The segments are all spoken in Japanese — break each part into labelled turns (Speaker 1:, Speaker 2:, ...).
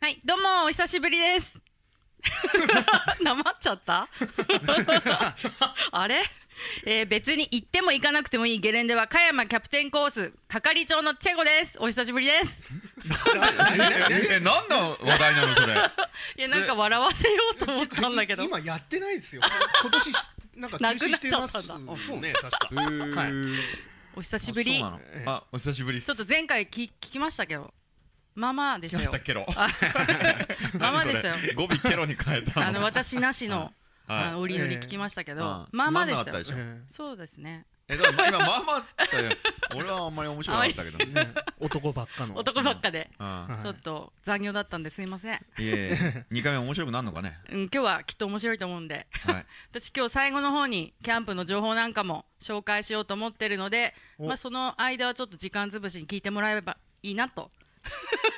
Speaker 1: はい、どうも、お久しぶりです。 なまっちゃった あれ、えー別に行っても行かなくてもいいゲレンデは、加山キャプテンコース、係長のチェゴです。お久しぶりです。
Speaker 2: え、何の話題なのそれ。
Speaker 1: いや、なんか笑わせようと思ったんだけど。
Speaker 3: 今やってないですよ。今年しなんか休止してます。
Speaker 1: なくなっちゃったん
Speaker 3: あ、そうね、確か。はい
Speaker 1: お久しぶり。
Speaker 2: あそうなのあ、お久しぶりっす。
Speaker 1: ちょっと前回き聞きましたけど、まあまあでし
Speaker 2: 来
Speaker 1: た
Speaker 2: まし
Speaker 1: よ
Speaker 2: た。ケロ。
Speaker 1: あまあまあでした よ。
Speaker 2: 語尾ケロに変えた。
Speaker 1: あの、私なしの、
Speaker 2: はい
Speaker 1: あの折りのり聞きましたけど、
Speaker 2: うん
Speaker 1: まあまあでし
Speaker 2: つ
Speaker 1: た
Speaker 2: まんなか
Speaker 1: よ
Speaker 2: った。でしょ。
Speaker 1: そうですね。
Speaker 2: え、でもまあ今まあまあって、俺はあんまり面白かったけど。う
Speaker 3: え
Speaker 2: ん
Speaker 3: ーね男ばっかの。
Speaker 1: 男ばっかで、
Speaker 3: はい
Speaker 1: ちょっと残業だったんですいません。
Speaker 2: いえいえ、二回目面白くなるのかね。
Speaker 1: うん、今日はきっと面白いと思うんで、
Speaker 2: はい。
Speaker 1: 私今日最後の方にキャンプの情報なんかも紹介しようと思ってるので、
Speaker 3: お
Speaker 1: まあその間はちょっと時間潰しに聞いてもらえればいいなと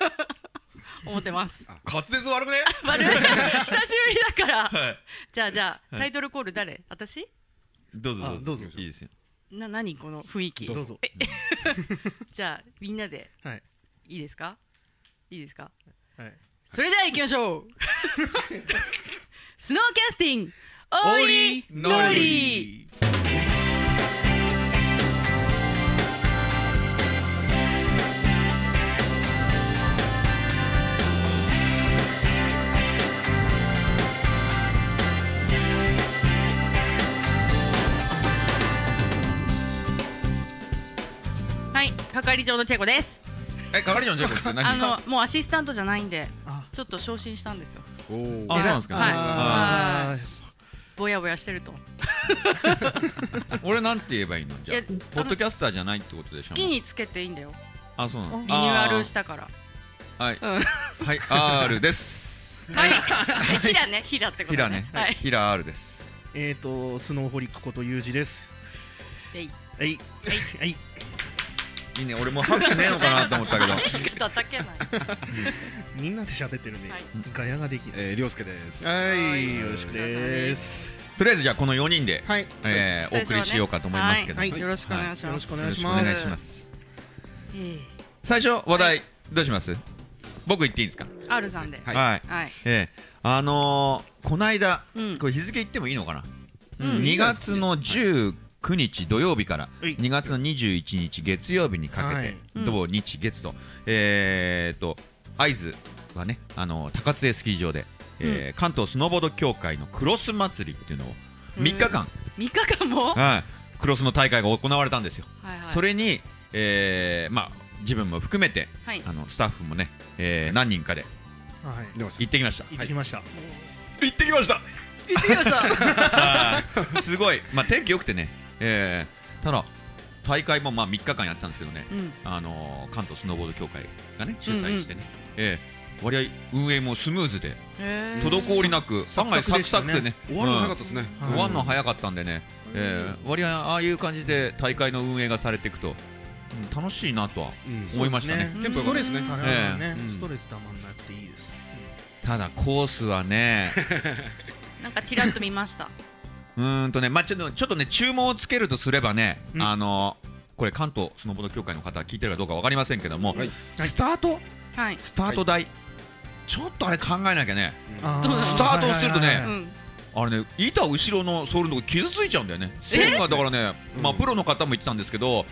Speaker 1: 思って ます。
Speaker 2: 滑舌悪くね。
Speaker 1: 悪い久しぶりだから。
Speaker 2: はい。
Speaker 1: じゃあじゃあ
Speaker 2: はい
Speaker 1: タイトルコール誰？私？
Speaker 2: どうぞ
Speaker 3: あどうぞ
Speaker 2: いいですよ。
Speaker 1: な何この雰囲気。
Speaker 3: どうぞ。
Speaker 1: じゃあみんなで
Speaker 3: はい。
Speaker 1: いいですか？いいですか？
Speaker 3: はい。
Speaker 1: それでは行きまし ょうスノーキャスティングオーリーノリはい係長のチェコです
Speaker 2: え、係長のジェコって何。
Speaker 1: あのもうアシスタントじゃないんで
Speaker 3: あ、
Speaker 1: ちょっと昇進したんですよ
Speaker 2: あ、そうなんです
Speaker 1: はい
Speaker 2: か。あ
Speaker 3: い。
Speaker 1: ぼやぼやしてると
Speaker 2: ー俺なんて言えばいいのじ
Speaker 1: い
Speaker 2: ゃ
Speaker 1: やあの
Speaker 2: あ。ポッドキャスターじゃないってことでし
Speaker 1: 好。
Speaker 2: ょ
Speaker 1: きにつけていいんだよ
Speaker 2: あ、そうなの。
Speaker 1: リ
Speaker 3: リ
Speaker 1: ニューアルしたから
Speaker 2: た。はい。
Speaker 1: うん
Speaker 2: はい、R です。
Speaker 1: はいヒラねヒラってこと
Speaker 2: ヒラね。
Speaker 1: はい
Speaker 2: ヒラ R です。
Speaker 3: えっとスノーホリックことユージです。
Speaker 1: でい
Speaker 3: はい。はい。
Speaker 2: いいね、俺もう拍手ねえのかなと思ったけど。
Speaker 1: 足しか叩けない
Speaker 3: みんなで喋ってるね
Speaker 1: はい。
Speaker 3: ガヤができる。
Speaker 4: えー、りょうすけです。
Speaker 3: はい。よろしくです。
Speaker 2: とりあえずじゃあこの4人で、
Speaker 3: はい。
Speaker 2: えーお送りしようかと思いますけど。
Speaker 3: は
Speaker 2: はいい
Speaker 1: よろしくお願いします、
Speaker 3: よろしくお願いし
Speaker 2: お
Speaker 3: ま
Speaker 2: 願い
Speaker 3: す。
Speaker 2: します。
Speaker 1: え
Speaker 2: 最初話題どうします？僕言っていいんですか？
Speaker 1: え R さんで
Speaker 4: はい
Speaker 2: はい。
Speaker 1: はい
Speaker 2: えーあのーこないだ
Speaker 1: うん
Speaker 2: これ日付言ってもいいのかな？
Speaker 1: うん
Speaker 2: 2月の19日土曜日から
Speaker 3: はい
Speaker 2: 2月の21日月曜日にか
Speaker 3: は
Speaker 2: け
Speaker 3: い
Speaker 2: て土日月とえーっと会津はねあの高津江スキー場でえー関東スノーボード協会のクロス祭りっていうのを3日間
Speaker 1: 3日間もは
Speaker 2: はい、クロスの大会が行われたんですよ、
Speaker 1: いはい
Speaker 2: それに、えーまあ、自分も含めて
Speaker 1: はい
Speaker 2: あのスタッフもね、えー何人かで
Speaker 3: はい。
Speaker 4: りょうすけ。
Speaker 2: 行ってきました、
Speaker 3: 行ってきました。
Speaker 2: 行ってきました
Speaker 1: 行ってきました
Speaker 2: はい すごい、まあ、天気良くてね、えーただ大会もまあ3日間やってたんですけどね、
Speaker 1: うん
Speaker 2: あのー関東スノーボード協会がね主催してね、えー割合運営もスムーズで
Speaker 1: へー
Speaker 2: 滞りなく案外サクサクでね
Speaker 4: 終わるの早かったですね。
Speaker 3: はい
Speaker 2: 終わるの早かったんでね、えー割合ああいう感じで大会の運営がされていくと、うん楽しいなとは
Speaker 4: うん
Speaker 2: 思いましたね
Speaker 3: そう
Speaker 1: テン
Speaker 3: です
Speaker 1: ポ
Speaker 3: ね
Speaker 1: よ
Speaker 3: ス
Speaker 1: かっ
Speaker 3: ト
Speaker 1: たです
Speaker 3: レ
Speaker 1: ね
Speaker 2: え
Speaker 3: スたまらない
Speaker 2: えうん
Speaker 3: ね。ストレスたまんなくていいです。
Speaker 2: ただコースはね
Speaker 1: なんかちらっと見ました
Speaker 2: うーんとね、まあ、ちょっとちょっとね注文をつけるとすればね、
Speaker 3: うん
Speaker 2: あのこれ関東スノーボード協会の方聞いてるかどうかわかりませんけども、
Speaker 4: はい
Speaker 2: スタート
Speaker 1: はい
Speaker 2: スタート台、ちょっとあれ考えなきゃね
Speaker 3: あ
Speaker 1: どうなの
Speaker 3: ー
Speaker 1: ス
Speaker 2: タートをするとね
Speaker 3: はいはいうはい
Speaker 1: ん
Speaker 2: あれね板後ろのソールのとこ傷ついちゃうんだよね
Speaker 1: え
Speaker 2: 線がだからね、まあ、
Speaker 4: うん
Speaker 2: プロの方も言ってたんですけど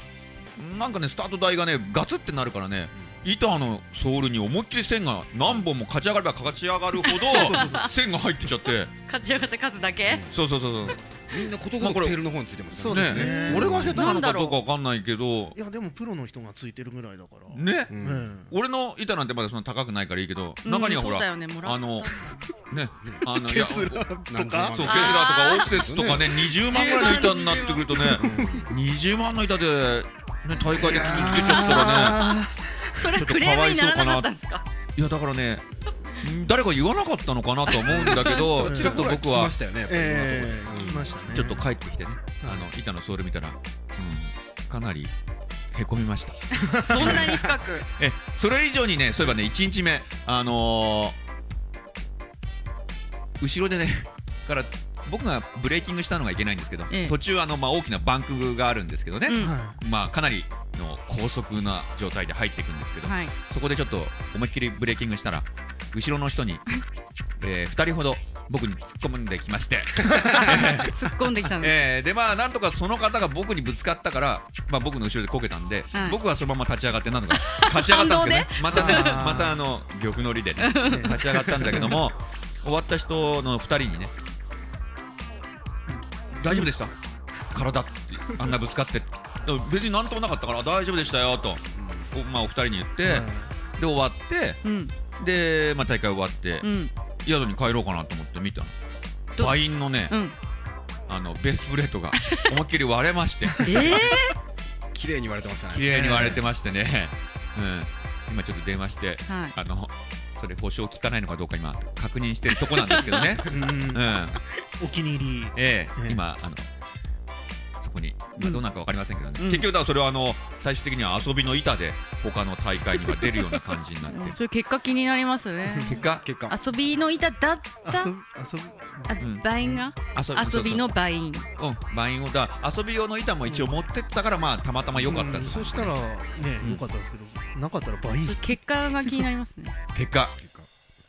Speaker 2: なんかねスタート台がねガツってなるからね板のソールに思いっきり線が何本も勝ち上がれば勝ち上がるほど線が入ってきちゃって
Speaker 1: 勝ち上がった数だけ
Speaker 2: そうそうそうそう
Speaker 4: みんなこと
Speaker 2: ま
Speaker 4: ご
Speaker 2: あ
Speaker 4: と
Speaker 2: こ
Speaker 4: く
Speaker 2: れ
Speaker 4: テールの方についてました
Speaker 3: そう
Speaker 4: ね。
Speaker 3: ですね
Speaker 2: 俺が下手な
Speaker 1: な
Speaker 2: の
Speaker 1: んだ
Speaker 2: か
Speaker 1: ろう
Speaker 2: どうかわかんないけど
Speaker 3: いやでもプロの人がついてるぐらいだから。
Speaker 2: ね、
Speaker 4: うん
Speaker 3: うん
Speaker 2: 俺の板なんてまだそんな高くないからいいけど
Speaker 1: うん
Speaker 2: 中には
Speaker 1: そ
Speaker 2: ほ
Speaker 1: うだ
Speaker 2: ら、
Speaker 1: よねもらった
Speaker 2: あのねあのい
Speaker 3: ケ
Speaker 2: や
Speaker 3: スラーとか
Speaker 4: 何
Speaker 2: そう
Speaker 4: 十
Speaker 2: ケスラー
Speaker 4: 万
Speaker 2: とかオークセスとかね20万ぐらいの板になってくるとね20万の板で、ね、大会で傷つけちゃったらね
Speaker 3: あ
Speaker 1: それはクレームにならなかったんですか
Speaker 2: いやだからねん誰か言わなかったのかなとは思うんだ けど
Speaker 3: ち
Speaker 2: ち
Speaker 3: ら
Speaker 2: ょ
Speaker 3: ほ
Speaker 2: っ
Speaker 3: ら
Speaker 2: と
Speaker 4: 聞き
Speaker 2: 僕は
Speaker 4: ましたよね。やっぱり今
Speaker 3: え
Speaker 4: のとこ
Speaker 3: え
Speaker 4: うん
Speaker 3: 聞きましたね。
Speaker 2: ちょっと帰ってきてねあの板のソール見たら、うん、かなりへこみました
Speaker 1: そんなに深く
Speaker 2: えそれ以上にねそういえばね1日目あのー後ろでね から僕がブレーキングしたのがいけないんですけど、
Speaker 1: ええ
Speaker 2: 途中あの、まあ、大きなバンクがあるんですけどね、
Speaker 1: うん
Speaker 3: は
Speaker 2: まあ、かなりの高速な状態で入っていくんですけど、
Speaker 1: はい
Speaker 2: そこでちょっと思いっきりブレーキングしたら後ろの人に、え2人ほど僕に突っ込んできまして、
Speaker 1: 突っ込んできたの。
Speaker 2: えーでまあなんとかその方が僕にぶつかったから、まあ、僕の後ろでこけたんで、
Speaker 1: はい
Speaker 2: 僕はそのまま立ち上がってなんとか 立ち上がったんですけどねまたね
Speaker 3: あー
Speaker 2: またあの玉乗りでね立ち上がったんだけども終わった人の2人にね大丈夫でした体ってあんなぶつかってでも別になんともなかったから大丈夫でしたよと、おまあ、お二人に言って、で終わって
Speaker 1: うん
Speaker 2: で、まあ、大会終わって、
Speaker 1: うん
Speaker 2: 宿に帰ろうかなと思って見た
Speaker 1: ど
Speaker 2: バインのね、
Speaker 1: うん。
Speaker 2: あのベースプレートが思いっきり割れまして
Speaker 1: ええ
Speaker 4: 綺麗に割れてましたね
Speaker 2: 綺麗に割れてましてね、うん、今ちょっと電話して
Speaker 1: はい。
Speaker 2: あのそれ保証聞かないのかどうか今確認してるとこなんですけどね、うん
Speaker 3: お気に入り
Speaker 2: ええ
Speaker 3: ええ
Speaker 2: 今あのそこに、ま
Speaker 1: う
Speaker 2: あ、
Speaker 1: ん
Speaker 2: どうなるかわかりませんけどね、
Speaker 1: うん
Speaker 2: 結局だからそれはあの最終的には遊びの板で他の大会には出るような感じになって
Speaker 1: それ結果気になりますね。
Speaker 2: 結果、
Speaker 4: 結果
Speaker 1: 遊びの板だった
Speaker 3: 遊。ぶ遊ぶ
Speaker 1: あ
Speaker 2: うん
Speaker 1: バインが
Speaker 2: 遊
Speaker 1: 遊びのバイン。
Speaker 2: うん、バインをだ遊び用の板も一応持ってったから、まあたまたま良かったって感
Speaker 3: うん
Speaker 2: じ
Speaker 3: そしたらね
Speaker 2: うん
Speaker 3: 良かったですけどなかったら倍
Speaker 1: それ結果が気になり ますね。
Speaker 2: 結果
Speaker 4: 結果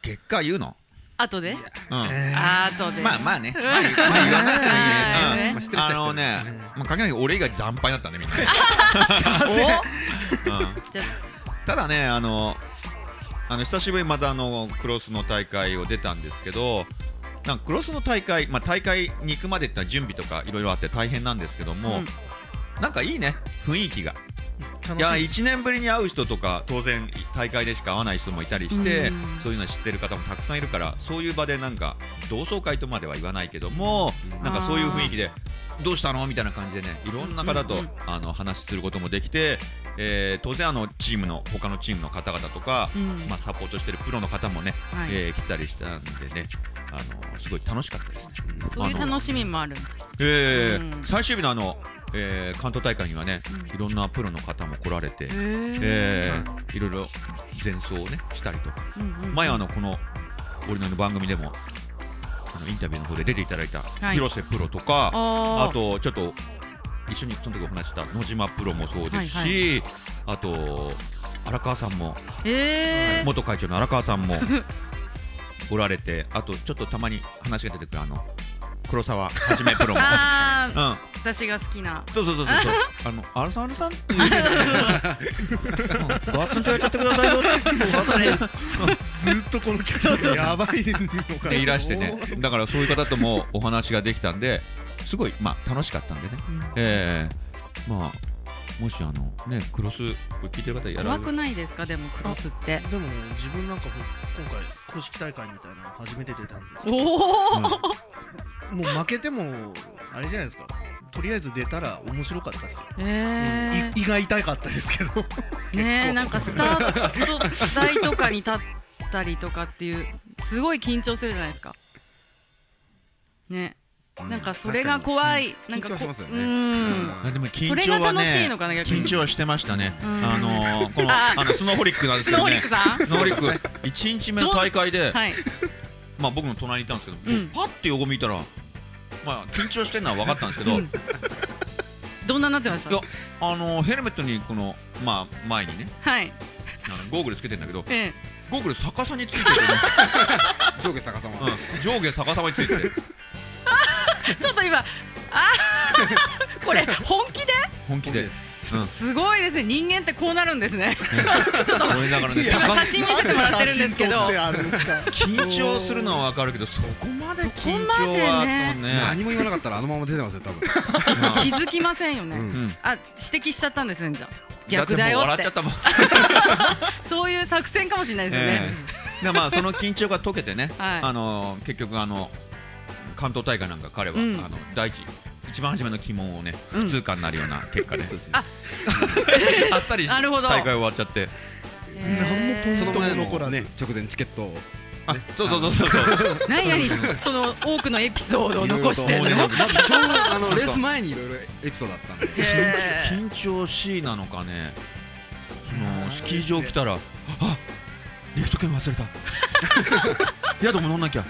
Speaker 2: 結果言うの、
Speaker 1: 後で。
Speaker 2: うん、
Speaker 3: えー
Speaker 1: 後で。
Speaker 2: まあまあね、まあ、言わまあ言わなくてもいい
Speaker 1: はい
Speaker 2: ね
Speaker 1: ね
Speaker 2: うんまあ知ってる人は知ってる。あのね
Speaker 3: うん、
Speaker 2: まあ、かけない俺以外惨敗だったね、みんなね。
Speaker 1: おじゃ
Speaker 2: うんただね、あの、あの久しぶりにまたあのクロスの大会を出たんですけど、なんかクロスの大会、まあ、大会に行くまでってのは準備とかいろいろあって大変なんですけども、
Speaker 1: うん
Speaker 2: なんかいいね、雰囲気が。いや
Speaker 3: 楽しい
Speaker 2: 1年ぶりに会う人とか当然大会でしか会わない人もいたりして、
Speaker 1: うん
Speaker 2: そういうの知ってる方もたくさんいるからそういう場でなんか同窓会とまでは言わないけども、
Speaker 4: うん
Speaker 2: なんかそういう雰囲気でどうしたのみたいな感じでねいろんな方と、
Speaker 1: うんうん
Speaker 2: あの話することもできて、えー当然あのチームの他のチームの方々とか、
Speaker 1: うん
Speaker 2: まあ、サポートしてるプロの方もね、
Speaker 1: はい
Speaker 2: えー来たりしたんでねあのすごい楽しかったですね。
Speaker 1: そういう楽しみもある。
Speaker 2: えー
Speaker 1: うん
Speaker 2: 最終日のあの、えー関東大会にはね
Speaker 1: うん
Speaker 2: いろんなプロの方も来られて。
Speaker 1: え
Speaker 2: えーいろいろ前奏をねしたりとか、
Speaker 1: え。うんうん
Speaker 2: 前あのこの俺の番組でもあのインタビューの方で出ていただいた
Speaker 1: い
Speaker 2: 広瀬プロと
Speaker 1: あ
Speaker 2: か、あ
Speaker 1: ー
Speaker 2: とちょっと一緒にその時お話しした野島プロもそうですし、
Speaker 1: はいは
Speaker 2: あと荒川さんも
Speaker 1: ええ。
Speaker 2: 元会長の荒川さん もおられてあとちょっとたまに話が出てくるあの黒沢はじめプロ も。
Speaker 1: ああ、
Speaker 2: うん
Speaker 1: 私が好き な。
Speaker 2: そうそうそ うそうそう。あの、アルさん、アルさんっていう。ガツンとやっちゃってくださいよ。
Speaker 1: それ。
Speaker 3: ずっとこのキャラでやばいのか
Speaker 2: でいらしてね。だから、そういう方ともお話ができたんで、すごい、まあ、楽しかったんでね。ええまあ、もし、あの、ね、クロス、これ聞いてる方やら
Speaker 1: 怖くないですかでもクロスって。
Speaker 3: でも自分なんかほ今回公式大会みたいなの初めて出たんですけども
Speaker 1: おお。
Speaker 3: う負けてもあれじゃないですかとりあえず出たら面白かったですよ、
Speaker 1: え
Speaker 3: い胃が痛かったですけど
Speaker 1: え。ねえなんかスタート台とかに立ったりとかっていうすごい緊張するじゃないですか。ね。なんかそれが怖い。なんかこ
Speaker 4: 緊張しますよね
Speaker 1: う
Speaker 4: うん
Speaker 1: ん。
Speaker 2: あでも緊
Speaker 1: そ
Speaker 2: 張はね
Speaker 1: れが楽しいのかな逆に
Speaker 2: 緊張してましたね。
Speaker 1: うん
Speaker 2: あの ーこの
Speaker 1: あ
Speaker 2: あのスノーホリックなんです
Speaker 1: ス
Speaker 2: け
Speaker 1: ノー
Speaker 2: ど
Speaker 1: ホリ
Speaker 2: ね
Speaker 1: ック。さん。
Speaker 2: スノーホリック一日目の大会で、
Speaker 1: はい。
Speaker 2: まあ僕の隣にいたんですけ
Speaker 1: う
Speaker 2: ど、
Speaker 1: ん
Speaker 2: パッて横見たら、まあ緊張してるのは分かったんですけど、
Speaker 1: うんどんなになってました
Speaker 2: いや。あのヘルメットにこのまあ前にね
Speaker 1: はい。
Speaker 2: あのゴーグルつけてんだけど
Speaker 1: ええ。
Speaker 2: ゴーグル逆さについてて、ね
Speaker 4: 上下逆さま
Speaker 2: うん、上下逆さまについてて
Speaker 1: ちょっと今。あー これ本気で
Speaker 2: 本気で。うん、
Speaker 1: すごいですね人間ってこうなるんですねちょっと
Speaker 2: 俺だからね
Speaker 3: いや
Speaker 1: 今
Speaker 2: 逆
Speaker 1: 写真見せてもらってるんですけど
Speaker 3: なんで写真撮ってあるんですか
Speaker 2: 緊張するのは分かるけどそこまで緊張は
Speaker 1: そこまでね
Speaker 2: ね
Speaker 4: 何も言わなかったらあのまま出てますよ多分
Speaker 1: 気づきませんよね、
Speaker 4: うん
Speaker 2: うん
Speaker 1: あ指摘しちゃったんですねじゃあ逆だよっ
Speaker 2: だって
Speaker 1: て
Speaker 2: もう笑っちゃったもん、
Speaker 1: そういう作戦かもしれないですよ
Speaker 2: え
Speaker 1: ね、
Speaker 2: えでまあその緊張が解けてね、
Speaker 1: はい
Speaker 2: あの結局あの関東大会なんか彼は、
Speaker 1: うん
Speaker 2: あの第一一番初めの鬼門をね
Speaker 1: うん
Speaker 2: 普通科になるような結 果で、
Speaker 1: あ
Speaker 2: あっさり
Speaker 1: な
Speaker 2: 大
Speaker 1: るほど
Speaker 2: 会終わっちゃって
Speaker 1: えー
Speaker 4: その前
Speaker 3: 残ら
Speaker 4: の
Speaker 3: ず
Speaker 4: ね直前チケットを
Speaker 2: あそうそうそうそうそう
Speaker 1: 何々その多くのエピソードを残して
Speaker 2: い
Speaker 1: る
Speaker 2: ろい
Speaker 1: の
Speaker 2: ろと
Speaker 4: まず勝負あのレース前にいろいろエピソードあったんで
Speaker 1: へー
Speaker 2: 緊張しいなのかねそのスキー場来たらあリフト券忘れた宿も乗んなきゃ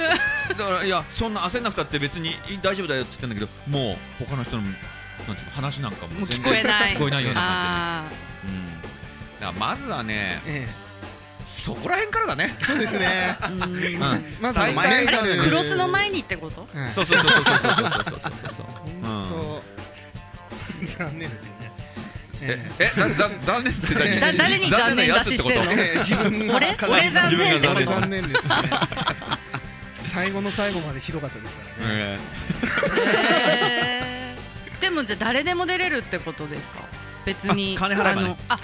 Speaker 2: えだからいやそんな焦んなくたって別にいい大丈夫だよって言ってんだけどもう他の人のなんていうの話なんか
Speaker 1: も
Speaker 2: も
Speaker 1: う聞こえない
Speaker 2: 聞こえないような感
Speaker 1: あ
Speaker 2: じで、うん、だからまずはね
Speaker 3: え
Speaker 2: そこら辺からだね。
Speaker 3: そうですね。
Speaker 1: うーん
Speaker 2: う
Speaker 1: あ
Speaker 2: ん
Speaker 3: まず
Speaker 4: 最前
Speaker 3: タイト
Speaker 1: れ
Speaker 3: ル
Speaker 1: クロスの。前にってこと
Speaker 3: はい
Speaker 2: そうそうそうそうそうそうそうそうそう。うん。
Speaker 3: 本当残念ですよね。
Speaker 2: え
Speaker 3: え、
Speaker 2: え、なざ残念って何？
Speaker 1: だ誰に残念出ししてんの
Speaker 2: 残念なやつってこ
Speaker 1: え
Speaker 2: と
Speaker 3: え自分が
Speaker 1: 俺
Speaker 3: 鏡
Speaker 1: 俺残念
Speaker 2: ってこと
Speaker 3: 俺残念ですね。 最後の最後までひどかったですからね。
Speaker 2: え
Speaker 1: へーでもじゃあ誰でも出れるってことですか別に
Speaker 2: あ金払えばね
Speaker 1: あ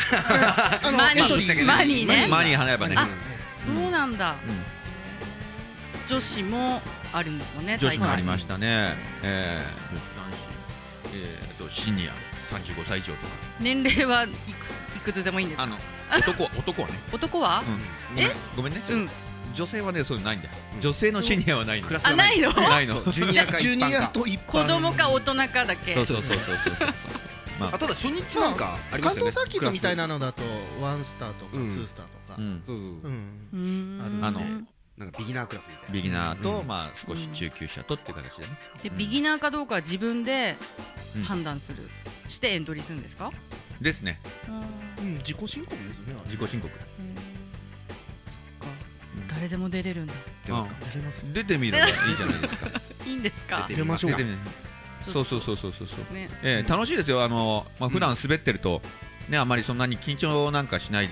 Speaker 1: の
Speaker 3: あの
Speaker 1: マニー
Speaker 3: エントリー
Speaker 1: マニーね
Speaker 2: ーマニー払えばね。
Speaker 1: あ
Speaker 2: うん
Speaker 1: そうなんだ
Speaker 2: うん
Speaker 1: 女子もあるんですもんね
Speaker 2: 女子もあり
Speaker 1: す
Speaker 2: ましたね。えー、女子男子。えー、あとシニア三十五歳以上とか。
Speaker 1: 年齢はいくついくつでもいいんですか
Speaker 2: あの男は男はね。
Speaker 1: 男は
Speaker 2: うん。ごめん
Speaker 1: え
Speaker 2: ごめんね。
Speaker 1: うん
Speaker 2: 女性はねそういうのないんだよ。女性のシニアはないの。
Speaker 4: クラス
Speaker 1: あないの
Speaker 2: ないの。
Speaker 4: ジュニアか
Speaker 3: ジュ
Speaker 4: 一般
Speaker 3: ニア
Speaker 4: か
Speaker 3: と一般
Speaker 1: 子供か大人かだけ
Speaker 2: そうそうそうそうそうそう。
Speaker 4: あただ初日なんかありま
Speaker 3: 関
Speaker 4: したよね
Speaker 3: 東サーキットみたいな
Speaker 4: ク
Speaker 3: のだとワンスターとかツ
Speaker 4: うん
Speaker 3: ースターとか
Speaker 2: う。ん
Speaker 4: ラス。そうそう
Speaker 3: う
Speaker 4: そうん
Speaker 1: うーん
Speaker 2: あの
Speaker 4: なんかビギナークラスみたいな
Speaker 2: ビギナーと、
Speaker 3: うん
Speaker 2: まあ少し中級者とっていう形でね。
Speaker 1: でビギナーかどうかは自分で判断する、してエントリーするんですか、
Speaker 2: ですね。
Speaker 3: うん自己申告ですよね。あれ
Speaker 2: 自己申告。
Speaker 1: そっか誰でも出れるんだ
Speaker 4: 出ますか
Speaker 3: 出れます。
Speaker 2: 出てみればいいじゃないですか。
Speaker 1: いいんですか
Speaker 4: 出
Speaker 3: 出ましょう
Speaker 2: 出てみるそうそう
Speaker 1: う
Speaker 2: そうそうそうそう。
Speaker 1: ね
Speaker 2: えー楽しいですよ、あのまあ、普段滑ってると、ね、あまりそんなに緊張なんかしない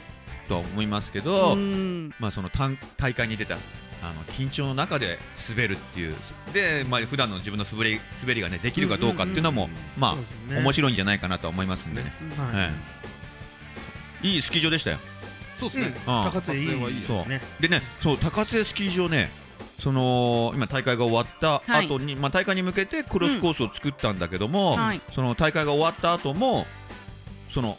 Speaker 2: とは思いますけど、
Speaker 1: うん
Speaker 2: まあ、その単大会に出たあの緊張の中で滑るっていう、でまあ普段の自分の滑り滑りが、ね、できるかどうかっていうのも、
Speaker 4: うんうんうん
Speaker 2: ま
Speaker 3: そうです
Speaker 2: あ、
Speaker 3: ね
Speaker 2: 面白いんじゃないかなとは思いますんでね、
Speaker 1: うん
Speaker 3: は
Speaker 2: え
Speaker 3: い。
Speaker 2: えいいスキー場でしたよ。
Speaker 4: そうですね
Speaker 2: うん
Speaker 3: 高津いいですね。
Speaker 2: でね、そう高津江スキー場ね、その今大会が終わった後に、まあ大会に向けてクロスコースを作ったんだけども、
Speaker 1: うんはい
Speaker 2: その大会が終わった後もその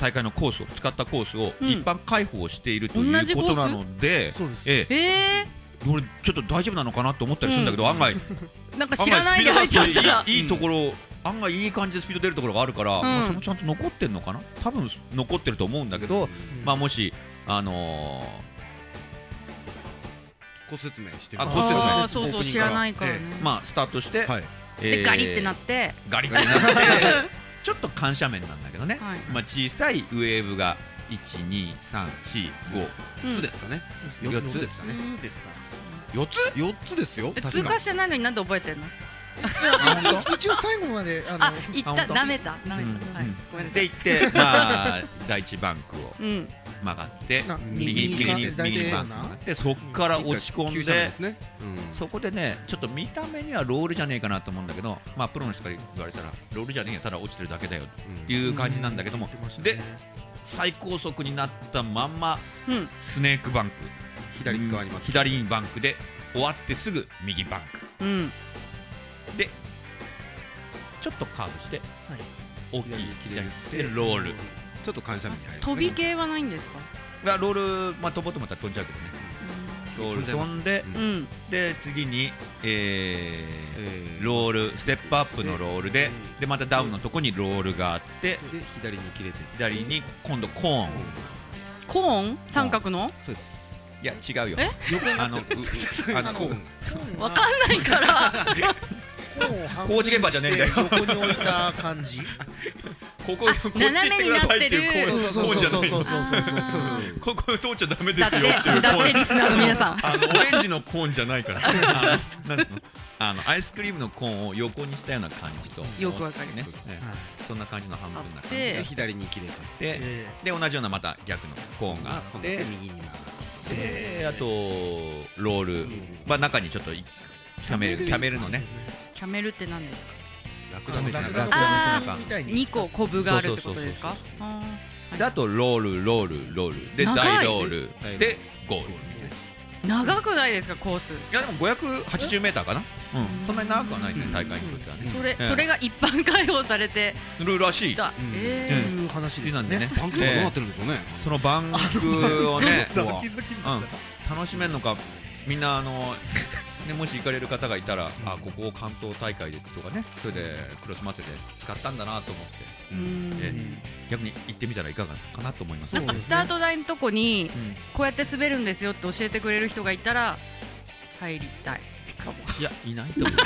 Speaker 2: 大会のコースを使ったコースを
Speaker 1: うん
Speaker 2: 一般開放しているとい
Speaker 1: 同
Speaker 2: う
Speaker 1: じ
Speaker 2: こ
Speaker 1: コース
Speaker 2: となので、
Speaker 3: そうです。
Speaker 2: ええ、
Speaker 1: え
Speaker 2: 俺ちょっと大丈夫なのかなと思ったりするんだけど、
Speaker 4: うん
Speaker 2: 案外
Speaker 1: ー、なんか知らないで入っちゃったら
Speaker 2: 案外スピードがいいいいところ、案外いい感じでスピード出るところがあるから、
Speaker 1: うん
Speaker 2: まあそのちゃんと残ってるのかな多分残ってると思うんだけど、
Speaker 3: うん
Speaker 2: まあもしあのー
Speaker 4: ご説明して
Speaker 2: あご説明
Speaker 1: ああそうそう知らないからね、
Speaker 2: まあスタートして、
Speaker 4: はい
Speaker 2: え
Speaker 1: で
Speaker 2: ー
Speaker 1: ガリってなって、
Speaker 2: ガリガリになって ちょっと緩斜面なんだけどね、
Speaker 1: はい
Speaker 2: まあ、小さいウェーブが12345
Speaker 1: うん
Speaker 4: つですかね
Speaker 2: うん
Speaker 3: 四
Speaker 2: 四つです
Speaker 4: かね
Speaker 3: 四つですか。
Speaker 2: 4つ
Speaker 4: 四つですよ
Speaker 1: え
Speaker 4: 確
Speaker 1: 通
Speaker 4: か
Speaker 1: 過してないのになんで覚えてんの
Speaker 3: あ一応最後まであの
Speaker 1: あ行っ
Speaker 2: あ
Speaker 1: た
Speaker 2: 本当
Speaker 1: なめたなめた、
Speaker 2: うん
Speaker 1: はい
Speaker 2: うん
Speaker 1: ごめんなさ
Speaker 2: で
Speaker 1: い
Speaker 2: 行って、まあ、 第一バンクを
Speaker 1: うん
Speaker 2: 曲がって
Speaker 3: な
Speaker 2: 右に
Speaker 3: 右
Speaker 2: 右
Speaker 3: か
Speaker 2: に
Speaker 3: 大
Speaker 2: 右に
Speaker 3: 丈
Speaker 2: バ
Speaker 3: 夫
Speaker 2: ンク曲が
Speaker 3: な
Speaker 2: っ。てそこから落ち込
Speaker 4: 急
Speaker 2: ん
Speaker 4: 斜
Speaker 2: で
Speaker 4: 面で。すねうん
Speaker 2: そこでね、ちょっと見た目にはロールじゃねえかなと思うんだけど、まあ、プロの人から言われたら、ロールじゃねえよ、ただ落ちてるだけだよっていう感じなんだけども、で最高速になったまんま、
Speaker 1: うん
Speaker 2: スネークバンク、
Speaker 4: 左側にまた
Speaker 2: 左にバンクで、終わってすぐ右バンク、
Speaker 1: うん
Speaker 2: ちょっとカーブして、
Speaker 3: はい
Speaker 2: 大きい左にでロール、
Speaker 4: ちょっと緩斜面に入る
Speaker 1: 飛び系はないんですか
Speaker 2: まあ、ロール、まあ、飛ぼうと思ったら飛んじゃうけどね、ロール
Speaker 4: 飛んじゃいます
Speaker 2: 飛んで、
Speaker 1: うん、うん
Speaker 2: で次に、えー
Speaker 4: ー
Speaker 2: ロール、ステップアップのロールで、でまたダウンのとこにロールがあって、
Speaker 4: ルで左に切れて
Speaker 2: 左に今度コーン。
Speaker 1: コーン三角の
Speaker 4: そうです
Speaker 2: いや違うよ。
Speaker 1: え
Speaker 2: あ のううあの
Speaker 3: コー
Speaker 1: わかんないから
Speaker 2: 工事現場じゃねえんだよ
Speaker 3: 横に置いた 感じ。
Speaker 2: こここっち行ってくださいっていう
Speaker 1: そ
Speaker 2: こ
Speaker 1: う
Speaker 2: うこうじゃない
Speaker 3: そうそうそうそうそう
Speaker 1: あ
Speaker 3: そう。
Speaker 2: ここ通っちゃダメで
Speaker 1: だっ
Speaker 2: すよってい
Speaker 1: て
Speaker 2: うコ
Speaker 1: だって
Speaker 2: ーン。
Speaker 1: リスナーの皆さん
Speaker 2: あのオレンジのコーンじゃないから。あのなんつうの？あのアイスクリームのコーンを横にしたような感じと。
Speaker 1: よくわかります
Speaker 2: ね。ね
Speaker 3: はい
Speaker 2: そんな感じの半分な感じ
Speaker 1: あ
Speaker 4: で
Speaker 2: で
Speaker 1: っ。
Speaker 4: 左に切れて
Speaker 2: で
Speaker 3: え
Speaker 2: で同じようなまた逆のコーンがあって
Speaker 4: で右に曲がる
Speaker 2: であとロール
Speaker 4: ん
Speaker 2: まあ中にちょっとい
Speaker 3: ー
Speaker 2: キャメル キャメルのね。
Speaker 1: キャメルって何ですか
Speaker 4: ラ
Speaker 3: あ
Speaker 4: クダ
Speaker 3: の
Speaker 4: みたい
Speaker 3: ラ
Speaker 4: な
Speaker 3: クダ
Speaker 1: あ
Speaker 3: みたいなみたいに
Speaker 1: 二個コブがあるってことですか
Speaker 2: そう
Speaker 1: あー
Speaker 2: であとロールロールロールで
Speaker 1: 長い
Speaker 2: 大ロール
Speaker 4: 大
Speaker 2: でゴールですね。
Speaker 1: 長くないですかコース
Speaker 2: いやでも580メーターかな、うん、そんなに長くはないですね、大会にとってはね、
Speaker 1: それ
Speaker 2: ええ
Speaker 1: それが一般開放されて
Speaker 2: ルールらしい、
Speaker 1: た
Speaker 4: うん
Speaker 3: と
Speaker 1: え
Speaker 3: いう話で
Speaker 2: な
Speaker 3: す
Speaker 2: んでね
Speaker 3: ね。、
Speaker 4: バンクとかどうなってるんでしょうね
Speaker 2: ええそのバンクをね、
Speaker 3: ザキザキみたいな
Speaker 2: うん、楽しめるのか、みんな、あのね、もし行かれる方がいたら、あここを関東大会でとかね、それでクロス祭りで使ったんだなと思って、
Speaker 1: ーうん
Speaker 2: ええ逆に行ってみたらいかがかなと思います。
Speaker 1: なんかスタート台のとこに
Speaker 2: うん
Speaker 1: こうやって滑るんですよって教えてくれる人がいたら入りたいかも
Speaker 2: いや、いないと思う。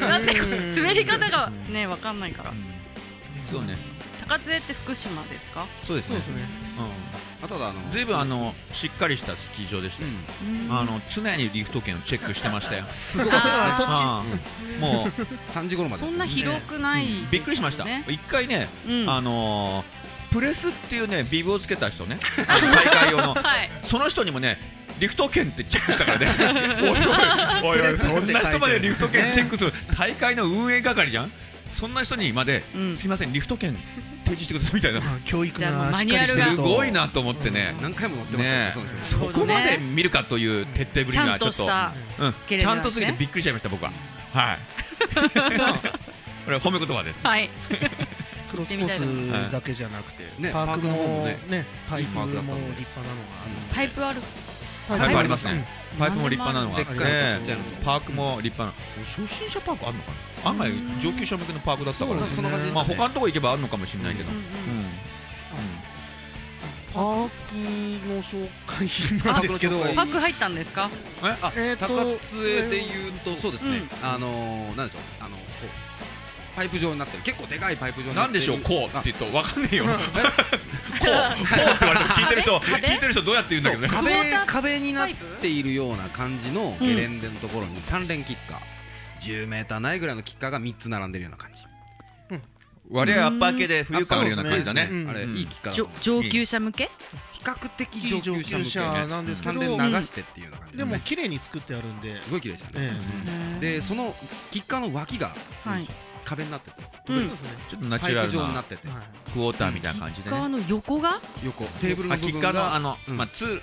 Speaker 1: だって滑り方がねわかんないから
Speaker 2: うんそうね、
Speaker 1: 高津江って福島ですか
Speaker 2: そうです
Speaker 3: そう
Speaker 2: ね
Speaker 3: ですね。
Speaker 2: うん
Speaker 4: あとはあの
Speaker 2: ずいぶんあのしっかりしたスキー場でした
Speaker 4: う
Speaker 2: よ、
Speaker 4: ん
Speaker 1: うん
Speaker 2: あの常にリフト券をチェックしてましたよ、
Speaker 3: すごい
Speaker 1: あ
Speaker 3: そっち
Speaker 2: ああもう
Speaker 4: 3時頃まで
Speaker 1: そんな広くないですよね、
Speaker 2: びっくりしました、一回ね、
Speaker 1: うん、
Speaker 2: あのープレスっていうねビブをつけた人ね、あの大会用の、
Speaker 1: はい
Speaker 2: その人にもね、リフト券ってチェックしたからね、おいおい、おいおい、 そんな人までリフト券チェックする、大会の運営係じゃん、そんな人にまで、
Speaker 1: うん
Speaker 2: すみません、リフト券提示してくださいみたいな、
Speaker 3: あ 教育
Speaker 1: じゃあもう
Speaker 3: が
Speaker 1: マ
Speaker 3: しっ
Speaker 1: ニュ
Speaker 3: か
Speaker 1: ア
Speaker 3: りし
Speaker 1: ル
Speaker 3: て
Speaker 1: が
Speaker 3: る
Speaker 2: す
Speaker 3: と
Speaker 2: ごいなと思ってね。
Speaker 4: 何回も乗ってますよ
Speaker 2: ね
Speaker 4: そうです
Speaker 2: そ
Speaker 4: よ
Speaker 1: う
Speaker 2: こまで見るかという徹底ぶ
Speaker 1: ち
Speaker 2: りに
Speaker 1: ゃ
Speaker 2: は
Speaker 1: ん
Speaker 2: ちょ
Speaker 1: と
Speaker 2: っと
Speaker 1: した
Speaker 2: うん
Speaker 1: ゲレンデ
Speaker 2: ち
Speaker 1: な
Speaker 2: ゃ
Speaker 1: ん
Speaker 2: ん
Speaker 1: ですね
Speaker 2: とすぎてびっくりしちゃいました僕は はいこれは褒め言葉です
Speaker 1: はい
Speaker 3: クロスコースだけじゃなくて、
Speaker 4: ね
Speaker 3: パークも
Speaker 4: パークの方もね
Speaker 3: ねパイプも
Speaker 4: いい
Speaker 3: 立
Speaker 4: パークだった
Speaker 1: パイプある
Speaker 3: 派なんのがあるので
Speaker 4: で
Speaker 3: パ
Speaker 1: イプ
Speaker 2: ありますねパイプも立派なのがあ
Speaker 4: でっ
Speaker 2: って
Speaker 4: かい
Speaker 3: ね
Speaker 4: のとちっちゃいのと
Speaker 2: パークも立派な初心者パークあるのかな案外上級者向けのパークだったか
Speaker 3: そう
Speaker 2: ら
Speaker 3: ですね
Speaker 4: そんな感じです
Speaker 2: まあ
Speaker 4: よね
Speaker 2: 他のとこ行けばあるのかもしれないけど
Speaker 1: う
Speaker 2: うんん
Speaker 1: うん
Speaker 3: パークの紹介なんですけど
Speaker 4: あ
Speaker 1: パック入ったんですか
Speaker 2: うんえあ
Speaker 3: えーと
Speaker 4: 高津で言うとそうですね、あのー、なんでしょうあのこうパイプ状になってる結構でかいパイプ状にな
Speaker 2: なん
Speaker 4: って
Speaker 2: で
Speaker 4: る
Speaker 2: しょうこうって言うとわかんねえよこう
Speaker 4: あ
Speaker 2: こうって言われても聞いてる人
Speaker 1: 壁
Speaker 2: 聞いてる人どうやって言うんだけどね
Speaker 4: 壁
Speaker 1: クォーター
Speaker 4: 壁になっているような感じのゲレンデのところに3連キッカー10メーターないぐらいのキッカーが3つ並んでるような感じ
Speaker 2: 割合アッパー系で浮遊感あるような感じだ
Speaker 4: あ
Speaker 2: ね
Speaker 4: そうですあれ、
Speaker 2: うん
Speaker 4: いいキッカーだ
Speaker 1: じ
Speaker 4: と
Speaker 1: ょ
Speaker 4: 思う
Speaker 1: 上級者向け
Speaker 4: 比較的
Speaker 3: 上級者向け
Speaker 4: 向け
Speaker 3: なんですけど、
Speaker 4: 3連流してっていうような感じ
Speaker 3: で
Speaker 4: ですね
Speaker 3: も綺麗に作ってあるんで、
Speaker 4: すごい綺麗でしたね、
Speaker 3: え
Speaker 4: でそのキッカーの脇が、
Speaker 1: はい
Speaker 4: 壁になってて
Speaker 1: う
Speaker 3: え
Speaker 1: ん
Speaker 3: そうですね
Speaker 2: ちょっとナチ
Speaker 4: パ
Speaker 2: ュラ
Speaker 4: イプ
Speaker 2: ル
Speaker 4: 状にな
Speaker 2: な
Speaker 4: ってて、
Speaker 3: はい
Speaker 2: クォーターみたいな感じでね
Speaker 1: 側の横が
Speaker 4: 横テーブルの
Speaker 2: あ
Speaker 4: 部
Speaker 2: キ
Speaker 4: 分
Speaker 2: ッカーのあ
Speaker 4: が
Speaker 2: の、
Speaker 4: うん
Speaker 2: まあ、つ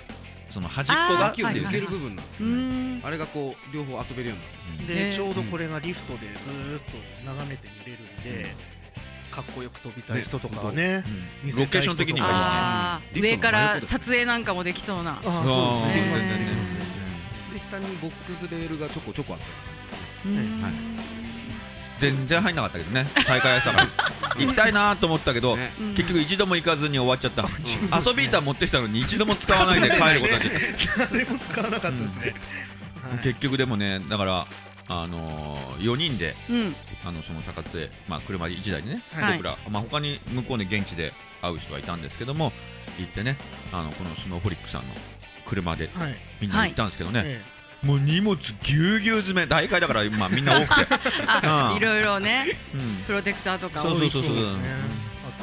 Speaker 2: その端っこが
Speaker 1: あ
Speaker 4: 脇を
Speaker 1: ーは
Speaker 4: ね受
Speaker 1: いはい
Speaker 4: ける部分なんです
Speaker 1: う
Speaker 4: けど、ね
Speaker 1: ーん
Speaker 4: あれがこう両方遊べるようになって
Speaker 2: うん
Speaker 1: へー
Speaker 3: でちょうどこれがリフトでずーっと眺めて見れるんで、かっこよく飛びたい人とかはね
Speaker 2: うん
Speaker 3: 見
Speaker 2: ロ
Speaker 3: せ
Speaker 2: ケ
Speaker 3: た
Speaker 2: ー
Speaker 3: い
Speaker 2: ショ
Speaker 3: 人
Speaker 2: ン
Speaker 3: とか
Speaker 2: 的には
Speaker 1: あー
Speaker 4: リフトの
Speaker 1: 上から
Speaker 4: 真横です
Speaker 1: 撮影なんかもできそうな
Speaker 3: あ
Speaker 2: あ
Speaker 3: あ
Speaker 2: ー
Speaker 3: そうですね
Speaker 1: ね
Speaker 3: できますね
Speaker 2: いい、
Speaker 4: で下にボックスレールがちょこちょこあった
Speaker 1: うーん
Speaker 4: は
Speaker 2: うん全然入んなかったけどね大会朝から行きたいなと思ったけど、
Speaker 4: ね
Speaker 1: うん
Speaker 2: 結局一度も行かずに終わっちゃ った、遊び板持ってきたのに一度も使わないで帰ることになっちゃった
Speaker 3: 誰も使わなかったですね、はい
Speaker 2: 結局でもねだからあのー、4人で
Speaker 1: うん
Speaker 2: あのその高津へ、まあ、車1台でね、
Speaker 1: はい
Speaker 2: 僕ら、まあ、他に向こうで現地で会う人はいたんですけども行ってねあのこのスノーホリックさんの車で
Speaker 3: はい
Speaker 2: みんな行ったんですけどね、
Speaker 3: え
Speaker 2: もう荷物ぎゅうぎゅう詰め大会だから、まあ、みんな多 くて、
Speaker 1: あ
Speaker 2: うん
Speaker 1: いろいろね
Speaker 2: うん
Speaker 1: プロテクターとか
Speaker 2: そう
Speaker 1: 多
Speaker 2: そう
Speaker 1: い
Speaker 2: そう
Speaker 1: し
Speaker 2: そう
Speaker 3: えですね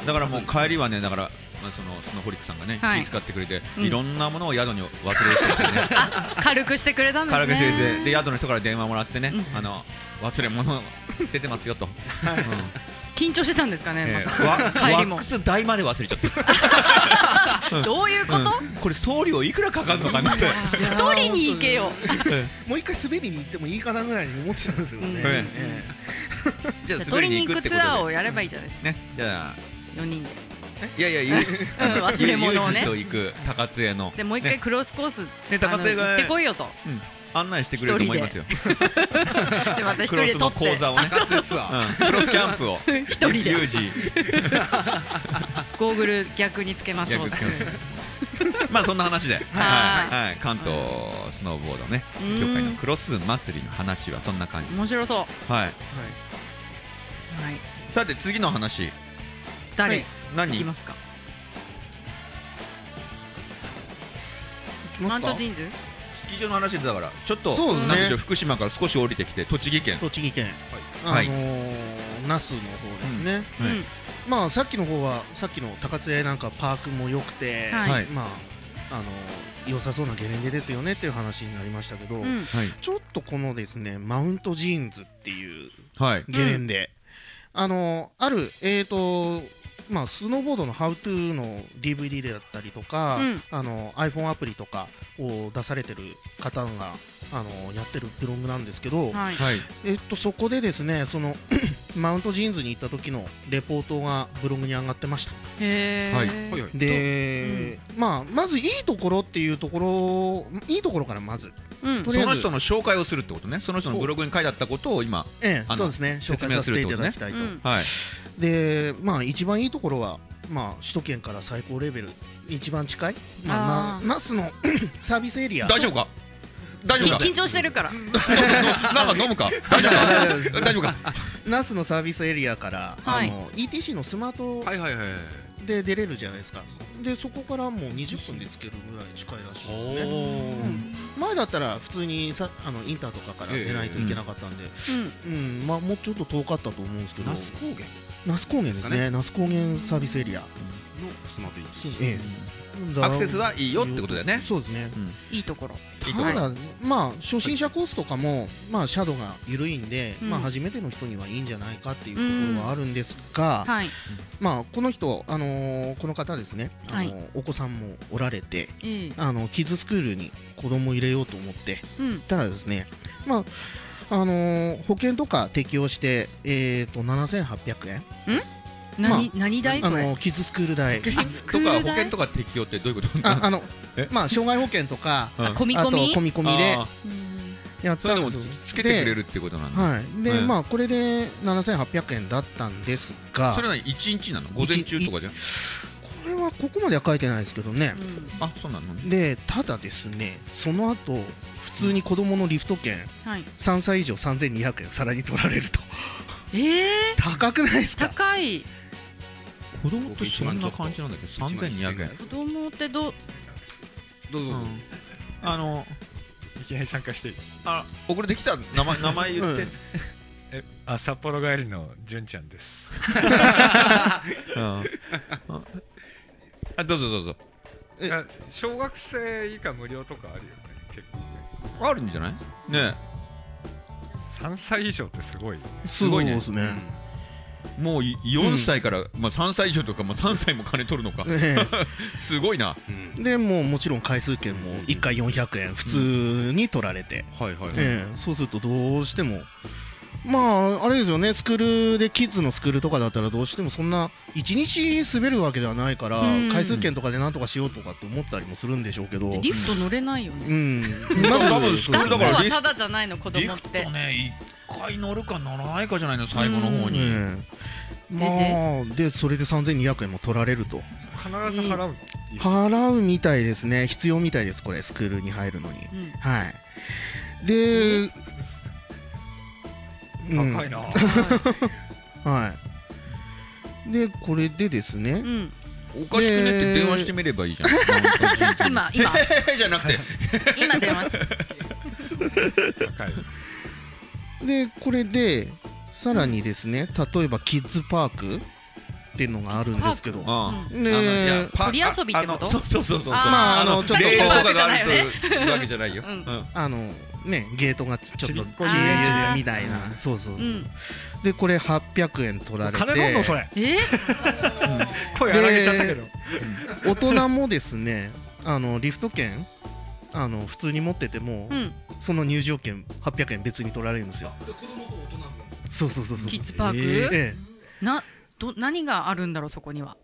Speaker 3: あと
Speaker 2: だからもう帰りはねだから、まあ、そのスノホリックさんがね、
Speaker 1: はい
Speaker 2: 気遣ってくれて、
Speaker 1: うん
Speaker 2: いろんなものを宿に忘れてきてね
Speaker 1: 軽くしてくれたんです
Speaker 2: カラオケ
Speaker 1: ね
Speaker 2: してくれてで宿の人から電話もらってね、
Speaker 1: うん
Speaker 2: あの忘れ物 出てますよと、うん
Speaker 1: 緊張してたんですかね
Speaker 2: え
Speaker 1: ま
Speaker 2: ーわ
Speaker 1: 帰
Speaker 2: ワ
Speaker 1: りも
Speaker 2: ックス代まで忘れちゃった、
Speaker 1: たどういうこと
Speaker 2: うんこれ送料いくらかかるのかなって、
Speaker 3: いやー
Speaker 1: 取りに行けよ
Speaker 3: もう一回滑りに行ってもいいかなぐらいに思ってたんですよね、
Speaker 1: うん
Speaker 3: え
Speaker 2: じゃあ滑
Speaker 1: 取
Speaker 2: り
Speaker 1: り
Speaker 2: に
Speaker 1: に
Speaker 2: 行
Speaker 1: 行
Speaker 2: く
Speaker 1: く
Speaker 2: って
Speaker 1: ツ
Speaker 2: ことで
Speaker 1: アーをやればいいじゃない
Speaker 2: ねじゃあ
Speaker 1: 4人で
Speaker 2: いやいやいいあの
Speaker 1: 忘れ物をね
Speaker 2: ゆうじと行く高津への
Speaker 1: でもう一回
Speaker 2: ね
Speaker 1: クロスコース
Speaker 2: ね
Speaker 1: あ
Speaker 2: 高
Speaker 1: の
Speaker 2: 津江が
Speaker 1: 行ってこいよと
Speaker 2: うん案内してくれると思いますよ
Speaker 1: でまた一人
Speaker 2: クロ
Speaker 1: で
Speaker 2: ス
Speaker 1: 撮
Speaker 2: の
Speaker 1: っ
Speaker 2: 講
Speaker 1: て
Speaker 2: 座をね
Speaker 4: 高津ツアー
Speaker 2: うんクロスキャンプを
Speaker 1: 一人で
Speaker 2: ユージ
Speaker 1: ゴーグル逆につけましょうと
Speaker 2: 逆につまあそんな話で、はい
Speaker 1: はい
Speaker 2: はい、関東スノーボードね、
Speaker 1: うん
Speaker 2: 協会のクロス祭りの話はそんな感じ。
Speaker 1: 面白そうは
Speaker 2: はい。
Speaker 1: い
Speaker 2: さて次の話、
Speaker 1: 誰、
Speaker 3: はい
Speaker 1: 行き
Speaker 2: 何？
Speaker 1: ますか
Speaker 3: え
Speaker 1: マント
Speaker 3: 行き
Speaker 1: ジーンズ
Speaker 2: スキー場の話でだから、ちょっと
Speaker 3: そうですね
Speaker 2: なんでしょう福島から少し降りてきて栃木県
Speaker 3: ま。すか栃木県、
Speaker 2: はい
Speaker 3: あのー那須の方ですね、
Speaker 1: うん、
Speaker 2: はい
Speaker 3: まあさっきの方はさっきの高津屋なんかパークも良くて、
Speaker 1: はい
Speaker 2: はい
Speaker 3: まああのー良さそうなゲレンデですよねっていう話になりましたけど、
Speaker 1: うん
Speaker 2: はい。
Speaker 3: ちょっとこのですねマウントジーンズっていう
Speaker 2: はい。
Speaker 3: ゲレンデ、あのあるえーとまあ、スノーボードの「HowTo」の DVD であったりとか、
Speaker 1: うん
Speaker 3: あの iPhone アプリとかを出されてる方があのやってるブログなんですけど、
Speaker 1: はい
Speaker 2: はい。
Speaker 3: えっと、そこでですねその マウントジーンズに行った時のレポートがブログに上がってました
Speaker 1: へえ、
Speaker 2: はい
Speaker 4: はいはい
Speaker 3: で、まあ、まずいいところっていうところいいところからまず、
Speaker 1: うん
Speaker 3: と
Speaker 2: そ
Speaker 3: りあえず
Speaker 2: の人の紹介をするってことね。その人のブログに書いてあったことを今、
Speaker 3: え
Speaker 2: あの
Speaker 3: え、そうですね紹介させていただきたいと
Speaker 1: うん
Speaker 2: はい。
Speaker 3: でまあ一番いいところはまあ首都圏から最高レベル一番近いまあ
Speaker 1: あー
Speaker 3: な那須の サービスエリア
Speaker 2: 大丈夫か？大丈夫か
Speaker 1: き緊張してるから
Speaker 2: の？ なんか飲むか？大丈夫か？大丈夫か？
Speaker 3: 那須のサービスエリアから、
Speaker 1: はい
Speaker 3: あの ETC のスマート
Speaker 4: はいはいはい
Speaker 3: で出れるじゃないですかでそこからもう20分でつけるぐらい近いらしいですね、うん前だったら普通にさあのインターとかから出ないといけなかったんで、うんまあ、もうちょっと遠かったと思うんですけど
Speaker 4: 那須高原
Speaker 3: 那須高原です
Speaker 4: ですか
Speaker 3: ね那須高原サービスエリア
Speaker 4: のスマートイン
Speaker 3: そうええ
Speaker 2: アクセスはいいよってことだよね
Speaker 3: そうですね
Speaker 1: いいところ。
Speaker 2: いいとこ
Speaker 3: た
Speaker 2: ろ
Speaker 3: だ、まあ、初心者コースとかも、まあ、シャドウが緩いんで、
Speaker 1: うん
Speaker 3: まあ、初めての人にはいいんじゃないかっていうところはあるんですが、
Speaker 1: はい。
Speaker 3: まあ、この人、あのーこの方ですね、あのー
Speaker 1: は
Speaker 3: お子さんもおられて
Speaker 1: ええ
Speaker 3: あのキッズスクールに子供を入れようと思って
Speaker 1: うん。
Speaker 3: たらですね、まああのー保険とか適用して、えー、と7800円、
Speaker 1: 何、何代
Speaker 3: あ
Speaker 1: そ
Speaker 3: の
Speaker 1: れ。
Speaker 3: ーキッズスクール代
Speaker 1: あスク
Speaker 2: と
Speaker 1: ー
Speaker 2: か
Speaker 1: ル
Speaker 2: 保険
Speaker 1: 代
Speaker 2: と。か適用ってどういうこと
Speaker 3: ああの
Speaker 2: え、
Speaker 3: まあ、障害保険とか
Speaker 2: うん
Speaker 1: 込み
Speaker 3: あと
Speaker 1: 込み
Speaker 3: 込。み込みで
Speaker 2: あー
Speaker 1: うん
Speaker 3: やっ
Speaker 2: それ
Speaker 3: た
Speaker 2: でも
Speaker 3: んですよ
Speaker 2: つけてくれるってことなんだ、
Speaker 3: はい、で、
Speaker 2: うん
Speaker 3: まあこれで7800円だったんですが
Speaker 2: それは一日なの午前中とかじゃん
Speaker 3: これはここまでは書いてないですけどね、
Speaker 1: うん
Speaker 2: あそうなの
Speaker 3: でただですねその後普通に子どものリフト券
Speaker 1: はい。
Speaker 3: 3歳以上3200円さらに取られると
Speaker 1: ええ。
Speaker 3: 高くないですか
Speaker 1: 高い。
Speaker 2: 子供ってそんな感じなんだけど3200円
Speaker 1: 子供ってどう。
Speaker 4: どうぞどうぞ、
Speaker 2: あの
Speaker 5: いきなり参加していい
Speaker 2: あ遅れてきた名 前名前言って、
Speaker 3: うん
Speaker 5: えあ札幌帰りの純ちゃんです
Speaker 2: うん あどうぞどうぞ
Speaker 3: え
Speaker 5: あ小学生以下無料とかあるよね結構ね
Speaker 2: あるんじゃないね
Speaker 5: 3歳以上ってすごいよね
Speaker 2: すごいね
Speaker 3: そうですね、
Speaker 2: えもうい4歳から、まあ、3歳以上とか、まあ、3歳も金取るのか
Speaker 3: え
Speaker 2: すごいな
Speaker 4: うん
Speaker 3: えでもうもちろん回数券も1回400円普通に取られて、
Speaker 4: はいはいはい、
Speaker 3: ええそうするとどうしてもまああれですよねスクールでキッズのスクールとかだったらどうしてもそんな1日滑るわけではないから
Speaker 1: うん
Speaker 3: 回数券とかでなんとかしようとかって思ったりもするんでしょうけど
Speaker 1: リフト乗れないよ
Speaker 3: う
Speaker 1: ね。
Speaker 3: んま
Speaker 2: 多分
Speaker 3: ずそう
Speaker 1: 抱っ
Speaker 2: だ
Speaker 3: です
Speaker 1: こ
Speaker 2: から
Speaker 3: ね
Speaker 1: はただじゃないの、子供って。
Speaker 2: ね1回乗るか乗らないかじゃないの最後の方
Speaker 3: う
Speaker 2: に、
Speaker 3: んまあでそれで3200円も取られると
Speaker 5: 必ず払うの、
Speaker 3: 払うみたいですね必要みたいですこれスクールに入るのに
Speaker 1: うん。
Speaker 3: はいでうん
Speaker 5: 高いな、
Speaker 3: はい。で、これでですね、
Speaker 1: うん。
Speaker 2: おかしくねって電話してみればいいじゃん
Speaker 1: 今、今、
Speaker 2: じゃなくて
Speaker 1: 今電話し。
Speaker 5: 高い
Speaker 3: で、これで、さらにですね、例えばキッズパークっていうのがあるんですけど、
Speaker 1: キッズパーク
Speaker 2: ああ
Speaker 1: うん
Speaker 3: ね
Speaker 2: あのいやパ
Speaker 1: 鳥遊びってこと
Speaker 2: あのそうそうそうそう
Speaker 1: あー
Speaker 3: まああのちょっと
Speaker 2: レール
Speaker 3: こう
Speaker 2: とかがあるというわけじゃないよ、
Speaker 1: う
Speaker 2: うんん
Speaker 3: あの、ね、ゲートがちょっと、
Speaker 5: ちびっこ
Speaker 1: 遊園地で
Speaker 3: みたいな、そうそう
Speaker 1: う
Speaker 3: そう。
Speaker 1: ん。
Speaker 3: で、これ800円取られて、
Speaker 5: 金飲ん のそれ
Speaker 1: ええ。
Speaker 5: 声荒げちゃったけど
Speaker 3: 大人もですね、あの、リフト券、あの、普通に持ってても、
Speaker 1: うん。
Speaker 3: その入場券800円別に取られるんですよ。そうそうそうそう。
Speaker 1: キッズパーク。
Speaker 3: ええ
Speaker 1: な、ど、何があるんだろう、そこには。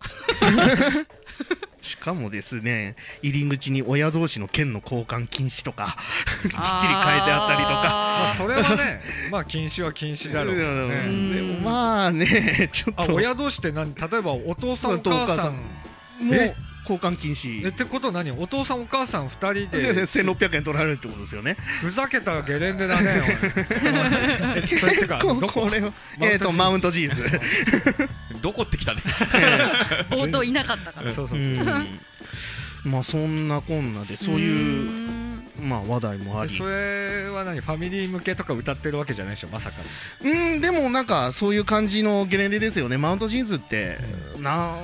Speaker 3: しかもですね、入り口に親同士の券の交換禁止とか、 きっちり書いてあったりとか。
Speaker 5: まあ
Speaker 1: あー
Speaker 5: それはねまあ禁止は禁止だろうけど
Speaker 1: う
Speaker 5: ね
Speaker 1: ん
Speaker 3: でもまあね、 ちょっ
Speaker 5: あ
Speaker 3: と、もう
Speaker 5: 親同士って何例えばお父さんお
Speaker 3: そうお
Speaker 5: 母
Speaker 3: 母
Speaker 5: さ
Speaker 3: さ
Speaker 5: ん
Speaker 3: ん
Speaker 5: え
Speaker 3: 交換禁
Speaker 5: え
Speaker 3: 止。
Speaker 5: ってこと何お父さんお母さん二人
Speaker 3: でで
Speaker 5: で
Speaker 3: 1600円取られるってことですよね。
Speaker 5: ふざけたゲレンデだねおいえそれってか
Speaker 3: こ
Speaker 5: ど
Speaker 3: こ
Speaker 5: こ
Speaker 3: れは、
Speaker 5: マウントジーンズ
Speaker 3: えっと、マウントジーンズ。
Speaker 2: どこってきたね
Speaker 1: 冒頭いなかったから。
Speaker 5: そうそううそうん
Speaker 3: まあ、そんなこんなで、 そう
Speaker 1: う
Speaker 3: いう、
Speaker 1: ん。
Speaker 3: まあ、話題もあ
Speaker 5: え
Speaker 3: り
Speaker 5: そ。れは何ファミリー向けとか歌ってるわけじゃないでしょまさか
Speaker 3: うん、でもなんか、そういう感じのゲレンデですよね。マウントジーンズって、な、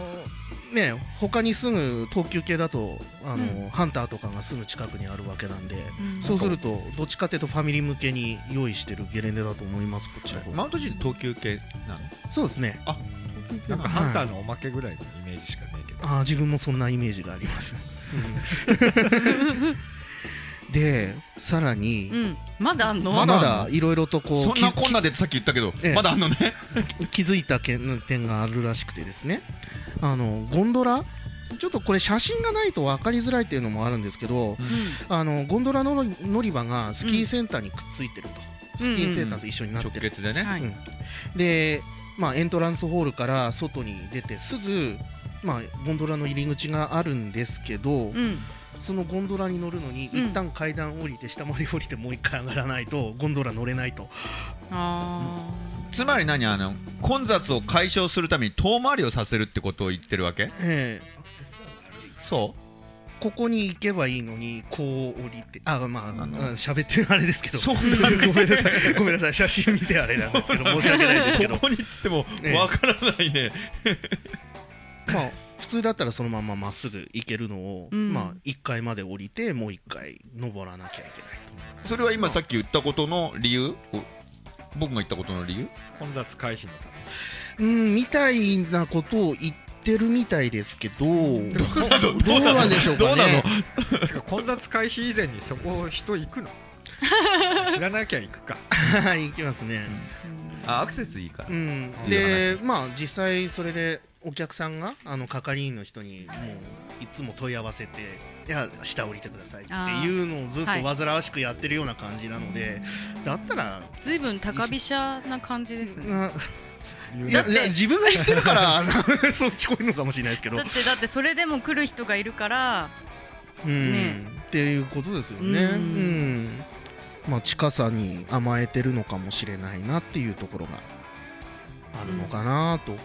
Speaker 3: ね、他にすぐ東急系だと、あの、ハンターとかがすぐ近くにあるわけなんで、
Speaker 1: うん
Speaker 3: そうすると、どっちかというとファミリー向けに用意してるゲレンデだと思います、こっちの方
Speaker 2: マウントジーン東急系なの
Speaker 3: そうですね。
Speaker 5: なんかハンターのおまけぐらいのイメージしかないけど
Speaker 3: あー自分もそんなイメージがあ ります。うんで、さらに、
Speaker 1: うん。まだあんの。
Speaker 3: ま
Speaker 2: まだ
Speaker 3: だいろいろとこう
Speaker 2: そん
Speaker 3: 気
Speaker 2: なこんなでってさっき言ったけど、
Speaker 3: ええ
Speaker 2: まだあんのね
Speaker 3: づ気づいたけん点があるらしくてですね、あのゴンドラ、ちょっとこれ写真がないと分かりづらいっていうのもあるんですけど、
Speaker 1: う
Speaker 3: あのゴンドラの乗り場がスキーセンターにくっついてると、
Speaker 1: うん
Speaker 3: スキーセンターと一緒になって
Speaker 2: 直
Speaker 3: る。
Speaker 2: 結で
Speaker 1: ん。
Speaker 2: ね、
Speaker 1: はい。
Speaker 3: で、まあ、エントランスホールから外に出てすぐ、まあ、ゴンドラの入り口があるんですけど、
Speaker 1: うん。
Speaker 3: そのゴンドラに乗るのに、
Speaker 1: うん
Speaker 3: 一旦階段降りて下まで降りてもう一回上がらないとゴンドラ乗れないと
Speaker 1: ああ。
Speaker 2: つまり何あの混雑を解消するために遠回りをさせるってことを言ってるわけ
Speaker 3: ええ
Speaker 2: そ
Speaker 3: ここに行けばいいのにこう降りてあまあ
Speaker 2: あの
Speaker 3: うん喋ってあれですけど
Speaker 2: そ
Speaker 3: ごめんなさいごめんなさい写真見てあれなんです けど申し訳ないですけ
Speaker 2: う
Speaker 3: ど
Speaker 2: ここにっつっても
Speaker 3: ええ
Speaker 2: わからないね、
Speaker 3: まあ普通だったらそのまままっすぐ行けるのを、
Speaker 1: うん
Speaker 3: まあ1階まで降りてもう1階登らなきゃいけない
Speaker 2: それは今さっき言ったことの理由お僕が言ったことの理由
Speaker 5: 混雑回避のため
Speaker 3: うん、みたいなことを言ってるみたいですけど、どう
Speaker 2: どうなの
Speaker 3: なんでしょうかね。
Speaker 5: てか混雑回避以前にそこ人行くの知らなきゃ行くか
Speaker 3: はい、行きますね。
Speaker 2: あアクセスいいから
Speaker 3: うん、で、まあ、実際それでお客さんが、あの係員の人に、もう。いつも問い合わせて、いや、下降りてくださいっていうのをずっと
Speaker 1: あー
Speaker 3: 煩わしくやってるような感じなので。だったら、
Speaker 1: ずいぶん高飛車な感じですね
Speaker 3: あ
Speaker 5: 言う
Speaker 3: い
Speaker 5: な
Speaker 3: や、いや自分が言ってるから、あの そう聞こえるのかもしれないですけど
Speaker 1: だっ。てだってそれでも来る人がいるから
Speaker 3: うん
Speaker 1: ね
Speaker 3: っていうことですよね。
Speaker 1: うん
Speaker 3: うんまあ、近さに甘えてるのかもしれないなっていうところがあるのかなと、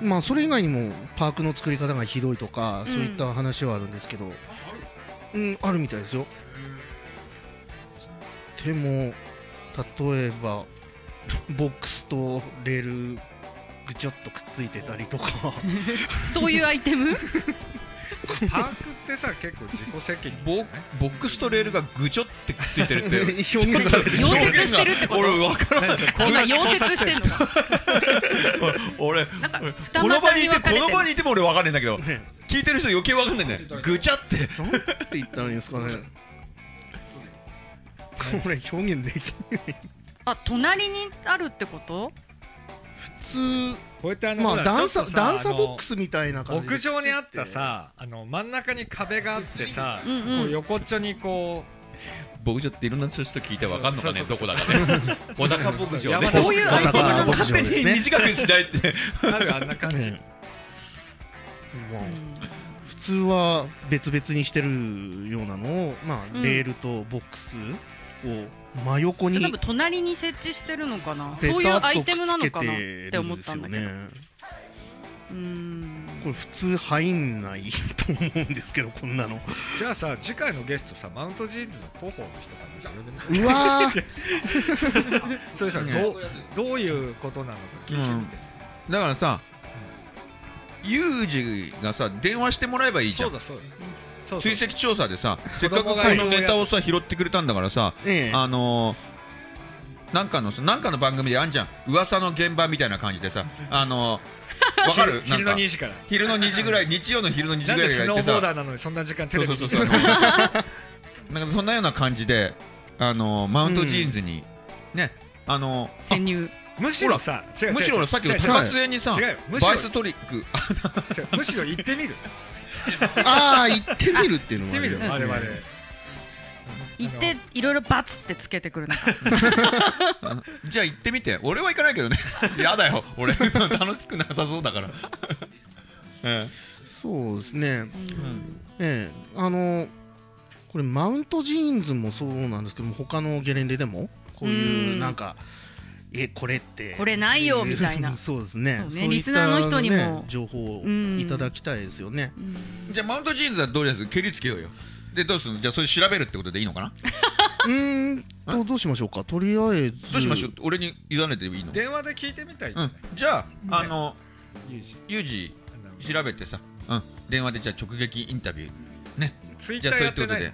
Speaker 3: まあそれ以外にもパークの作り方がひどいとか、
Speaker 1: うん
Speaker 3: そういった話はあるんですけどうん、あるみたいですよでも例えばボックスとレールぐちょっとくっついてたりとか
Speaker 1: そういうアイテム
Speaker 5: パークってさ結構自己責任
Speaker 2: ボ
Speaker 5: じゃない
Speaker 2: ボックスとレールがぐちょってくっついてるって
Speaker 3: 表現が
Speaker 1: 溶接してるってこと
Speaker 2: 俺分からない
Speaker 1: 今溶接してんの
Speaker 2: 俺
Speaker 1: なんか二
Speaker 2: この場
Speaker 1: 股
Speaker 2: に
Speaker 1: に
Speaker 2: いて
Speaker 1: 分か
Speaker 2: こ
Speaker 1: れて
Speaker 2: の
Speaker 1: る
Speaker 2: 場にいても俺分かんないんだけど
Speaker 3: ね
Speaker 2: 聞いてる人余計分かんないねぐちゃって
Speaker 3: なんて言ったらいいんですかね。これ表現でき
Speaker 1: あ隣にあるってこと
Speaker 3: 普
Speaker 5: こうやってあ
Speaker 3: 通
Speaker 5: の
Speaker 3: ま
Speaker 5: ほ
Speaker 3: あ
Speaker 5: ら
Speaker 3: 段
Speaker 5: ちょ
Speaker 3: 差
Speaker 5: っとさ
Speaker 3: 段差
Speaker 5: あの
Speaker 3: ボックスみたいな感じで
Speaker 5: 屋上にあったさあの真ん中に壁があってさ、
Speaker 1: うんうん
Speaker 5: こう横っちょにこ
Speaker 2: 僕ちょっといろんな人聞いて分かんのかね
Speaker 5: そう
Speaker 2: ど
Speaker 5: そう
Speaker 2: こ
Speaker 5: そう
Speaker 2: だか ね小高牧場ね
Speaker 5: そう
Speaker 1: こういうアイテムなの
Speaker 3: 小高牧場
Speaker 2: 勝
Speaker 3: です
Speaker 2: 手に
Speaker 3: ね
Speaker 2: 短くしないって
Speaker 5: うあるあんな感 じ
Speaker 3: ねまあ普通は別々にしてるようなのをま
Speaker 1: う
Speaker 3: あ
Speaker 1: ん
Speaker 3: レールとボックスを真横
Speaker 1: うん
Speaker 3: に
Speaker 1: 多分隣に設置してるのかな
Speaker 3: ペ
Speaker 1: そういう
Speaker 3: タ
Speaker 1: ア
Speaker 3: ッ
Speaker 1: イ
Speaker 3: と
Speaker 1: テムな
Speaker 3: くっつ
Speaker 1: の
Speaker 3: け
Speaker 1: かなってて
Speaker 3: る
Speaker 1: 思
Speaker 3: ん
Speaker 1: っ
Speaker 3: で
Speaker 1: た
Speaker 3: す
Speaker 1: ん
Speaker 3: よ
Speaker 1: だけど
Speaker 3: ね。
Speaker 1: うん
Speaker 3: これ普通入んないと思うんですけどこんなの
Speaker 5: じゃあさ次回のゲストさマウントジーンズの広報の人がいるよ
Speaker 3: う
Speaker 5: ね
Speaker 3: わー
Speaker 5: それさ
Speaker 3: ね
Speaker 5: どうどういうことなのか聞いてみて、
Speaker 2: だからさユージがさ電話してもらえばいいじゃ
Speaker 5: そうんだそうだそうそう
Speaker 2: 追跡調査でさせっかくこ
Speaker 5: 子供がいろい
Speaker 2: の
Speaker 5: ろ
Speaker 2: ネタをさ拾ってくれたんだからさ
Speaker 3: ええ
Speaker 2: あのー、なんかのさなんかの番組であんじゃん噂の現場みたいな感じでさあのー、わかるなん
Speaker 5: 昼の
Speaker 2: か
Speaker 5: 2時から
Speaker 2: 昼の2時ぐらい日曜の昼の2時
Speaker 5: なん
Speaker 2: ぐら
Speaker 5: で
Speaker 2: い
Speaker 5: ス
Speaker 2: が
Speaker 5: ノ
Speaker 2: って
Speaker 5: ーボー
Speaker 2: さ
Speaker 5: ダーなのにそんな時間テ
Speaker 2: そう
Speaker 5: レビ
Speaker 2: そう
Speaker 5: に
Speaker 2: そうそうあの なんかそんなような感じであのー、マウントジーンズに、ねあのー
Speaker 1: 潜入
Speaker 5: むしろさ違う違
Speaker 2: あ
Speaker 5: う
Speaker 2: むしろ
Speaker 5: 違う
Speaker 2: 俺さっき
Speaker 5: 違
Speaker 2: の
Speaker 5: う違う
Speaker 2: 高津江にさ
Speaker 5: 違うよむしろ
Speaker 2: バイストリックあ
Speaker 5: 違う むしろ行ってみる
Speaker 3: ああ行ってみるっていうの
Speaker 5: 行
Speaker 3: も
Speaker 5: ってみる
Speaker 3: あ
Speaker 5: 我
Speaker 3: り
Speaker 5: 々
Speaker 3: ですね
Speaker 1: 行っていろいろバツってつけてくるのか
Speaker 2: じゃあ行ってみて俺は行かないけど ねやだよ俺楽しくなさそうだから え
Speaker 3: そうですね
Speaker 1: うん
Speaker 3: ええあのこれマウントジーンズもそうなんですけども他のゲレンデでもこういううんなんかえこれって
Speaker 1: これないよみたいな
Speaker 3: そうですね
Speaker 1: そうね
Speaker 3: そういった
Speaker 1: リスナーの人にも
Speaker 3: ね情報をいただきたいですよね、
Speaker 1: うん
Speaker 2: えじゃあマウントジーンズはどうです蹴りつけようよでどうするのじゃあそれ調べるってことでいいのかな
Speaker 3: うーんとどうしましょうかとりあえず
Speaker 2: どうしましょう俺に委ねていいの
Speaker 5: 電話で聞いてみたい、
Speaker 2: うん、じゃあ、あの、
Speaker 5: ユージ
Speaker 2: ユージ
Speaker 5: あの
Speaker 2: 調べてさ、うん、電話でじゃあ直撃インタビュー。
Speaker 5: ツイッ
Speaker 2: じゃ
Speaker 5: タ
Speaker 2: あそうい
Speaker 5: ーや
Speaker 2: う
Speaker 5: っ
Speaker 2: こ
Speaker 5: て
Speaker 2: と
Speaker 5: ない
Speaker 2: で、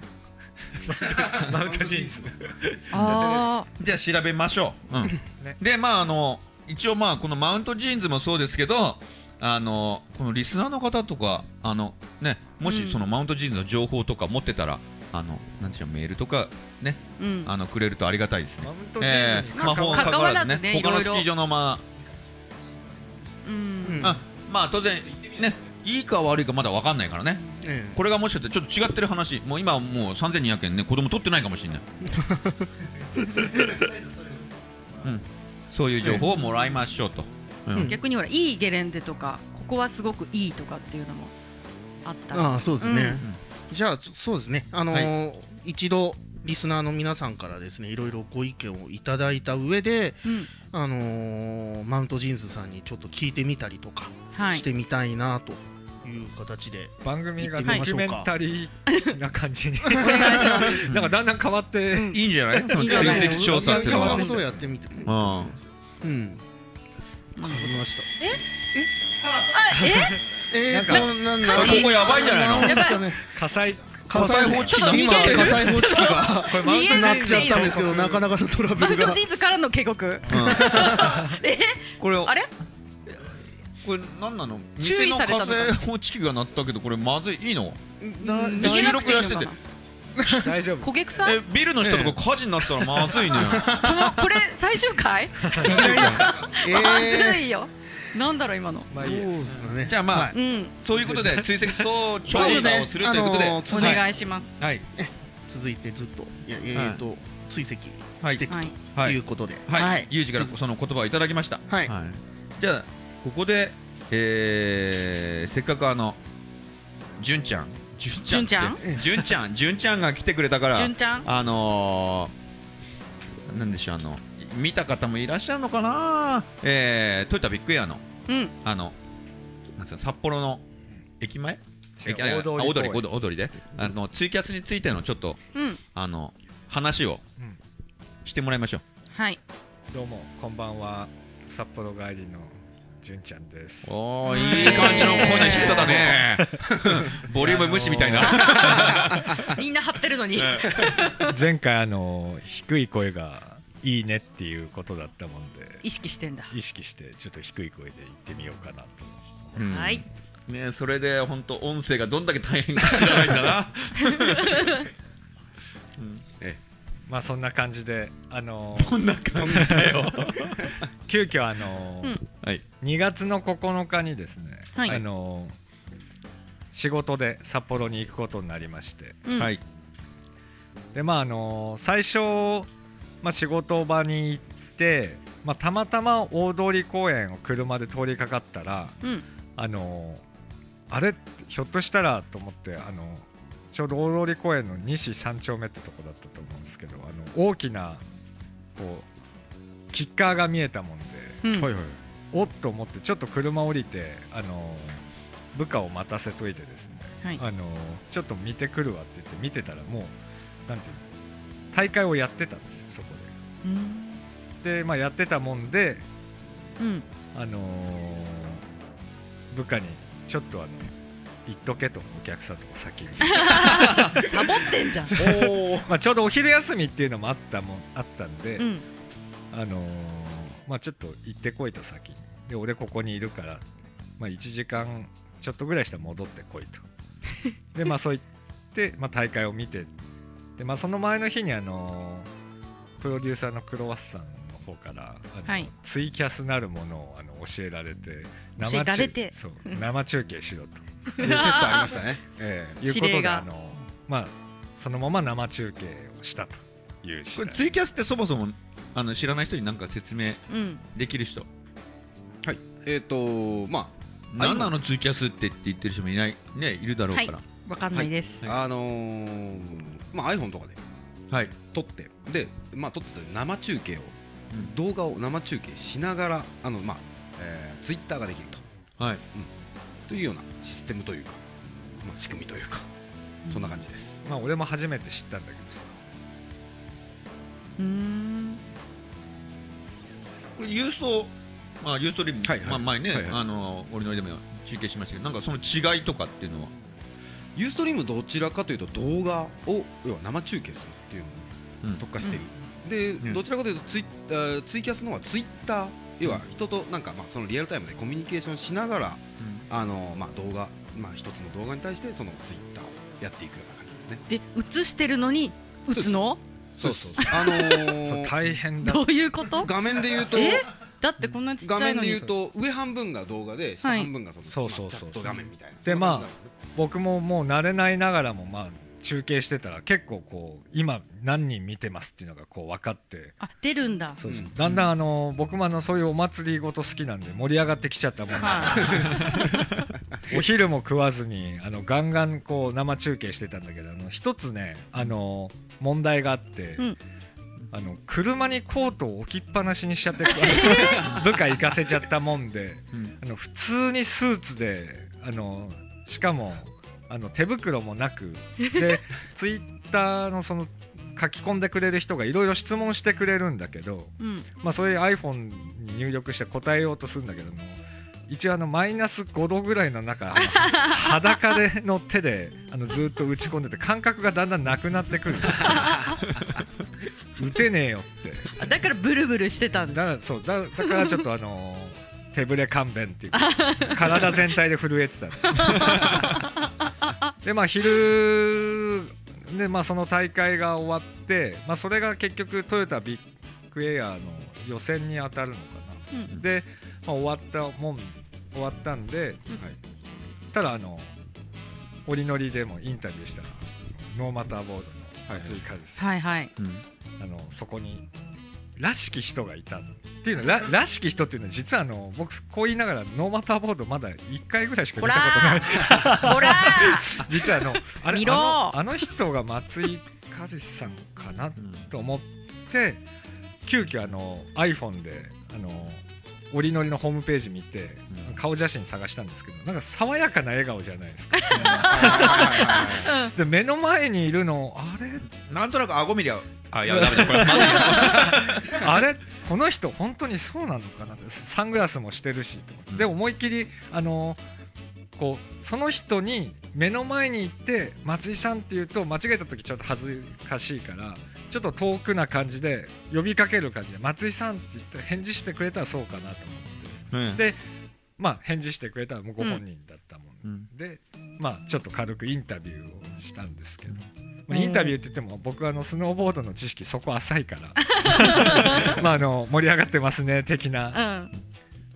Speaker 5: マウントジーンズ
Speaker 1: ああ
Speaker 2: じゃあ調べましょう。うん。
Speaker 5: ね
Speaker 2: で、まああの一応まあこのマウントジーンズもそうですけど、あのこのリスナーの方とかあのね、も
Speaker 1: う
Speaker 2: し
Speaker 1: ん
Speaker 2: そのマウントジーンズの情報とか持ってたら、あのなんていうのメールとかね、
Speaker 1: うん
Speaker 2: あのくれるとありがたいです
Speaker 5: マ
Speaker 2: ね
Speaker 5: ウ。ントジーンズに関
Speaker 2: ま
Speaker 5: わ
Speaker 2: あ
Speaker 5: る
Speaker 1: 関わらずねい
Speaker 2: 他
Speaker 1: ろ
Speaker 2: の
Speaker 1: い
Speaker 2: スキ
Speaker 1: ろ
Speaker 2: ー場のま
Speaker 1: う
Speaker 3: うん
Speaker 1: ん
Speaker 2: あ、あまあ当然ね、いいか悪いかまだわかんないからね。
Speaker 3: ええ
Speaker 2: これがもしかしてちょっと違ってる話もう今はもう3200円ね子供取ってないかもしれないうんそういう情報をもらいましょうと、うん
Speaker 3: うん
Speaker 1: 逆にほらいいゲレンデとかここはすごくいいとかっていうのもあったら
Speaker 3: ああそうですね、
Speaker 1: うん
Speaker 3: じゃあそそうですねあのー一度リスナーの皆さんからですねいろいろご意見をいただいた上で、
Speaker 1: うん
Speaker 3: あのーマウントジーンズさんにちょっと聞いてみたりとか
Speaker 1: はい
Speaker 3: してみたいなという形で、
Speaker 5: 番組が
Speaker 3: 行
Speaker 5: ド
Speaker 3: ってみ
Speaker 5: キ
Speaker 3: ましょ
Speaker 5: ュ
Speaker 3: うか
Speaker 5: メンタリーな感じに
Speaker 1: お願いします
Speaker 5: なんかだんだん変わって、
Speaker 2: いいんじゃないその
Speaker 1: いい
Speaker 2: 追
Speaker 1: と思う
Speaker 2: 跡調査っていうの
Speaker 3: ろ
Speaker 2: は
Speaker 3: んなことをやってみて、うん、わか
Speaker 2: うん
Speaker 3: りました。え
Speaker 5: な
Speaker 3: ー
Speaker 5: ん
Speaker 3: と、
Speaker 5: か
Speaker 3: なんだ
Speaker 2: あここやばいんじゃない
Speaker 1: や
Speaker 2: の
Speaker 1: ばい
Speaker 3: ですかね
Speaker 5: 火災
Speaker 3: 火災報知器が
Speaker 1: ちょっと逃
Speaker 3: 今
Speaker 1: げる
Speaker 3: 火災報知器が
Speaker 5: これマウ
Speaker 1: 逃げ
Speaker 5: ントジ
Speaker 3: な
Speaker 5: ー
Speaker 3: っ
Speaker 5: ンズ
Speaker 3: ちゃったんですけど
Speaker 5: の
Speaker 3: なかなかのトラブ
Speaker 1: マ
Speaker 3: ル
Speaker 1: ルト
Speaker 3: が
Speaker 1: チーズからの警告え
Speaker 2: これ
Speaker 1: あれ
Speaker 2: これ何なの
Speaker 1: 注意
Speaker 2: 店の
Speaker 1: されたの
Speaker 2: 火
Speaker 1: か
Speaker 2: 星報知器が鳴ったけどこれまずいいいの
Speaker 3: な
Speaker 1: 逃げなくていいのか
Speaker 2: 収録や
Speaker 1: な
Speaker 2: し
Speaker 5: 大丈夫
Speaker 1: 焦げ臭
Speaker 2: えビルの下とか火事になったらまずいね
Speaker 1: このこれ最終回
Speaker 3: え
Speaker 1: まず
Speaker 3: ー
Speaker 1: いよなんだろう今の
Speaker 5: まあいいや
Speaker 3: そうですかね
Speaker 2: じゃあまあ、
Speaker 1: うん
Speaker 2: そういうことで追跡総調査
Speaker 3: そうですね
Speaker 2: をするということで、
Speaker 3: あのー
Speaker 1: お
Speaker 3: 続い
Speaker 1: 願いします
Speaker 2: はい
Speaker 3: 続いてずっといやえーと追跡していく
Speaker 1: はい
Speaker 3: と
Speaker 2: はいいう
Speaker 3: ことで
Speaker 2: はい、
Speaker 3: はい
Speaker 2: ユージからその言葉をいただきました。
Speaker 3: はい
Speaker 2: じゃあここで、えー、せっかくあの純ちゃん純ちゃんって純ちゃん純ちゃんが来てくれたから
Speaker 1: 純ちゃん
Speaker 2: あのー、なんでしょうあの見た方もいらっしゃるのかな、えー、トヨタビッグエアの
Speaker 1: うん
Speaker 2: あのなんですか札幌の駅前駅あ
Speaker 5: 違う
Speaker 2: あ
Speaker 5: 大
Speaker 2: 大通
Speaker 5: 通
Speaker 2: り
Speaker 5: り
Speaker 2: 大通り大通りであのツイキャスについてのちょっと
Speaker 1: うん
Speaker 2: あの話を
Speaker 5: うん
Speaker 2: してもらいましょう。
Speaker 1: はい
Speaker 5: どうもこんばんは札幌帰りの純ちゃんです
Speaker 2: おー
Speaker 1: ね
Speaker 2: いい感じの声の低さだ ねボリューム無視みたいな
Speaker 1: みんな張ってるのに
Speaker 5: 前回あの低い声がいいねっていうことだったもんで
Speaker 1: 意識してんだ
Speaker 5: 意識してちょっと低い声で言ってみようかなと
Speaker 2: うん
Speaker 1: はい
Speaker 2: ねそれで本当音声がどんだけ大変か知らないんだ な
Speaker 5: まあそんな感じであの
Speaker 2: こんな感じだよ
Speaker 5: 急遽あの
Speaker 1: うん
Speaker 2: はい
Speaker 5: 2月の9日にですね、
Speaker 1: はい
Speaker 5: あの仕事で札幌に行くことになりまして
Speaker 1: うん
Speaker 2: はい
Speaker 5: でまああの最初、まあ、仕事場に行って、まあ、たまたま大通公園を車で通りかかったら
Speaker 1: うん
Speaker 5: あのあれひょっとしたらと思ってあのちょうど大通公園の西三丁目ってとこだったと思うんですけどあの大きなこうキッカーが見えたもんで。
Speaker 1: うん
Speaker 4: いはい
Speaker 5: おっと思ってちょっと車降りてあの部下を待たせといてですね、
Speaker 1: はい
Speaker 5: あのちょっと見てくるわって言って見てたらもうなんていうの大会をやってたんですよそこ
Speaker 1: うん
Speaker 5: でで、まあ、やってたもんで、
Speaker 1: うん
Speaker 5: あの部下にちょっとあの言っとけとお客さんとお先に
Speaker 1: サボってんじゃん
Speaker 5: まあちょうどお昼休みっていうのもあったもんあったんで、
Speaker 1: うん
Speaker 5: あのーまあ、ちょっと行ってこいと先にで俺ここにいるから、まあ、1時間ちょっとぐらいしたら戻ってこい とでまあそう言って、まあ、大会を見てで、まあ、その前の日に、あのープロデューサーのクロワッサンの方から、あの
Speaker 1: はい
Speaker 5: ツイキャスなるものをあの教えられて
Speaker 1: 教えられ
Speaker 5: 中
Speaker 1: て
Speaker 5: そう
Speaker 1: うん
Speaker 5: 生中継しろと
Speaker 4: テストありましたねえ
Speaker 5: いうこ
Speaker 1: 指令
Speaker 5: とで、
Speaker 1: が
Speaker 5: あのーまあ、そのまま生中継をしたという次
Speaker 2: こ
Speaker 5: 第
Speaker 2: れツイキャスってそもそもあの知らない人に何か説明
Speaker 1: うん
Speaker 2: できる人
Speaker 4: えはいえっとま
Speaker 2: 何なのツイキャスってって言ってる人もいないねいるだろうから
Speaker 1: わかんないです
Speaker 2: はい
Speaker 4: ああのーまあ iPhone とかで
Speaker 2: はい
Speaker 4: 撮ってでまあ撮ってた生中継を動画を生中継しながらあのまあえー Twitter ができると
Speaker 2: はい
Speaker 4: というようなシステムというかまあ仕組みというかそんな感じです
Speaker 5: まあ、俺も初めて知ったんだけどさ
Speaker 1: うーん
Speaker 2: これ郵送まあ郵送リブ
Speaker 4: はいはい
Speaker 2: まあ前ね
Speaker 4: はいはい
Speaker 2: あの俺の家でも中継しましたけどなんかその違いとかっていうのは
Speaker 4: ユーストリームどちらかというと動画を要は生中継するっていうのに特化してる、で、
Speaker 2: ん
Speaker 4: どちらかというとツイあーツイキャスの方はツイッター要は人となんかまあそのリアルタイムでコミュニケーションしながらあのまあ動画まあ一つの動画に対してそのツイッターをやっていくような感じですね
Speaker 1: え映してるのに打つの
Speaker 4: そうそうあの
Speaker 5: そう
Speaker 4: ー、
Speaker 5: 大変だ
Speaker 1: どういうこと
Speaker 4: 画面で言うと
Speaker 1: えだってこんなちっち
Speaker 4: 画
Speaker 1: ゃい
Speaker 4: 面
Speaker 1: の
Speaker 4: で
Speaker 1: に
Speaker 4: 言うと上半分が動画で下半分がその、
Speaker 5: そう
Speaker 4: まあ
Speaker 5: そうそう
Speaker 4: チャット画面みたいな
Speaker 5: でまあ
Speaker 4: そんな感じなんですね
Speaker 5: 僕ももう慣れないながらもまあ中継してたら結構こう今何人見てますっていうのがこう分かって
Speaker 1: あ出るんだ
Speaker 5: そうそう
Speaker 4: うん
Speaker 5: だんだんあの僕もあのそういうお祭りごと好きなんで盛り上がってきちゃったもんで
Speaker 1: は
Speaker 5: お昼も食わずにあのガンガンこう生中継してたんだけどあの一つねあの問題があって、
Speaker 1: うん
Speaker 5: あの車にコートを置きっぱなしにしち ゃって、部下行かせちゃったもんで
Speaker 2: うん
Speaker 5: あの普通にスーツであのしかもあの手袋も なくでツイッターのその書き込んでくれる人がいろいろ質問してくれるんだけど、
Speaker 1: うん
Speaker 5: まあ、それ iPhone に入力して答えようとするんだけども一応あのマイナス5度ぐらいの中裸での手であのずっと打ち込んでて感覚がだんだんなくなってくる打てねえよって
Speaker 1: あだからブルブルしてたんだ
Speaker 5: だからそうだだからちょっとあのー手ぶれ勘弁っていうか体全体で震えてたねでまあ昼でまあその大会が終わって、まあ、それが結局トヨタビッグエアの予選に当たるのか
Speaker 1: う
Speaker 5: なんで、まあ、終わったもん終わったんでただあの折り乗りでもインタビューしたノーマターボードの松井和さん
Speaker 1: はいはい
Speaker 5: あのそこにらしき人がいたっていうのららしき人っていうのは実はあの僕こう言いながらノーマターボードまだ1回ぐらいしか
Speaker 1: ほ
Speaker 5: 見
Speaker 1: ら
Speaker 5: たことない
Speaker 1: ーほらー
Speaker 5: 実はあのあれ
Speaker 1: 見ろ
Speaker 5: あ
Speaker 1: ー
Speaker 5: のあの人が松井和志さんかなと思って急遽あの iPhone であの折り乗りのホームページ見て
Speaker 2: うん
Speaker 5: 顔写真探したんですけどなんか爽やかな笑顔じゃないですかで目の前にいるのあれ
Speaker 2: なんとなく顎見りゃあいやダメだこれまずいな
Speaker 5: あれこの人本当にそうなのかなってサングラスもしてるしと思ってで思いっきりあのこうその人に目の前に行って松井さんって言うと間違えた時ちょっと恥ずかしいからちょっと遠くな感じで呼びかける感じで松井さんって言って返事してくれたらそうかなと思って
Speaker 2: うん
Speaker 5: でまあ返事してくれたらもうご本人だったもんで
Speaker 2: うん
Speaker 5: で、まあ、ちょっと軽くインタビューをしたんですけど、
Speaker 1: う
Speaker 5: ま
Speaker 1: ん
Speaker 5: あ、インタビューって言っても僕はあのスノーボードの知識そこ浅 いからまああの盛り上がってますね的
Speaker 1: う
Speaker 5: なん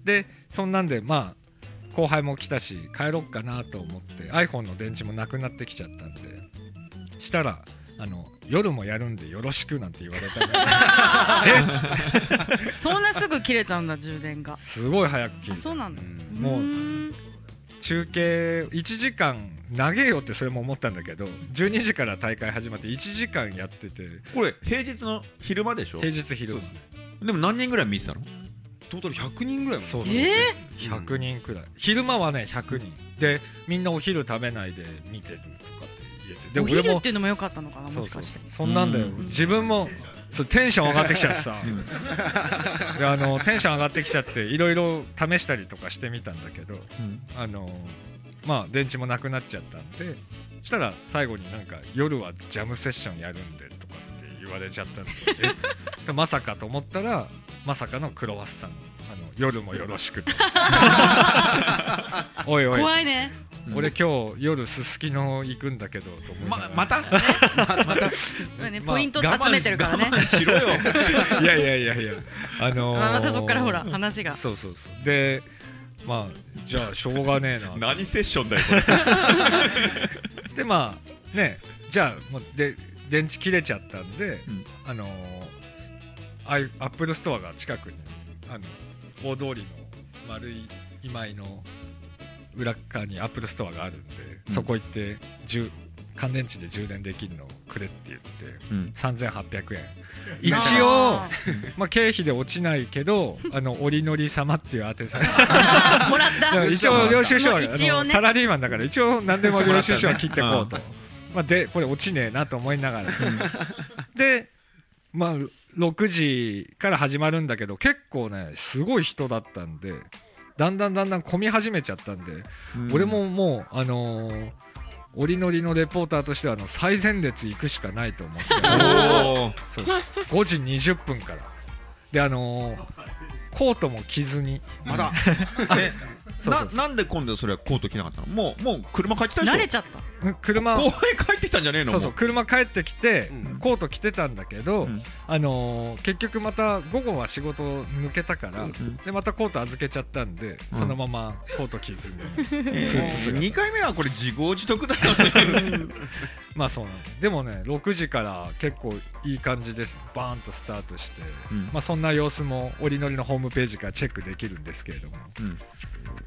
Speaker 5: でそんなんでまあ後輩も来たし帰ろっかなと思って iPhone の電池もなくなってきちゃったんでしたらあの夜もやるんでよろしくなんて言われた からえ
Speaker 1: そんなすぐ切れちゃうんだ充電が
Speaker 5: すごい早く聞
Speaker 1: あ
Speaker 5: い
Speaker 1: そう
Speaker 5: た
Speaker 1: なんだ
Speaker 5: もう
Speaker 1: ーん
Speaker 5: 中継1時間長えよってそれも思ったんだけど12時から大会始まって1時間やってて
Speaker 2: これ平日の昼間でしょ
Speaker 5: 平日昼
Speaker 4: そうですね
Speaker 2: でも何人ぐらい見てたの
Speaker 4: トータル100人ぐらいも
Speaker 5: そうそう
Speaker 1: え
Speaker 5: 100人くらい、昼間はね100人でみんなお昼食べないで見てるとかって
Speaker 1: ー、
Speaker 5: 言
Speaker 1: お
Speaker 5: えてで
Speaker 1: 昼っていうのも良かったのかなも
Speaker 5: そう
Speaker 1: し
Speaker 5: そ
Speaker 1: か
Speaker 5: う
Speaker 1: して
Speaker 5: そうそんなんだよ
Speaker 2: うん
Speaker 5: 自分もそうテンション上がってきちゃってさ
Speaker 2: うん
Speaker 5: であのテンション上がってきちゃっていろいろ試したりとかしてみたんだけどあのまあ電池もなくなっちゃったんでそしたら最後になんか夜はジャムセッションやるんでとかって言われちゃったんでえまさかと思ったらまさかのクロワッサンあの夜もよろしく とおいおい
Speaker 1: 怖いね
Speaker 5: 俺今日夜すすきの行くんだけどと思いなが
Speaker 2: ま
Speaker 5: ら
Speaker 2: またまた
Speaker 1: まあね
Speaker 5: まあ
Speaker 1: ポイント集めてるからね
Speaker 2: 我慢しろよ
Speaker 5: いやいやいやいやあのー
Speaker 1: まあまたそっからほら話が
Speaker 5: そうそうそうでまあじゃあしょうがねえな
Speaker 2: 何セッションだよこれ
Speaker 5: でまあねじゃあもうで電池切れちゃったんで、
Speaker 2: うん
Speaker 5: あのーアイアップルストアが近くにあの大通りの丸い今井の裏っ側にアップルストアがあるんで、
Speaker 2: うん
Speaker 5: そこ行って充乾電池で充電できるのをくれって言って
Speaker 2: うん
Speaker 5: 3800円一
Speaker 1: なるほど
Speaker 5: 応まあ経費で落ちないけどあの折り乗り様っていう当てさ
Speaker 1: あーもら った
Speaker 5: だから一応領収書
Speaker 1: も
Speaker 5: は
Speaker 1: う一応ね
Speaker 5: あのサラリーマンだから一応何でも領収書は切ってこうと、まあ、でこれ落ちねえなと思いながらでまあ6時から始まるんだけど結構ねすごい人だったんでだんだんだんだん混み始めちゃったんで、俺ももうあのー折り乗りのレポーターとしてはあの最前列行くしかないと 思って
Speaker 2: おー
Speaker 5: そうそう5時20分からであのーコートも着ずに
Speaker 4: まだ
Speaker 2: え
Speaker 5: そうそ
Speaker 2: な
Speaker 5: うそう
Speaker 2: なんで今度それはコート着なかったのもうもう車帰ってたでしょ
Speaker 1: 慣れちゃった
Speaker 5: 車
Speaker 2: 後輩帰ってきたんじゃねえの
Speaker 5: そうそう車帰ってきて、
Speaker 4: うん
Speaker 5: コート着てたんだけど、
Speaker 2: うん
Speaker 5: あのー結局また午後は仕事抜けたから、でまたコート預けちゃったんで、
Speaker 2: うん
Speaker 5: そのままコート着 ずに
Speaker 2: ス
Speaker 5: スーツ姿
Speaker 2: 2回目はこれ自業自得だよね
Speaker 5: まあそうなんででもね6時から結構いい感じですバーンとスタートして、
Speaker 2: うん
Speaker 5: まあ、そんな様子も折りのりのホームページからチェックできるんですけれども
Speaker 2: うん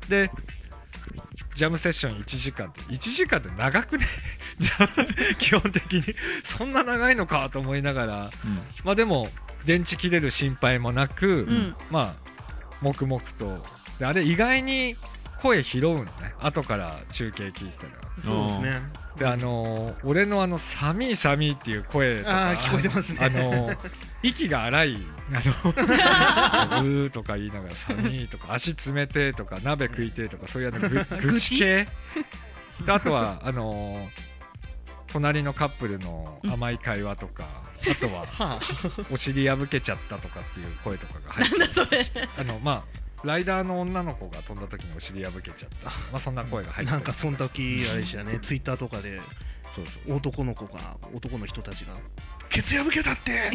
Speaker 5: でジャムセッション1時間って1時間って長くね じゃあ基本的にそんな長いのかと思いながらまあでも電池切れる心配もな
Speaker 1: う
Speaker 5: く、
Speaker 1: ん
Speaker 5: まあ黙々とであれ意外に声拾うのね後から中継聞いてたら
Speaker 3: そうですね
Speaker 5: であのー俺のあの「寒い寒い」っていう声とか
Speaker 3: あー聞こえてますね
Speaker 5: あのー息が荒い あのうーとか言いながら「寒い」とか「足冷て」とか「鍋食いて」とかそ ういうあのぐ愚痴系であとはあのー隣のカップルの甘い会話とか、あとは
Speaker 3: は
Speaker 5: 「お尻破けちゃった」とかっていう声とかが入って
Speaker 1: それ
Speaker 5: あのまあライダーの女の子が飛んだ時にお尻破けちゃった、まあ、そんな声が
Speaker 3: あ
Speaker 5: 入っ
Speaker 3: な
Speaker 5: てた
Speaker 3: ん
Speaker 5: り
Speaker 3: かそん時あれでした ねツイッターとかで
Speaker 5: そうそうそう
Speaker 3: 男の子が男の人た ちが「ケツ破けたって!」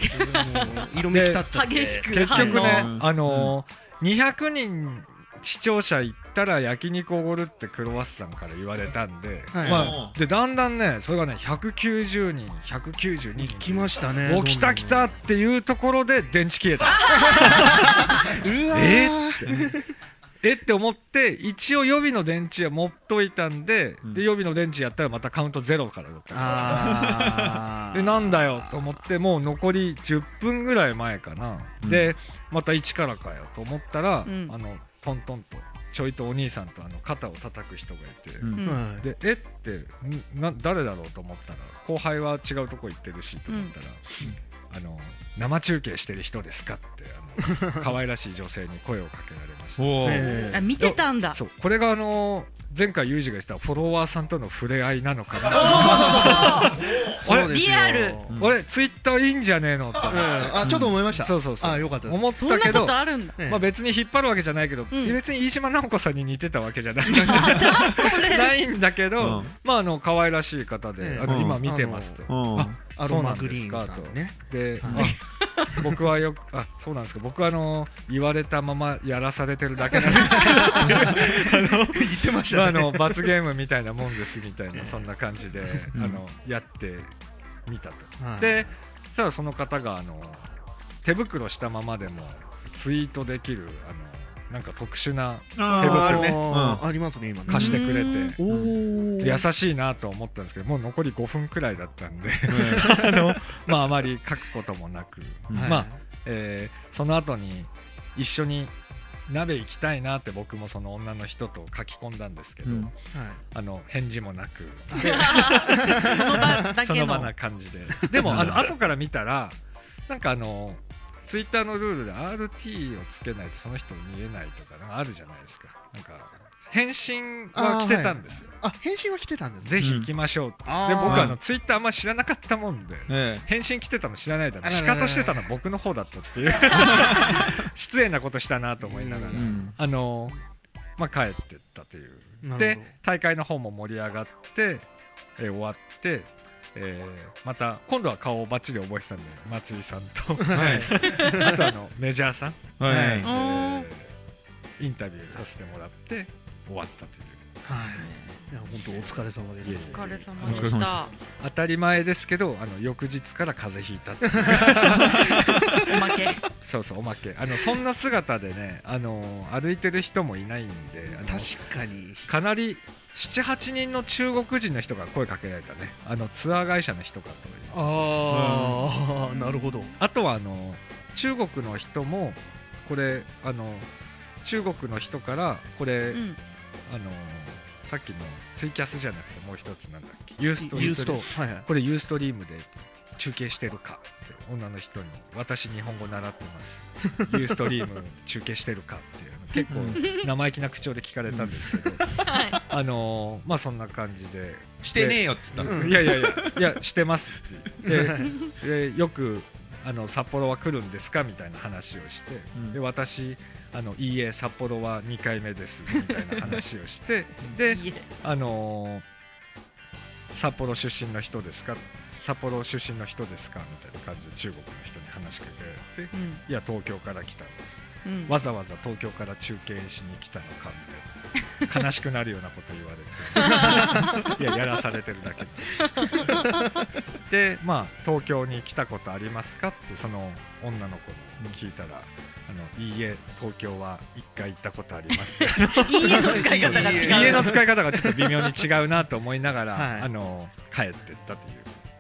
Speaker 3: 色めきたったって
Speaker 1: 激しく
Speaker 5: 結局ね、
Speaker 2: うん
Speaker 5: あのー200人視聴者行ったら焼肉おごるってクロワッサンから言われたんで、
Speaker 3: はい
Speaker 5: まあ、でだんだんねそれがね190人192人
Speaker 3: 来ましたね
Speaker 5: お来た来た
Speaker 3: う
Speaker 5: っていうところで電 池消えた
Speaker 3: わ
Speaker 5: え
Speaker 3: ー
Speaker 5: えって思って一応予備の電池は持っといたんで,、
Speaker 2: うん
Speaker 5: で予備の電池やったらまたカウントゼロからだったんです
Speaker 3: あー
Speaker 5: でなんだよと思ってもう残り10分ぐらい前かな、
Speaker 2: うん
Speaker 5: でまた一からかよと思ったら、
Speaker 1: うん
Speaker 5: あのトントンとちょいとお兄さんとあの肩を叩く人がいて、
Speaker 1: うん
Speaker 3: はい
Speaker 5: でえってんな誰だろうと思ったら後輩は違うとこ行ってるしと思ったら、あの生中継してる人ですかってあの可愛らしい女性に声をかけられました。
Speaker 2: おお、
Speaker 3: え
Speaker 1: あ
Speaker 3: ー
Speaker 1: 見てたんだ
Speaker 5: そうこれがあの前回ユージが言ってたフォロワーさんとの触れ合いなのかな
Speaker 3: あそうそうそうそうそうそ
Speaker 5: あれ
Speaker 3: うですよ
Speaker 1: リアル
Speaker 2: うん
Speaker 5: 俺ツイッターいいんじゃねえのって
Speaker 3: うんあちょっと思いました
Speaker 5: そうそうそう
Speaker 3: あよかったです
Speaker 5: 思っ
Speaker 1: そん
Speaker 5: た
Speaker 1: な
Speaker 5: け
Speaker 1: こ
Speaker 5: ど
Speaker 1: とあるんだ
Speaker 3: ええ
Speaker 5: まあ、別に引っ張るわけじゃないけど、
Speaker 1: うん
Speaker 5: 別に飯島直子さんに似てたわけじゃない
Speaker 1: それ
Speaker 5: ないんだけど、
Speaker 2: うん
Speaker 5: まああの可愛らしい方で、
Speaker 3: ええ
Speaker 5: あの
Speaker 2: うん
Speaker 5: 今見てますと、
Speaker 2: うん
Speaker 5: あ
Speaker 3: アロマグリーンさ
Speaker 5: そうなん
Speaker 3: ん
Speaker 5: で
Speaker 3: ね
Speaker 5: で、
Speaker 3: はい
Speaker 5: あ僕はよくあそうなんですか僕はあの言われたままやらされてるだけなんです
Speaker 3: 言ってまし
Speaker 5: けど、
Speaker 3: た
Speaker 5: まあ、あの
Speaker 3: ね
Speaker 5: 罰ゲームみたいなもんですみたいなそんな感じで、
Speaker 2: うん
Speaker 5: あのやってみたと。
Speaker 3: はい
Speaker 5: でそしたらその方があの手袋したままでもツイートできるあのなんか特殊な
Speaker 3: あ
Speaker 5: 手
Speaker 3: ー
Speaker 5: 袋
Speaker 3: あ
Speaker 5: ね
Speaker 3: のーありますね今ね
Speaker 5: 貸してくれ
Speaker 1: う
Speaker 5: て
Speaker 1: ん。
Speaker 3: おお
Speaker 5: 優しいなと思ったんですけどもう残り5分くらいだったんで あの、まあ、あまり書くこともなく、
Speaker 2: はい
Speaker 5: まあえーその後に一緒に鍋行きたいなって僕もその女の人と書き込んだんですけど、
Speaker 2: うん
Speaker 3: はい
Speaker 5: あの返事もなく
Speaker 1: その場だ
Speaker 5: そ
Speaker 1: け
Speaker 5: の場
Speaker 1: の
Speaker 5: な感じででも あの後から見たらなんかあのツイッターのルールで RT をつけないとその人見えないとかなんかあるじゃないですかなんか返信は来てたんですよ、
Speaker 3: あ返信は来てたんですね
Speaker 5: ぜひ行きましょうって、
Speaker 3: うんあー
Speaker 5: で僕あのツイッターあんま知らなかったもんで、
Speaker 2: え
Speaker 5: 返信来てたの知らないだろ
Speaker 3: あらら
Speaker 5: 仕
Speaker 3: らら
Speaker 5: 方してたの僕の方だった っていう失礼なことしたなと思いながら、
Speaker 2: えうん
Speaker 5: あのーまあ帰ってったという
Speaker 3: なる
Speaker 5: で
Speaker 3: ほ
Speaker 5: 大会の方も盛り上がって、えー終わって、えーまた今度は顔をバッチリ覚えてたんで松井さん と
Speaker 2: はい
Speaker 5: あとあのメジャーさん、
Speaker 2: は
Speaker 5: え
Speaker 2: い
Speaker 1: ん
Speaker 5: ーインタビューさせてもらって終わったという
Speaker 3: どはいいや本当お疲れ様で
Speaker 5: いえい
Speaker 3: す
Speaker 5: え
Speaker 1: お疲れ様でした
Speaker 5: 当たり前ですけどあの翌日から風邪ひいたって いう
Speaker 1: おまけ
Speaker 5: そうそうおまけあのそんな姿でね、あのー歩いてる人もいないんであの
Speaker 3: 確かに
Speaker 5: かなり78人の中国人の人が声かけられたねあのツアー会社の人かと
Speaker 3: ああ なるほど
Speaker 5: あとはあの中国の人もこれあの中国の人からこれ、
Speaker 1: うん
Speaker 5: あのさっきのツイキャスじゃなくてもう一つなんだっけユースト
Speaker 3: ユースト
Speaker 5: リーム
Speaker 3: はいはい
Speaker 5: これユーストリームで中継してるかって女の人に私日本語習ってます ユーストリーム中継してるかっていうあの結構生意気な口調で聞かれたんですけど、
Speaker 1: はい
Speaker 5: あのーまあそんな感じ で
Speaker 2: してねえよって言ったの、
Speaker 3: うん
Speaker 5: いやいやいやいやしてますって言ってでよくあの札幌は来るんですかみたいな話をして、
Speaker 2: うん
Speaker 5: で私あのいいえ札幌は2回目ですみたいな話をしてで
Speaker 1: いいえ
Speaker 5: あのー札幌出身の人ですか札幌出身の人ですかみたいな感じで中国の人に話しかけられ
Speaker 1: う
Speaker 5: て、
Speaker 1: ん
Speaker 5: いや東京から来たんです
Speaker 1: うん
Speaker 5: わざわざ東京から中継しに来たのかみたいな悲しくなるようなこと言われていややらされてるだけででまあ東京に来たことありますかってその女の子に聞いたらあのいいえ東京は一回行ったことありますって
Speaker 1: 家の使い方が違う
Speaker 5: 家の使い方がちょっと微妙に違うなと思いながら、
Speaker 3: はい
Speaker 5: あの帰ってったという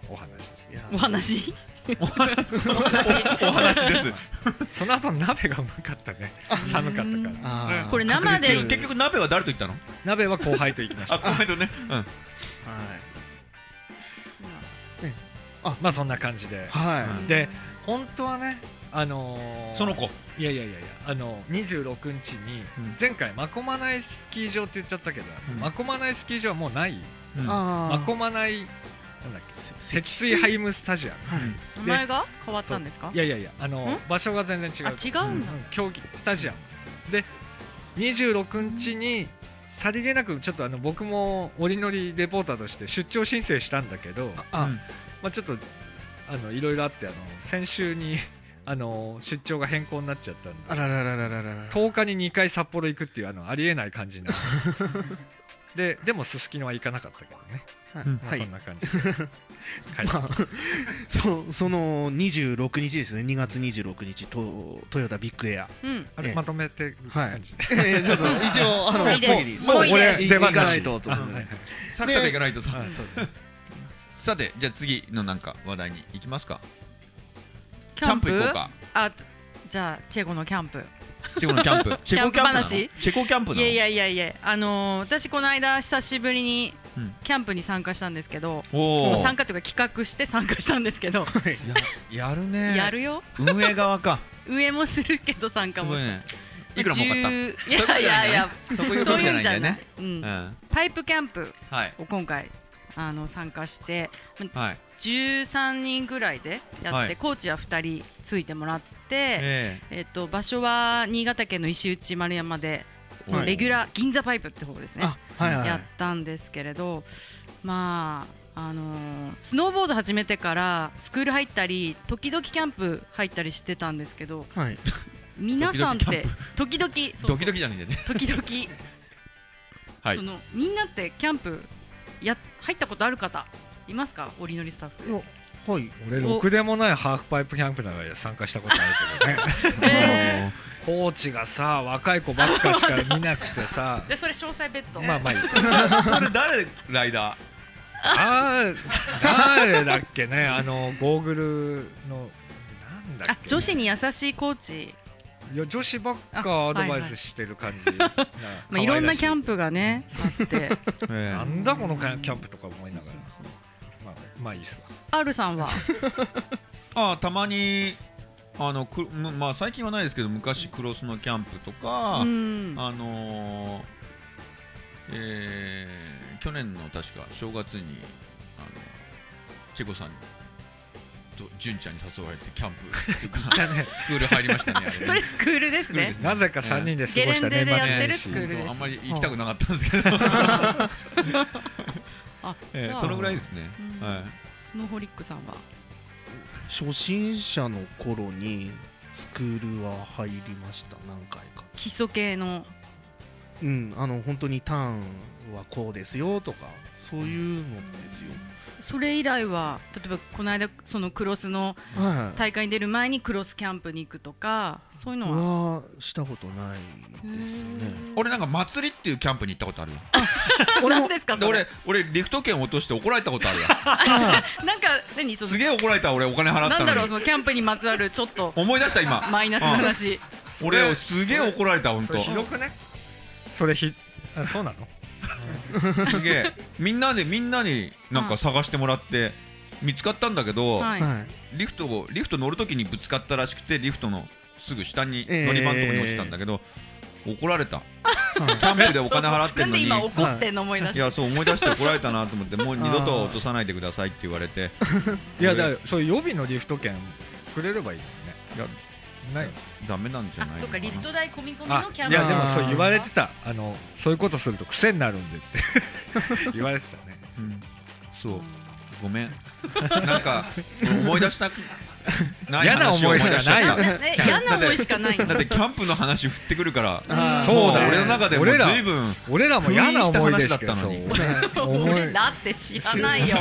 Speaker 5: お話です
Speaker 3: いや
Speaker 1: お話
Speaker 2: お話です。
Speaker 5: その後鍋がうまかったね寒かったから
Speaker 3: あー
Speaker 1: これ生で
Speaker 3: 確率
Speaker 2: 結局鍋は誰と行ったの？
Speaker 5: 鍋は後輩と行きまし
Speaker 2: あ、
Speaker 5: た
Speaker 2: コメントね。うん。
Speaker 3: はい
Speaker 5: まあそんな感じで
Speaker 3: はい
Speaker 5: で本当はねあのー
Speaker 2: その子。
Speaker 5: いやいやいやいやあの26日に、
Speaker 2: うん
Speaker 5: 前回マコマナイスキー場って言っちゃったけど、
Speaker 2: うん
Speaker 5: マコマナイスキー場はもうないマ
Speaker 3: あ
Speaker 5: コマナイなんだっけ積水ハイムスタジアム
Speaker 1: 名前が変わったんですか
Speaker 5: いやいやいやあの
Speaker 1: ん
Speaker 5: 場所が全然違う
Speaker 1: あ違うんだ
Speaker 5: 競技スタジアムで26日にさりげなくちょっとあの僕も折り乗りレポーターとして出張申請したんだけど
Speaker 3: ああ
Speaker 5: まあ、ちょっとあのいろいろあってあの先週にあの出張が変更になっちゃったん
Speaker 3: あ
Speaker 5: で
Speaker 3: ららららららら
Speaker 5: 10日に2回札幌行くっていうあのありえない感 じになってででもすすきのは行かなかったけどね、まあ、
Speaker 3: は
Speaker 5: そ
Speaker 3: い
Speaker 5: んな感じで、はい
Speaker 3: まあ、そその26日ですね、2月26日、トトヨタビッグエア。
Speaker 1: うん
Speaker 5: あれまとめてる感じ、
Speaker 3: えーちょっと一応、あの、
Speaker 1: もういいです
Speaker 3: 次に
Speaker 1: もういいです
Speaker 3: い
Speaker 5: 出番
Speaker 3: 行か
Speaker 5: な
Speaker 3: な
Speaker 5: し
Speaker 3: いとということで
Speaker 5: あはい
Speaker 2: サクサク行かないとさ
Speaker 5: はい。あそうだね
Speaker 2: さて、じゃあ次のなんか話題に行きますか。
Speaker 1: キャンプ
Speaker 2: 行こうか。
Speaker 1: あじゃあチェコのキャンプ
Speaker 2: チェコのキャ ンプ。チェコキャンプなの。チ
Speaker 1: 話
Speaker 2: ェコキャンプ
Speaker 1: い
Speaker 2: な
Speaker 1: や
Speaker 2: の。
Speaker 1: いやいやいやあのー私この間久しぶりに
Speaker 2: うん
Speaker 1: キャンプに参加したんですけど、
Speaker 2: おお。
Speaker 1: 参加というか企画して参加したんですけど、
Speaker 2: やるね。
Speaker 1: や。るよ
Speaker 2: 運営側 か。
Speaker 1: 上もするけど参
Speaker 2: す
Speaker 1: 加も
Speaker 2: ごい
Speaker 1: する
Speaker 2: ね。いくら儲かった？
Speaker 1: 10いやいやいや
Speaker 2: そういうこ
Speaker 1: そ
Speaker 2: と
Speaker 1: う
Speaker 2: じ
Speaker 1: いう
Speaker 2: ゃなんいん
Speaker 1: じ
Speaker 2: だ
Speaker 1: ゃ
Speaker 2: よ
Speaker 1: ない
Speaker 2: ね。、
Speaker 1: うん
Speaker 2: う、ん。
Speaker 1: パイプキャンプ
Speaker 2: はい。
Speaker 1: を今回あの参加して
Speaker 2: はい。
Speaker 1: 13人ぐらいでやって、
Speaker 2: はい
Speaker 1: コーチは2人ついてもらって、
Speaker 2: え
Speaker 1: えっと場所は新潟県の石内丸山で、
Speaker 2: え
Speaker 1: レギュラー銀座パイプって方ですね、
Speaker 3: あ、はいはい。
Speaker 1: やったんですけれどまああのースノーボード始めてからスクール入ったり時々キャンプ入ったりしてたんですけど
Speaker 3: はい。
Speaker 1: 皆さんって時々そうそう
Speaker 2: ドキドキじゃないんだよね。
Speaker 1: 時々、
Speaker 2: はい
Speaker 1: そのみんなってキャンプや入ったことある方いますかおりのりスタッフ
Speaker 3: よはい。
Speaker 5: 俺ろくでもないハーフパイプキャンプなら参加したことあるけどね
Speaker 1: え
Speaker 5: コーチがさ若い子ばっかしか見なくて さ
Speaker 1: でそれ詳細別途
Speaker 5: まあまあいいです
Speaker 2: それ誰ライダー？
Speaker 5: あー誰だっけねあのゴーグルのなんだっけ、
Speaker 1: あ女子に優しいコーチ、
Speaker 5: いや女子ばっ
Speaker 1: あ
Speaker 5: かアドバイスしてる感じ、な
Speaker 1: まあ、いろんなキャン
Speaker 5: プ
Speaker 1: プがねあって
Speaker 2: え
Speaker 5: な
Speaker 2: え
Speaker 5: んだこのキャンプとか思いながらまあ、まあいいっすわ
Speaker 1: R さんは
Speaker 2: ああたまにあのくむまあ最近はないですけど昔クロスのキャンプとか、
Speaker 1: うん
Speaker 2: あのーえー去年の確か正月にあのチェコさんと純ちゃんに誘われてキャンプっていう か
Speaker 5: じゃあね
Speaker 2: スクール入りましたねあれね
Speaker 1: それスクールですね
Speaker 2: スクール
Speaker 5: なぜか3人で過ごした
Speaker 1: ゲレンデ
Speaker 5: 年
Speaker 1: でやって
Speaker 5: 末
Speaker 1: る
Speaker 5: 年
Speaker 1: ス
Speaker 5: 始
Speaker 1: クールです
Speaker 2: あんまり行きたくなかったんですけど、
Speaker 1: あ
Speaker 2: え
Speaker 1: じゃ
Speaker 2: え
Speaker 1: あ
Speaker 2: そのぐらいですね、
Speaker 1: うん
Speaker 2: はい
Speaker 1: スノーホリックさんは
Speaker 3: 初心者の頃にスクールは入りました、何回か。
Speaker 1: 基礎系の
Speaker 3: うん、あの、本当にターンはこうですよとか、そういうのですよ。
Speaker 1: それ以来は例えばこの間そのクロスの
Speaker 3: はい。
Speaker 1: 大会に出る前にクロスキャンプに行くとかそういうのは
Speaker 3: はしたことないですね。
Speaker 2: 俺なんか祭りっていうキャンプに行ったことあるよ
Speaker 3: 俺
Speaker 1: 何
Speaker 3: も
Speaker 1: で、すか
Speaker 2: で
Speaker 1: それ
Speaker 2: 俺俺リフト券落として怒られたことある よ
Speaker 3: あ
Speaker 1: なんか何その
Speaker 2: すげえ怒られた俺お金払った
Speaker 1: なんだろ
Speaker 2: の
Speaker 1: う
Speaker 2: に
Speaker 1: そのキャンプにまつわるちょっと
Speaker 2: 思い出した今
Speaker 1: マイナスの話
Speaker 2: 俺すげえ怒られた本
Speaker 5: それ
Speaker 2: 当
Speaker 5: ひどくねそれひあそうなの
Speaker 2: すげえみんなでみんなになんか探してもらって見つかったんだけど、
Speaker 1: はい
Speaker 3: はい。
Speaker 2: リフトをリフト乗るときにぶつかったらしくてリフトのすぐ下に乗り場のとこに落ちたんだけど、怒られた
Speaker 3: はい
Speaker 2: キャンプでお金払って
Speaker 1: なん
Speaker 2: んの
Speaker 1: で
Speaker 2: に
Speaker 1: 今怒ってんの思い出し
Speaker 2: い
Speaker 1: て
Speaker 2: やそう思い出して怒られたなと思ってもう二度とは落とさないでくださいって言われて
Speaker 5: いやだからそういう予備のリフト券くれればいいよねいやない
Speaker 2: ダメなんじゃ
Speaker 1: あ
Speaker 2: ないの
Speaker 1: そ
Speaker 2: か
Speaker 1: っ
Speaker 2: な
Speaker 1: かリフト代込み込み
Speaker 5: あ
Speaker 1: のキャン
Speaker 5: い
Speaker 1: プ
Speaker 5: やでもそう言われてたあの そういうことすると癖になるんでって言われてたね
Speaker 2: うんそうごめんなんか思い出したくない
Speaker 5: 嫌な
Speaker 2: 話を
Speaker 5: 思いしかない
Speaker 2: 出し
Speaker 5: よ
Speaker 2: ちゃ
Speaker 1: ね
Speaker 2: っ
Speaker 1: ね嫌な思いしかない
Speaker 2: ただってキャンプの話振ってくるから
Speaker 3: あー
Speaker 5: そうだ
Speaker 2: も
Speaker 5: ね
Speaker 2: 俺の中でもう
Speaker 5: 俺ら
Speaker 2: 随分
Speaker 5: 俺らも嫌な思い出し
Speaker 2: 封印
Speaker 5: か
Speaker 2: した話だった
Speaker 5: そ
Speaker 2: のに
Speaker 5: う 思い
Speaker 1: 俺だって知らないよ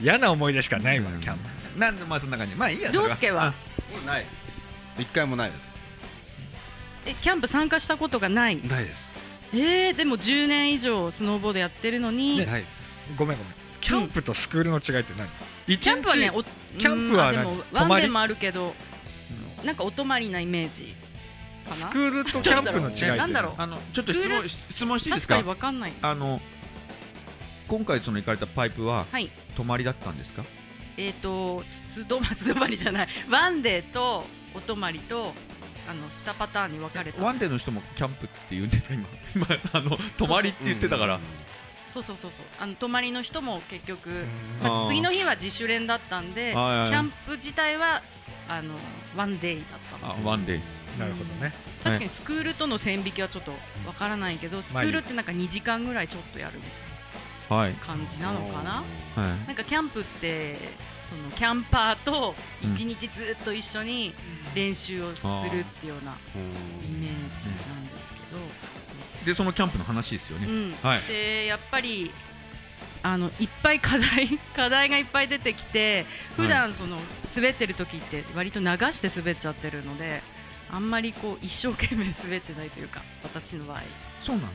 Speaker 5: 嫌な思い出しかないわ
Speaker 2: うん
Speaker 5: キャンプ
Speaker 2: なんでまあそんな感じまあいいや
Speaker 1: 涼介は
Speaker 4: 僕ないです一回もないです
Speaker 1: えキャンプ参加したことがない
Speaker 4: ないです
Speaker 1: えー、でも10年以上スノーボードやってるのに、
Speaker 4: ないです
Speaker 5: ごめんごめんキャンプとスクールの違いって何一
Speaker 1: キャンプはね
Speaker 5: 日
Speaker 1: お
Speaker 5: キャンプは
Speaker 1: うんあで
Speaker 5: 何
Speaker 1: も
Speaker 5: 泊
Speaker 1: ワ
Speaker 5: ま
Speaker 1: ン
Speaker 5: り
Speaker 1: デーもあるけどなんかお泊まりなイメージか
Speaker 5: ス
Speaker 1: な
Speaker 5: クールとキャンプの違いって
Speaker 1: なんだろう
Speaker 2: あのちょっと質
Speaker 1: スクー
Speaker 2: 問質問していい
Speaker 1: 確
Speaker 2: です
Speaker 1: か
Speaker 2: か
Speaker 1: にわかんない
Speaker 2: あの今回その行かれたパイプは
Speaker 1: はい
Speaker 2: 泊まりだったんですか
Speaker 1: えっ、と素泊ま 素泊まりじゃないワンデーとお泊まりとあの2パターンに分かれ
Speaker 2: ワ
Speaker 1: た
Speaker 2: ンデーの人もキャンプって言うんですか今 今あの泊まりって言ってたから
Speaker 1: そうそうそうそうあの泊まりの人も結局、
Speaker 5: うん
Speaker 1: ま
Speaker 2: あ
Speaker 1: あ、
Speaker 2: ー
Speaker 1: 次の日は自主練だったんでキ
Speaker 2: はいはい
Speaker 1: ャンプ自体はあのワンデーだったの
Speaker 2: あワンデー
Speaker 5: なるほどね
Speaker 1: 確かにスクールとの線引きはちょっとわからないけどスクールってなんか2時間ぐらいちょっとやる
Speaker 2: はい
Speaker 1: 感じなのかな
Speaker 2: はい
Speaker 1: なんかキャンプってそのキャンパーと
Speaker 2: うん
Speaker 1: 1日ずっと一緒に練習をするっていうようなイメージなんですけ
Speaker 2: でそのキャンプの話ですよね
Speaker 1: ど、うん
Speaker 2: はい
Speaker 1: でやっぱりあのいっぱい課題 課題がいっぱい出てきて普段その滑ってる時って割と流して滑っちゃってるのであんまりこう一生懸命滑ってないというか私の場合
Speaker 2: そうなの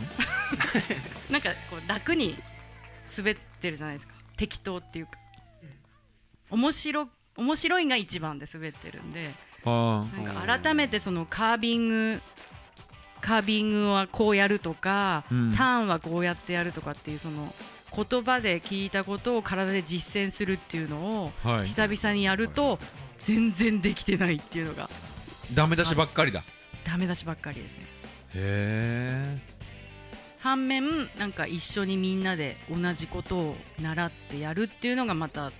Speaker 1: なんかこう楽に滑ってるじゃないですか適当っていうか面白面白いが一番で滑ってるんで
Speaker 2: あー
Speaker 1: なんか改めてそのカービングカービングはこうやるとか、
Speaker 2: うん
Speaker 1: ターンはこうやってやるとかっていうその言葉で聞いたことを体で実践するっていうの
Speaker 2: は
Speaker 1: を
Speaker 2: い
Speaker 1: 久々にやると全然できてないっていうのが
Speaker 2: ダメ出しばっかりだ
Speaker 1: ダメ出しばっかりですね
Speaker 2: へ
Speaker 1: 反面なんか一緒にみんなで同じことを習ってやるっていうのがまた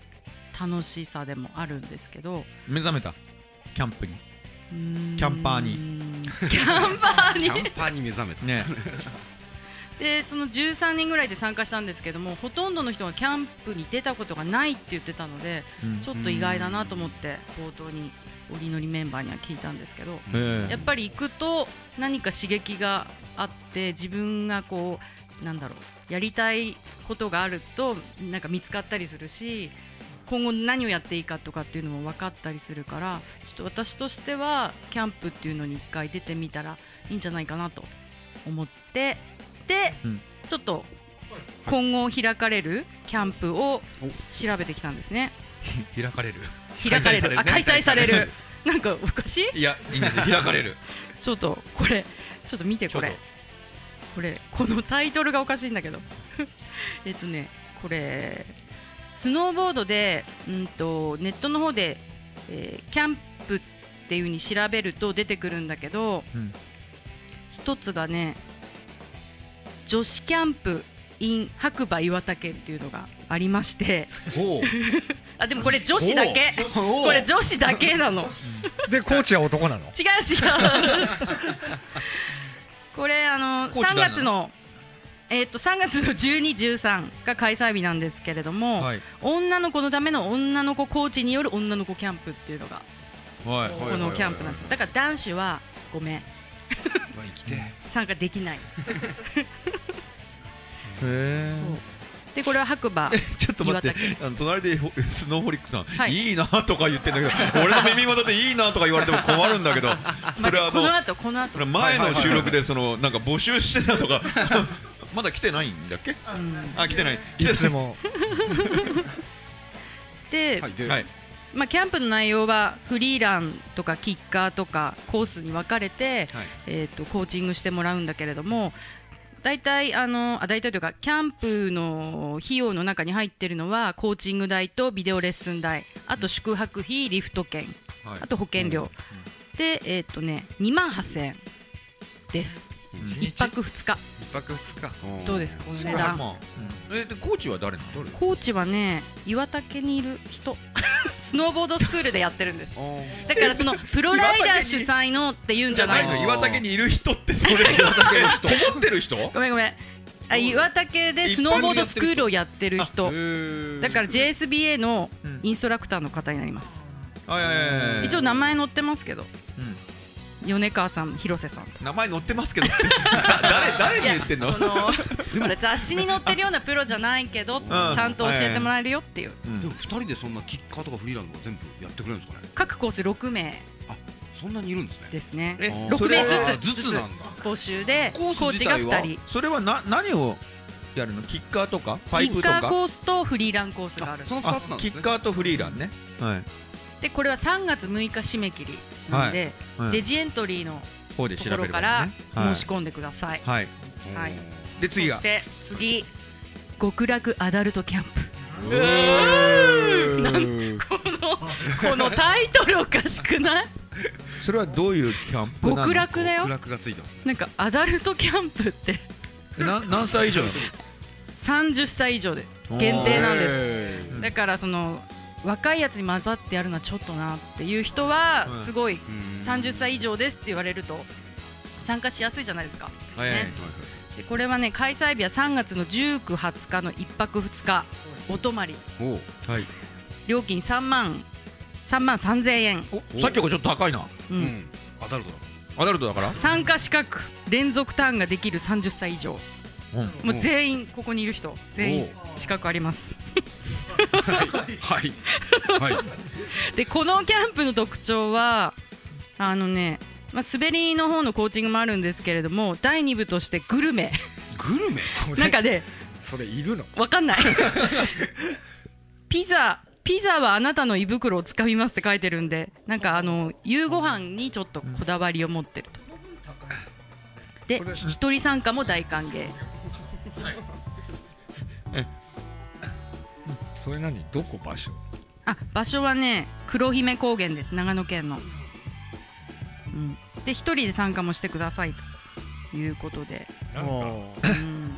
Speaker 1: 楽しさでもあるんですけど
Speaker 2: え目覚めたキャンプに
Speaker 1: うーん
Speaker 2: キャンパー
Speaker 1: キャンパ
Speaker 4: キ
Speaker 1: ー
Speaker 4: ャ
Speaker 1: に
Speaker 4: ンパーに目覚め た
Speaker 2: ね
Speaker 1: でその13人ぐらいで参加したんですけどもほとんどの人がキャンプに出たことがないって言ってたので
Speaker 2: うん
Speaker 1: ちょっと意外だなと思って冒頭に折りのりメンバーには聞いたんですけど
Speaker 2: ええ
Speaker 1: やっぱり行くと何か刺激があって自分がこうなんだろうやりたいことがあるとなんか見つかったりするし今後何をやっていいかとかっていうのも分かったりするからちょっと私としてはキャンプっていうのに一回出てみたらいいんじゃないかなと思ってで、
Speaker 2: うん
Speaker 1: ちょっと今後開かれるキャンプを調べてきたんですね
Speaker 2: 開かれる
Speaker 1: 開かれるあ開催され
Speaker 2: 開催され
Speaker 1: る
Speaker 2: る
Speaker 1: なんかおかしい
Speaker 2: いやいいん ですよ開かれる
Speaker 1: ちょっとこれちょっと見てこれ
Speaker 2: ちょっ
Speaker 1: これこのタイトルがおかしいんだけど えっとねこれスノーボードでうんとネットの方で、えーキャンプっていうふうに調べると出てくるんだけど、
Speaker 2: うん
Speaker 1: 一つがね女子キャンプ in 白馬岩手県っていうのがありまして
Speaker 4: おう
Speaker 1: あでもこれ女子だけ
Speaker 4: おう
Speaker 1: これ女子だけなの
Speaker 5: でコーチは男なの
Speaker 1: 違う違うこれあの
Speaker 2: 高知
Speaker 1: 3
Speaker 2: だな
Speaker 1: 月のえーっと3月の1213が開催日なんですけれども、
Speaker 2: はい
Speaker 1: 女の子のための女の子コーチによる女の子キャンプっていうのが
Speaker 2: はい
Speaker 1: このキャンプなんですよだから男子はごめん
Speaker 4: まあ生きて
Speaker 1: 参加できない
Speaker 2: へえ
Speaker 1: そうでこれは白馬
Speaker 2: ちょっと待っ
Speaker 1: 岩
Speaker 2: てあの隣でほスノーホリックさん、
Speaker 1: はい
Speaker 2: い、いなとか言ってんだけど俺の耳元でいいなとか言われても困るんだ けどそれはあ
Speaker 1: こ
Speaker 2: の
Speaker 1: の後この後
Speaker 2: これ前の収録でそのなんか募集してたとか まだ来てないんだっけ
Speaker 1: うん
Speaker 2: あ来てない
Speaker 5: い
Speaker 2: 来て
Speaker 5: つ
Speaker 2: ない
Speaker 5: も
Speaker 1: で、
Speaker 4: はいで
Speaker 2: はい
Speaker 1: まあ、キャンプの内容はフリーランとかキッカーとかコースに分かれて、
Speaker 2: はい
Speaker 1: えー、とコーチングしてもらうんだけれども大体あのあ大体というかキャンプの費用の中に入ってるのはコーチング代とビデオレッスン代あと宿泊費リフト券
Speaker 2: はい
Speaker 1: あと保険料、でえっ、とね2万8000円です1泊2日
Speaker 5: 一泊二日
Speaker 4: ん
Speaker 1: どうですかこの値
Speaker 2: まあ
Speaker 1: 段
Speaker 2: まあうんえでコーチは誰なの誰
Speaker 1: コーチはね岩竹にいる人 スノーボードスクールでやってるんです
Speaker 4: おう
Speaker 1: だからそのプロライダー主催のって言うんじゃない
Speaker 2: の
Speaker 1: の
Speaker 2: 岩竹にいる人ってそれ岩竹に人思ってる人
Speaker 1: ごめんごめんあ岩竹でスノーボードスクールをやってる人だから JSBA のインストラクターの方になります、
Speaker 2: あいやいやいやいや
Speaker 1: 一応名前載ってますけど
Speaker 2: うん
Speaker 1: 米川さん広瀬さんと
Speaker 2: 名前載ってますけど 誰誰に言ってんの
Speaker 1: そのほら雑誌に載ってるようなプロじゃないけどちゃんと教えてもらえるよっていう
Speaker 2: うん
Speaker 4: でも二人でそんなキッカーとかフリーランドとか全部やってくれるんですかね
Speaker 1: 各コース6名
Speaker 4: そんなにいるんですね
Speaker 1: ですね
Speaker 2: え
Speaker 4: あー
Speaker 1: 六名ず
Speaker 4: あー
Speaker 1: つ
Speaker 4: ずつなんだ
Speaker 1: 募集で
Speaker 4: コース
Speaker 1: コーチが
Speaker 4: 自体は
Speaker 1: 2人
Speaker 2: それはな何をやるのキッカーとかパ
Speaker 1: キ
Speaker 2: イプ
Speaker 1: ッ
Speaker 2: と
Speaker 1: カ
Speaker 2: か
Speaker 1: ーコースとフリーランコースがあ
Speaker 4: あ
Speaker 1: る
Speaker 4: その
Speaker 2: あ
Speaker 4: 二つなん
Speaker 2: キ
Speaker 4: です
Speaker 2: ッ
Speaker 4: ね
Speaker 2: カーとフリーランねはい
Speaker 1: でこれは3月6日締め切りなんで、
Speaker 2: はい
Speaker 1: デジエントリーの
Speaker 2: 方で調べればいい
Speaker 1: ところから
Speaker 2: はい
Speaker 1: 申し込んでください、
Speaker 2: はい
Speaker 1: はい
Speaker 2: で次
Speaker 1: そ
Speaker 2: が
Speaker 1: して次極楽アダルトキャン プ
Speaker 4: うーん
Speaker 1: なんこのこのタイトルおかしくない
Speaker 2: それはどういうキャンプなの
Speaker 1: 極楽だよ
Speaker 4: 極楽がついてますね
Speaker 1: なんかアダルトキャンプって
Speaker 2: な何歳以上な
Speaker 1: 30歳以上で
Speaker 2: の
Speaker 1: 限定なんです
Speaker 4: です
Speaker 2: うん
Speaker 1: だからその若いやつに混ざってやるのはちょっとなっていう人は
Speaker 2: うん
Speaker 1: すごい30歳以上ですって言われると参加しやすいじゃないですか
Speaker 2: はい
Speaker 1: ねでこれはね開催日は3月の19、20日の1泊2日お泊まり
Speaker 4: おう
Speaker 2: はい
Speaker 1: 料金3万3万3000円、
Speaker 2: おさっきよりちょっと高いな
Speaker 1: う
Speaker 4: うんんアダルトだ
Speaker 2: アダルトだから
Speaker 1: 参加資格連続ターンができる30歳以上もう全員ここにいる人全員資格あります
Speaker 4: はいはい
Speaker 1: でこのキャンプの特徴はあのね、まあ、滑りの方のコーチングもあるんですけれども第2部としてグルメ
Speaker 4: グルメ
Speaker 5: それ
Speaker 1: なんかね
Speaker 5: それいるの
Speaker 1: わかんないピザピザはあなたの胃袋をつかみますって書いてるんでなんかあの夕ご飯にちょっとこだわりを持ってるとで一人参加も大歓迎
Speaker 5: それ何どこ場所
Speaker 1: あ場所はね黒姫高原です長野県の、うん、で一人で参加もしてくださいということで、
Speaker 5: なんか
Speaker 3: あ
Speaker 1: うん、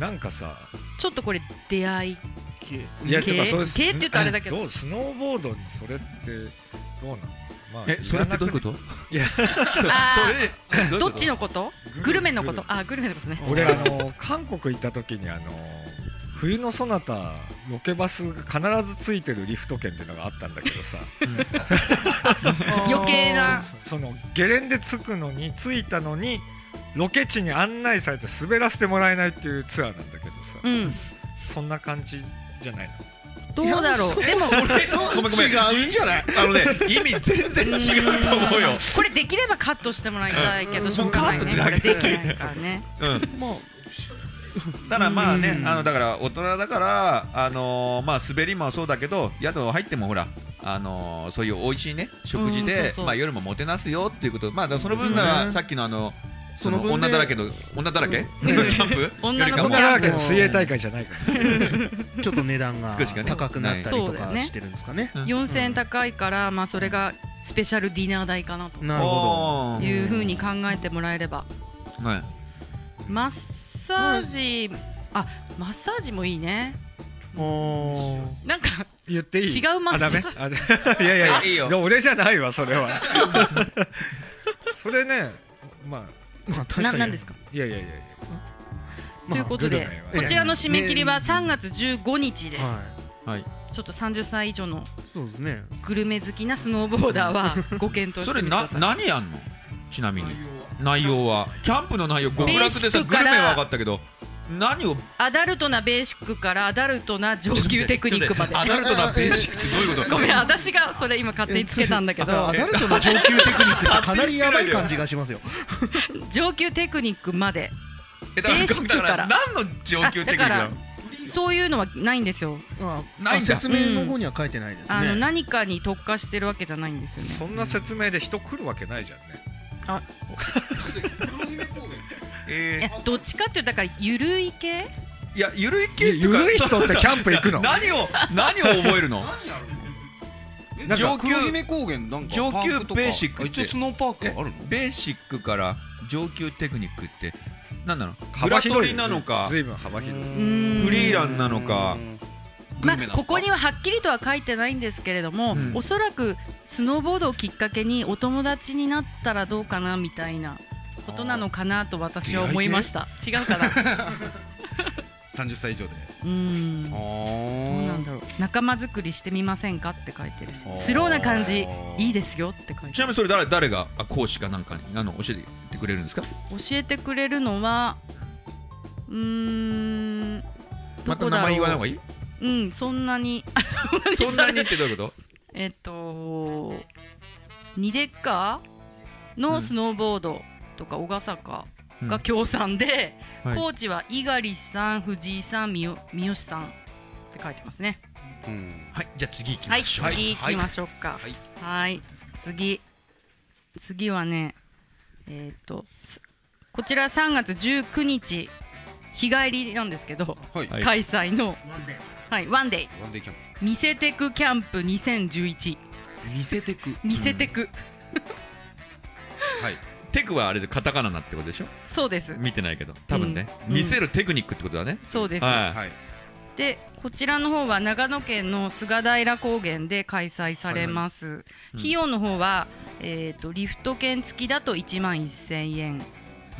Speaker 5: なんかさ
Speaker 1: ちょっとこれ出会い
Speaker 3: ーき
Speaker 5: いや
Speaker 1: 系
Speaker 5: てかそれ
Speaker 1: 系って言うとあれだけど
Speaker 5: うスノーボードにそれってどうなのまあ
Speaker 2: えそれってどういうこと
Speaker 1: あ
Speaker 2: それ
Speaker 1: ーどっちのことグルメのことあーグルメのことね
Speaker 5: 俺あの韓国行った時にあの冬のソナタロケバスが必ずついてるリフト券っていうのがあったんだけ どさ
Speaker 1: 余計な
Speaker 5: そそのゲレンデ着くのに着いたのにロケ地に案内されて滑らせてもらえないっていうツアーなんだけどさ、
Speaker 1: うん
Speaker 5: そんな感じじゃないの
Speaker 1: どうだろう
Speaker 3: いや
Speaker 1: でも
Speaker 2: ごめんごめん
Speaker 3: 違うんじゃない
Speaker 2: あのね意味全然違うと思うよ
Speaker 1: これできればカットしてもらいたいけどしょうがないね
Speaker 2: うん
Speaker 1: これできないからね
Speaker 2: うん
Speaker 3: まあ
Speaker 2: ただまあ
Speaker 1: う
Speaker 2: ね、
Speaker 1: ん
Speaker 2: あのだから大人だから、あのーまあ滑りもそうだけど、宿入ってもほら、あのーそういう美味しいね、食
Speaker 1: うん
Speaker 2: 事
Speaker 1: そう
Speaker 2: で、
Speaker 1: そう
Speaker 2: まあ夜ももてなすよっていうこと、まあだからその分
Speaker 3: う
Speaker 2: は
Speaker 3: ん
Speaker 2: さっきのあの、そ
Speaker 3: その
Speaker 2: の
Speaker 3: 分で
Speaker 2: 女だらけの、女だらけ、キャンプ
Speaker 1: 女の子キ
Speaker 2: よりか
Speaker 5: 僕
Speaker 1: ャン
Speaker 2: も
Speaker 5: らだけど水泳大会じゃないから
Speaker 3: ちょっと値段が
Speaker 2: 少しかね
Speaker 3: 高くなったり
Speaker 1: そ
Speaker 3: と
Speaker 1: うだよ
Speaker 3: か
Speaker 1: ね
Speaker 3: してるんですかね。
Speaker 1: 4000円高いからまあそれがスペシャルディナー代かなと
Speaker 3: なるほ
Speaker 2: おー
Speaker 1: いうふうに考えてもらえれば
Speaker 2: はい、
Speaker 1: マッサージ、あマッサージもいいね
Speaker 3: ど。おー
Speaker 1: なんか
Speaker 5: 言っていい
Speaker 1: 違うマ
Speaker 5: あ
Speaker 1: ス
Speaker 5: ダメ あだいやいや
Speaker 2: あいいよ
Speaker 5: でも俺じゃないわそ れはそれねまあ
Speaker 3: まあ確か
Speaker 1: な
Speaker 3: に。
Speaker 1: なんですか、
Speaker 5: いやいやいやい
Speaker 1: と
Speaker 3: まあ
Speaker 1: いうことで
Speaker 5: グルメは
Speaker 1: こ
Speaker 5: ね
Speaker 1: ちらの締め切りは3月15日です、
Speaker 3: はい。
Speaker 1: ちょっと30歳以上の
Speaker 3: そうですね。
Speaker 1: グルメ好きなスノーボーダーはご検討し
Speaker 2: そ
Speaker 1: て
Speaker 2: れ
Speaker 1: みてくだ
Speaker 2: な
Speaker 1: さい
Speaker 2: 何やんのちなみに内容はキャンプの内容極楽
Speaker 1: ベー
Speaker 2: で
Speaker 1: シ
Speaker 2: さ
Speaker 1: ック
Speaker 2: グ
Speaker 1: から
Speaker 2: ルメは分かったけど何を
Speaker 1: アダルトなベーシックからアダルトな上級テクニックまで
Speaker 2: アダル トなベーシックってどういうこと
Speaker 1: ごめん私がそれ今勝手につけたんだけど
Speaker 3: あアダルトの上級テクニックってかなりやばい感じが しますよ。
Speaker 1: 上級テクニックまで
Speaker 2: えだから
Speaker 1: ベーシックから
Speaker 2: だから何の上級テクニックな
Speaker 1: あだ
Speaker 2: の
Speaker 1: そういうのはないんですよ
Speaker 3: まあ
Speaker 2: ないんだ
Speaker 3: 説明の方には書いてないです
Speaker 1: あの
Speaker 3: ね。
Speaker 1: 何かに特化してるわけじゃないんですよね
Speaker 5: そんな説明で人来るわけないじゃんね
Speaker 2: えー
Speaker 1: えどっちかっていうとだからゆるい系
Speaker 2: いや、ゆるい系
Speaker 5: ゆゆるい人ってキャンプ行くの
Speaker 2: 何を、何を覚え るの
Speaker 4: なん
Speaker 2: 上
Speaker 4: か
Speaker 2: 級
Speaker 4: 黒姫高原なんか
Speaker 2: 上級
Speaker 4: パークとか
Speaker 2: ベーシックって
Speaker 4: 一応スノーパークはあるの
Speaker 2: ベーシックから上級テクニックって、なんなのグ
Speaker 5: 幅
Speaker 2: ラト
Speaker 5: 広い
Speaker 2: リなのか
Speaker 5: ず、いぶん幅広い
Speaker 1: フリー
Speaker 2: ランなのか
Speaker 1: まあここに
Speaker 4: は
Speaker 1: ははっきりとは書いてないんですけれども、
Speaker 2: うん
Speaker 1: おそらくスノーボードをきっかけにお友達になったら どうかなみたいなことなのかなと私は思いました違うかな
Speaker 4: 30歳以上で
Speaker 1: うん
Speaker 4: あ
Speaker 1: どう
Speaker 4: ー
Speaker 1: なんだろう仲間作りしてみませんかって書いてるし
Speaker 4: あー
Speaker 1: スローな感じいいですよって書い
Speaker 2: ち
Speaker 1: てる
Speaker 2: なみにそれ誰誰があ講師かなんかにあの教えてくれるんですか
Speaker 1: 教えてくれるのはうーんど
Speaker 2: また
Speaker 1: こ
Speaker 2: 名
Speaker 1: だ
Speaker 2: 前言わな
Speaker 1: ろう、
Speaker 2: い方がいい
Speaker 1: うんそんなに
Speaker 2: そんなにってどういうこ
Speaker 1: えっとニデッカーのスノーボードとか小笠か
Speaker 2: うん
Speaker 1: が協賛で、
Speaker 2: はい
Speaker 1: コーチは猪狩さん藤井さん三好三好さんって書いてますね
Speaker 4: うん
Speaker 2: とはいじゃあ次行き
Speaker 1: は
Speaker 2: ま
Speaker 1: い、
Speaker 2: しょう
Speaker 1: 次行きましょうか。
Speaker 4: はい
Speaker 1: はい、次。次はね、えーっと、すこちら3月19日、日帰りなんですけど、
Speaker 4: はい
Speaker 2: はい
Speaker 1: 開催の、はい、ワンデイ、
Speaker 4: ワンデーキャン
Speaker 1: 見せてくキャンプ2011、
Speaker 4: プ見せてく
Speaker 1: 見せてく、
Speaker 4: はい
Speaker 2: テクはあれでカタカナなってことでしょ
Speaker 1: そうです、
Speaker 2: 見てないけど多分ね、
Speaker 1: うん
Speaker 2: 見せるテクニックってことだね、
Speaker 1: そうです。
Speaker 2: はい
Speaker 4: はい
Speaker 1: で、こちらの方は長野県の菅平高原で開催されます。
Speaker 2: うん
Speaker 1: 費用の方は、えーっと、リフト券付きだと1万1000円。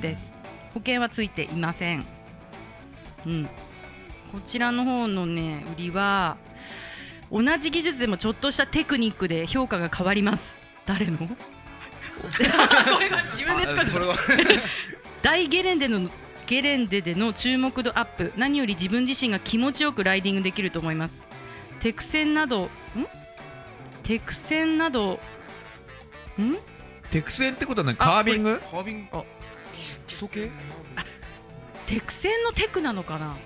Speaker 1: です、保険はついていませんうんこちらの方のね売りは同じ技術でもちょっとしたテクニックで評価が変わります誰 の これが自分で
Speaker 4: あ
Speaker 1: 使
Speaker 4: そうれは
Speaker 1: 大ゲレンデのゲレンデでの注目度アップ何より自分自身が気持ちよくライディングできると思いますテクセンなどんテクセンなどん
Speaker 2: テクセンってことはねカービング
Speaker 4: カービング基礎系
Speaker 1: テクセンのテクなのかな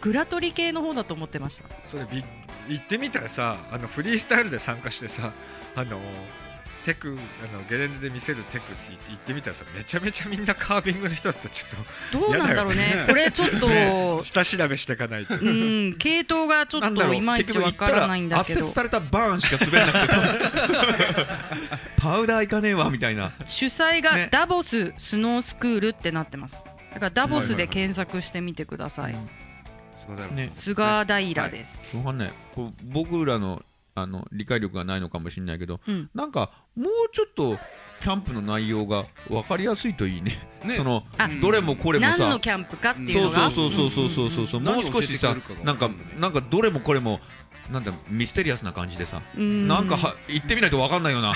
Speaker 1: グラトリ系の方だと思ってました
Speaker 5: それび言ってみたらさあのフリースタイルで参加してさあのテクあのゲレンデで見せるテクって言って言ってみたらさめちゃめちゃみんなカービングの人だったらちょっ
Speaker 1: どうなんだろうね
Speaker 4: やだよね
Speaker 1: これちょっと、
Speaker 5: と下調べしていかないと
Speaker 1: うん系統がちょっといまいちわからないんだけ
Speaker 2: 結
Speaker 1: ど
Speaker 2: 局行ったら圧接されたバーンしか滑らなくてさパウダーいかねえわみたいな
Speaker 1: 主催
Speaker 2: ね
Speaker 1: がダボススノースクールってなってますだからダボスで検索してみてください、
Speaker 2: ね
Speaker 1: 菅平です、
Speaker 2: わかんないこう僕らのあの理解力がないのかもしれないけど
Speaker 1: うん
Speaker 2: なんかもうちょっとキャンプの内容が分かりやすいといいね
Speaker 4: ね
Speaker 2: その
Speaker 1: あ
Speaker 2: どれもこれも
Speaker 1: 何
Speaker 2: さ
Speaker 1: のキャンプかっていう
Speaker 2: そ
Speaker 1: の
Speaker 2: う
Speaker 1: が
Speaker 2: そうそうそうそうそうそう、
Speaker 4: うんうんうん
Speaker 2: もう少しさ
Speaker 4: 何を教えてくれるかが
Speaker 2: なんかなんかどれもこれもなんだミステリアスな感じでさ、なんかは行ってみないと分かんないよう な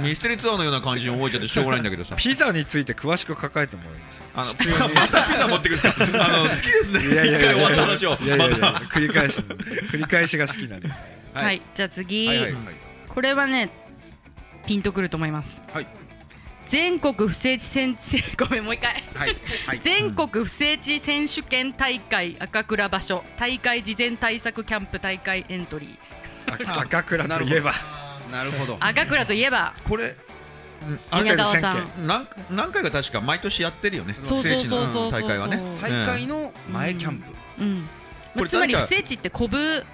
Speaker 2: ミステリーツアーのような感じに覚えちゃってしょうがないんだけ どさ
Speaker 5: ピザについて詳しく書かれてもらいますよ
Speaker 2: あのまたピザ持ってくるんですかあの好きですね
Speaker 5: いやいやいや
Speaker 2: 一回終わった話を
Speaker 5: いやいやいや
Speaker 2: また
Speaker 5: 繰り返すの繰り返しが好き なんで
Speaker 1: はい、
Speaker 4: はい
Speaker 1: じゃあ次、
Speaker 4: はいはいはい
Speaker 1: これはねピンとくると思います、
Speaker 4: はい
Speaker 1: 全国不正地選ごめんもう一回
Speaker 4: はいはい
Speaker 1: 全国不正地選手権大会赤倉場所大会事前対策キャンプ大会エントリー
Speaker 5: あ赤倉といえば
Speaker 4: なるほど
Speaker 1: 赤倉といえば
Speaker 2: これ
Speaker 5: あ
Speaker 1: 宮川さ
Speaker 5: 選
Speaker 1: ん
Speaker 5: 挙
Speaker 2: 何何回か確か毎年やってるよね
Speaker 1: そうそう
Speaker 2: 聖地
Speaker 1: そう
Speaker 2: の
Speaker 1: そうそう
Speaker 2: 大会はね
Speaker 4: 大会の前キャンプ
Speaker 1: うん
Speaker 2: こ
Speaker 1: まあ、
Speaker 2: れ
Speaker 1: つまり
Speaker 2: 大
Speaker 1: 不
Speaker 2: 体
Speaker 1: 正地ってコブ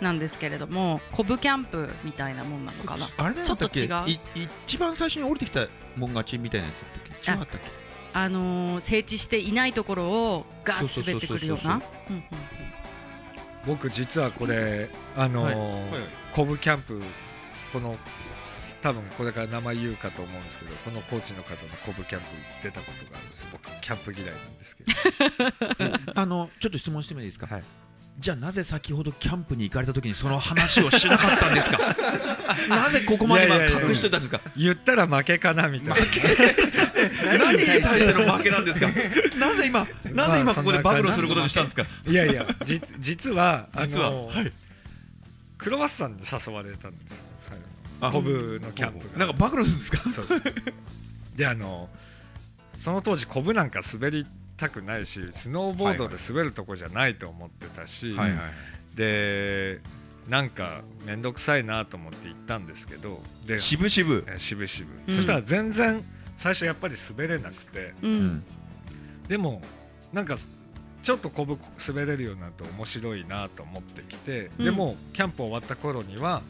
Speaker 1: なんですけれどもコブキャンプみたいなもんなのかな
Speaker 2: あれなんだっけ
Speaker 1: ちょっと違う
Speaker 2: い一番最初に降りてきたもん勝ちみたいなやつだったっけ違かったっけ
Speaker 1: あのー、整地していないところをガー
Speaker 2: そうそうそうそう
Speaker 1: ッと滑ってくるようなうんうん
Speaker 5: 僕実はこれあのー
Speaker 2: はい
Speaker 5: コブキャンプこの多分これから名前言うかと思うんですけどこのコーチの方のコブキャンプ出たことがあるんです僕キャンプ嫌いなんです けど
Speaker 2: あのちょっと質問してもいいですか、
Speaker 5: はい
Speaker 2: じゃあなぜ先ほどキャンプに行かれた時にその話をしなかったんです かなぜここまで今
Speaker 5: いやいやいや
Speaker 2: 隠してたんですか
Speaker 5: 言ったら負けかなみたいな
Speaker 2: 何に対しての負けなんですかなぜ今なぜ今ここで暴露することにしたんですか
Speaker 5: いやいや実実はあのー
Speaker 2: 実は、はい、
Speaker 5: クロワッサンに誘われたんですよ最後
Speaker 2: あ
Speaker 5: コブのキャンプが
Speaker 2: なんか暴露するんですか
Speaker 5: そうそうであのその当時コブなんか滑りたくないしスノーボードで滑るとこじゃないと思ってたし、
Speaker 4: はいはい
Speaker 5: でなんか面倒くさいなと思って行ったんですけどで
Speaker 2: 渋々
Speaker 5: え渋々、
Speaker 1: うん
Speaker 5: そしたら全然最初やっぱり滑れなくて
Speaker 1: うん
Speaker 2: うん
Speaker 5: でもなんかちょっとコブ滑れるようになると面白いなと思ってきて、
Speaker 1: うん
Speaker 5: でもキャンプ終わった頃には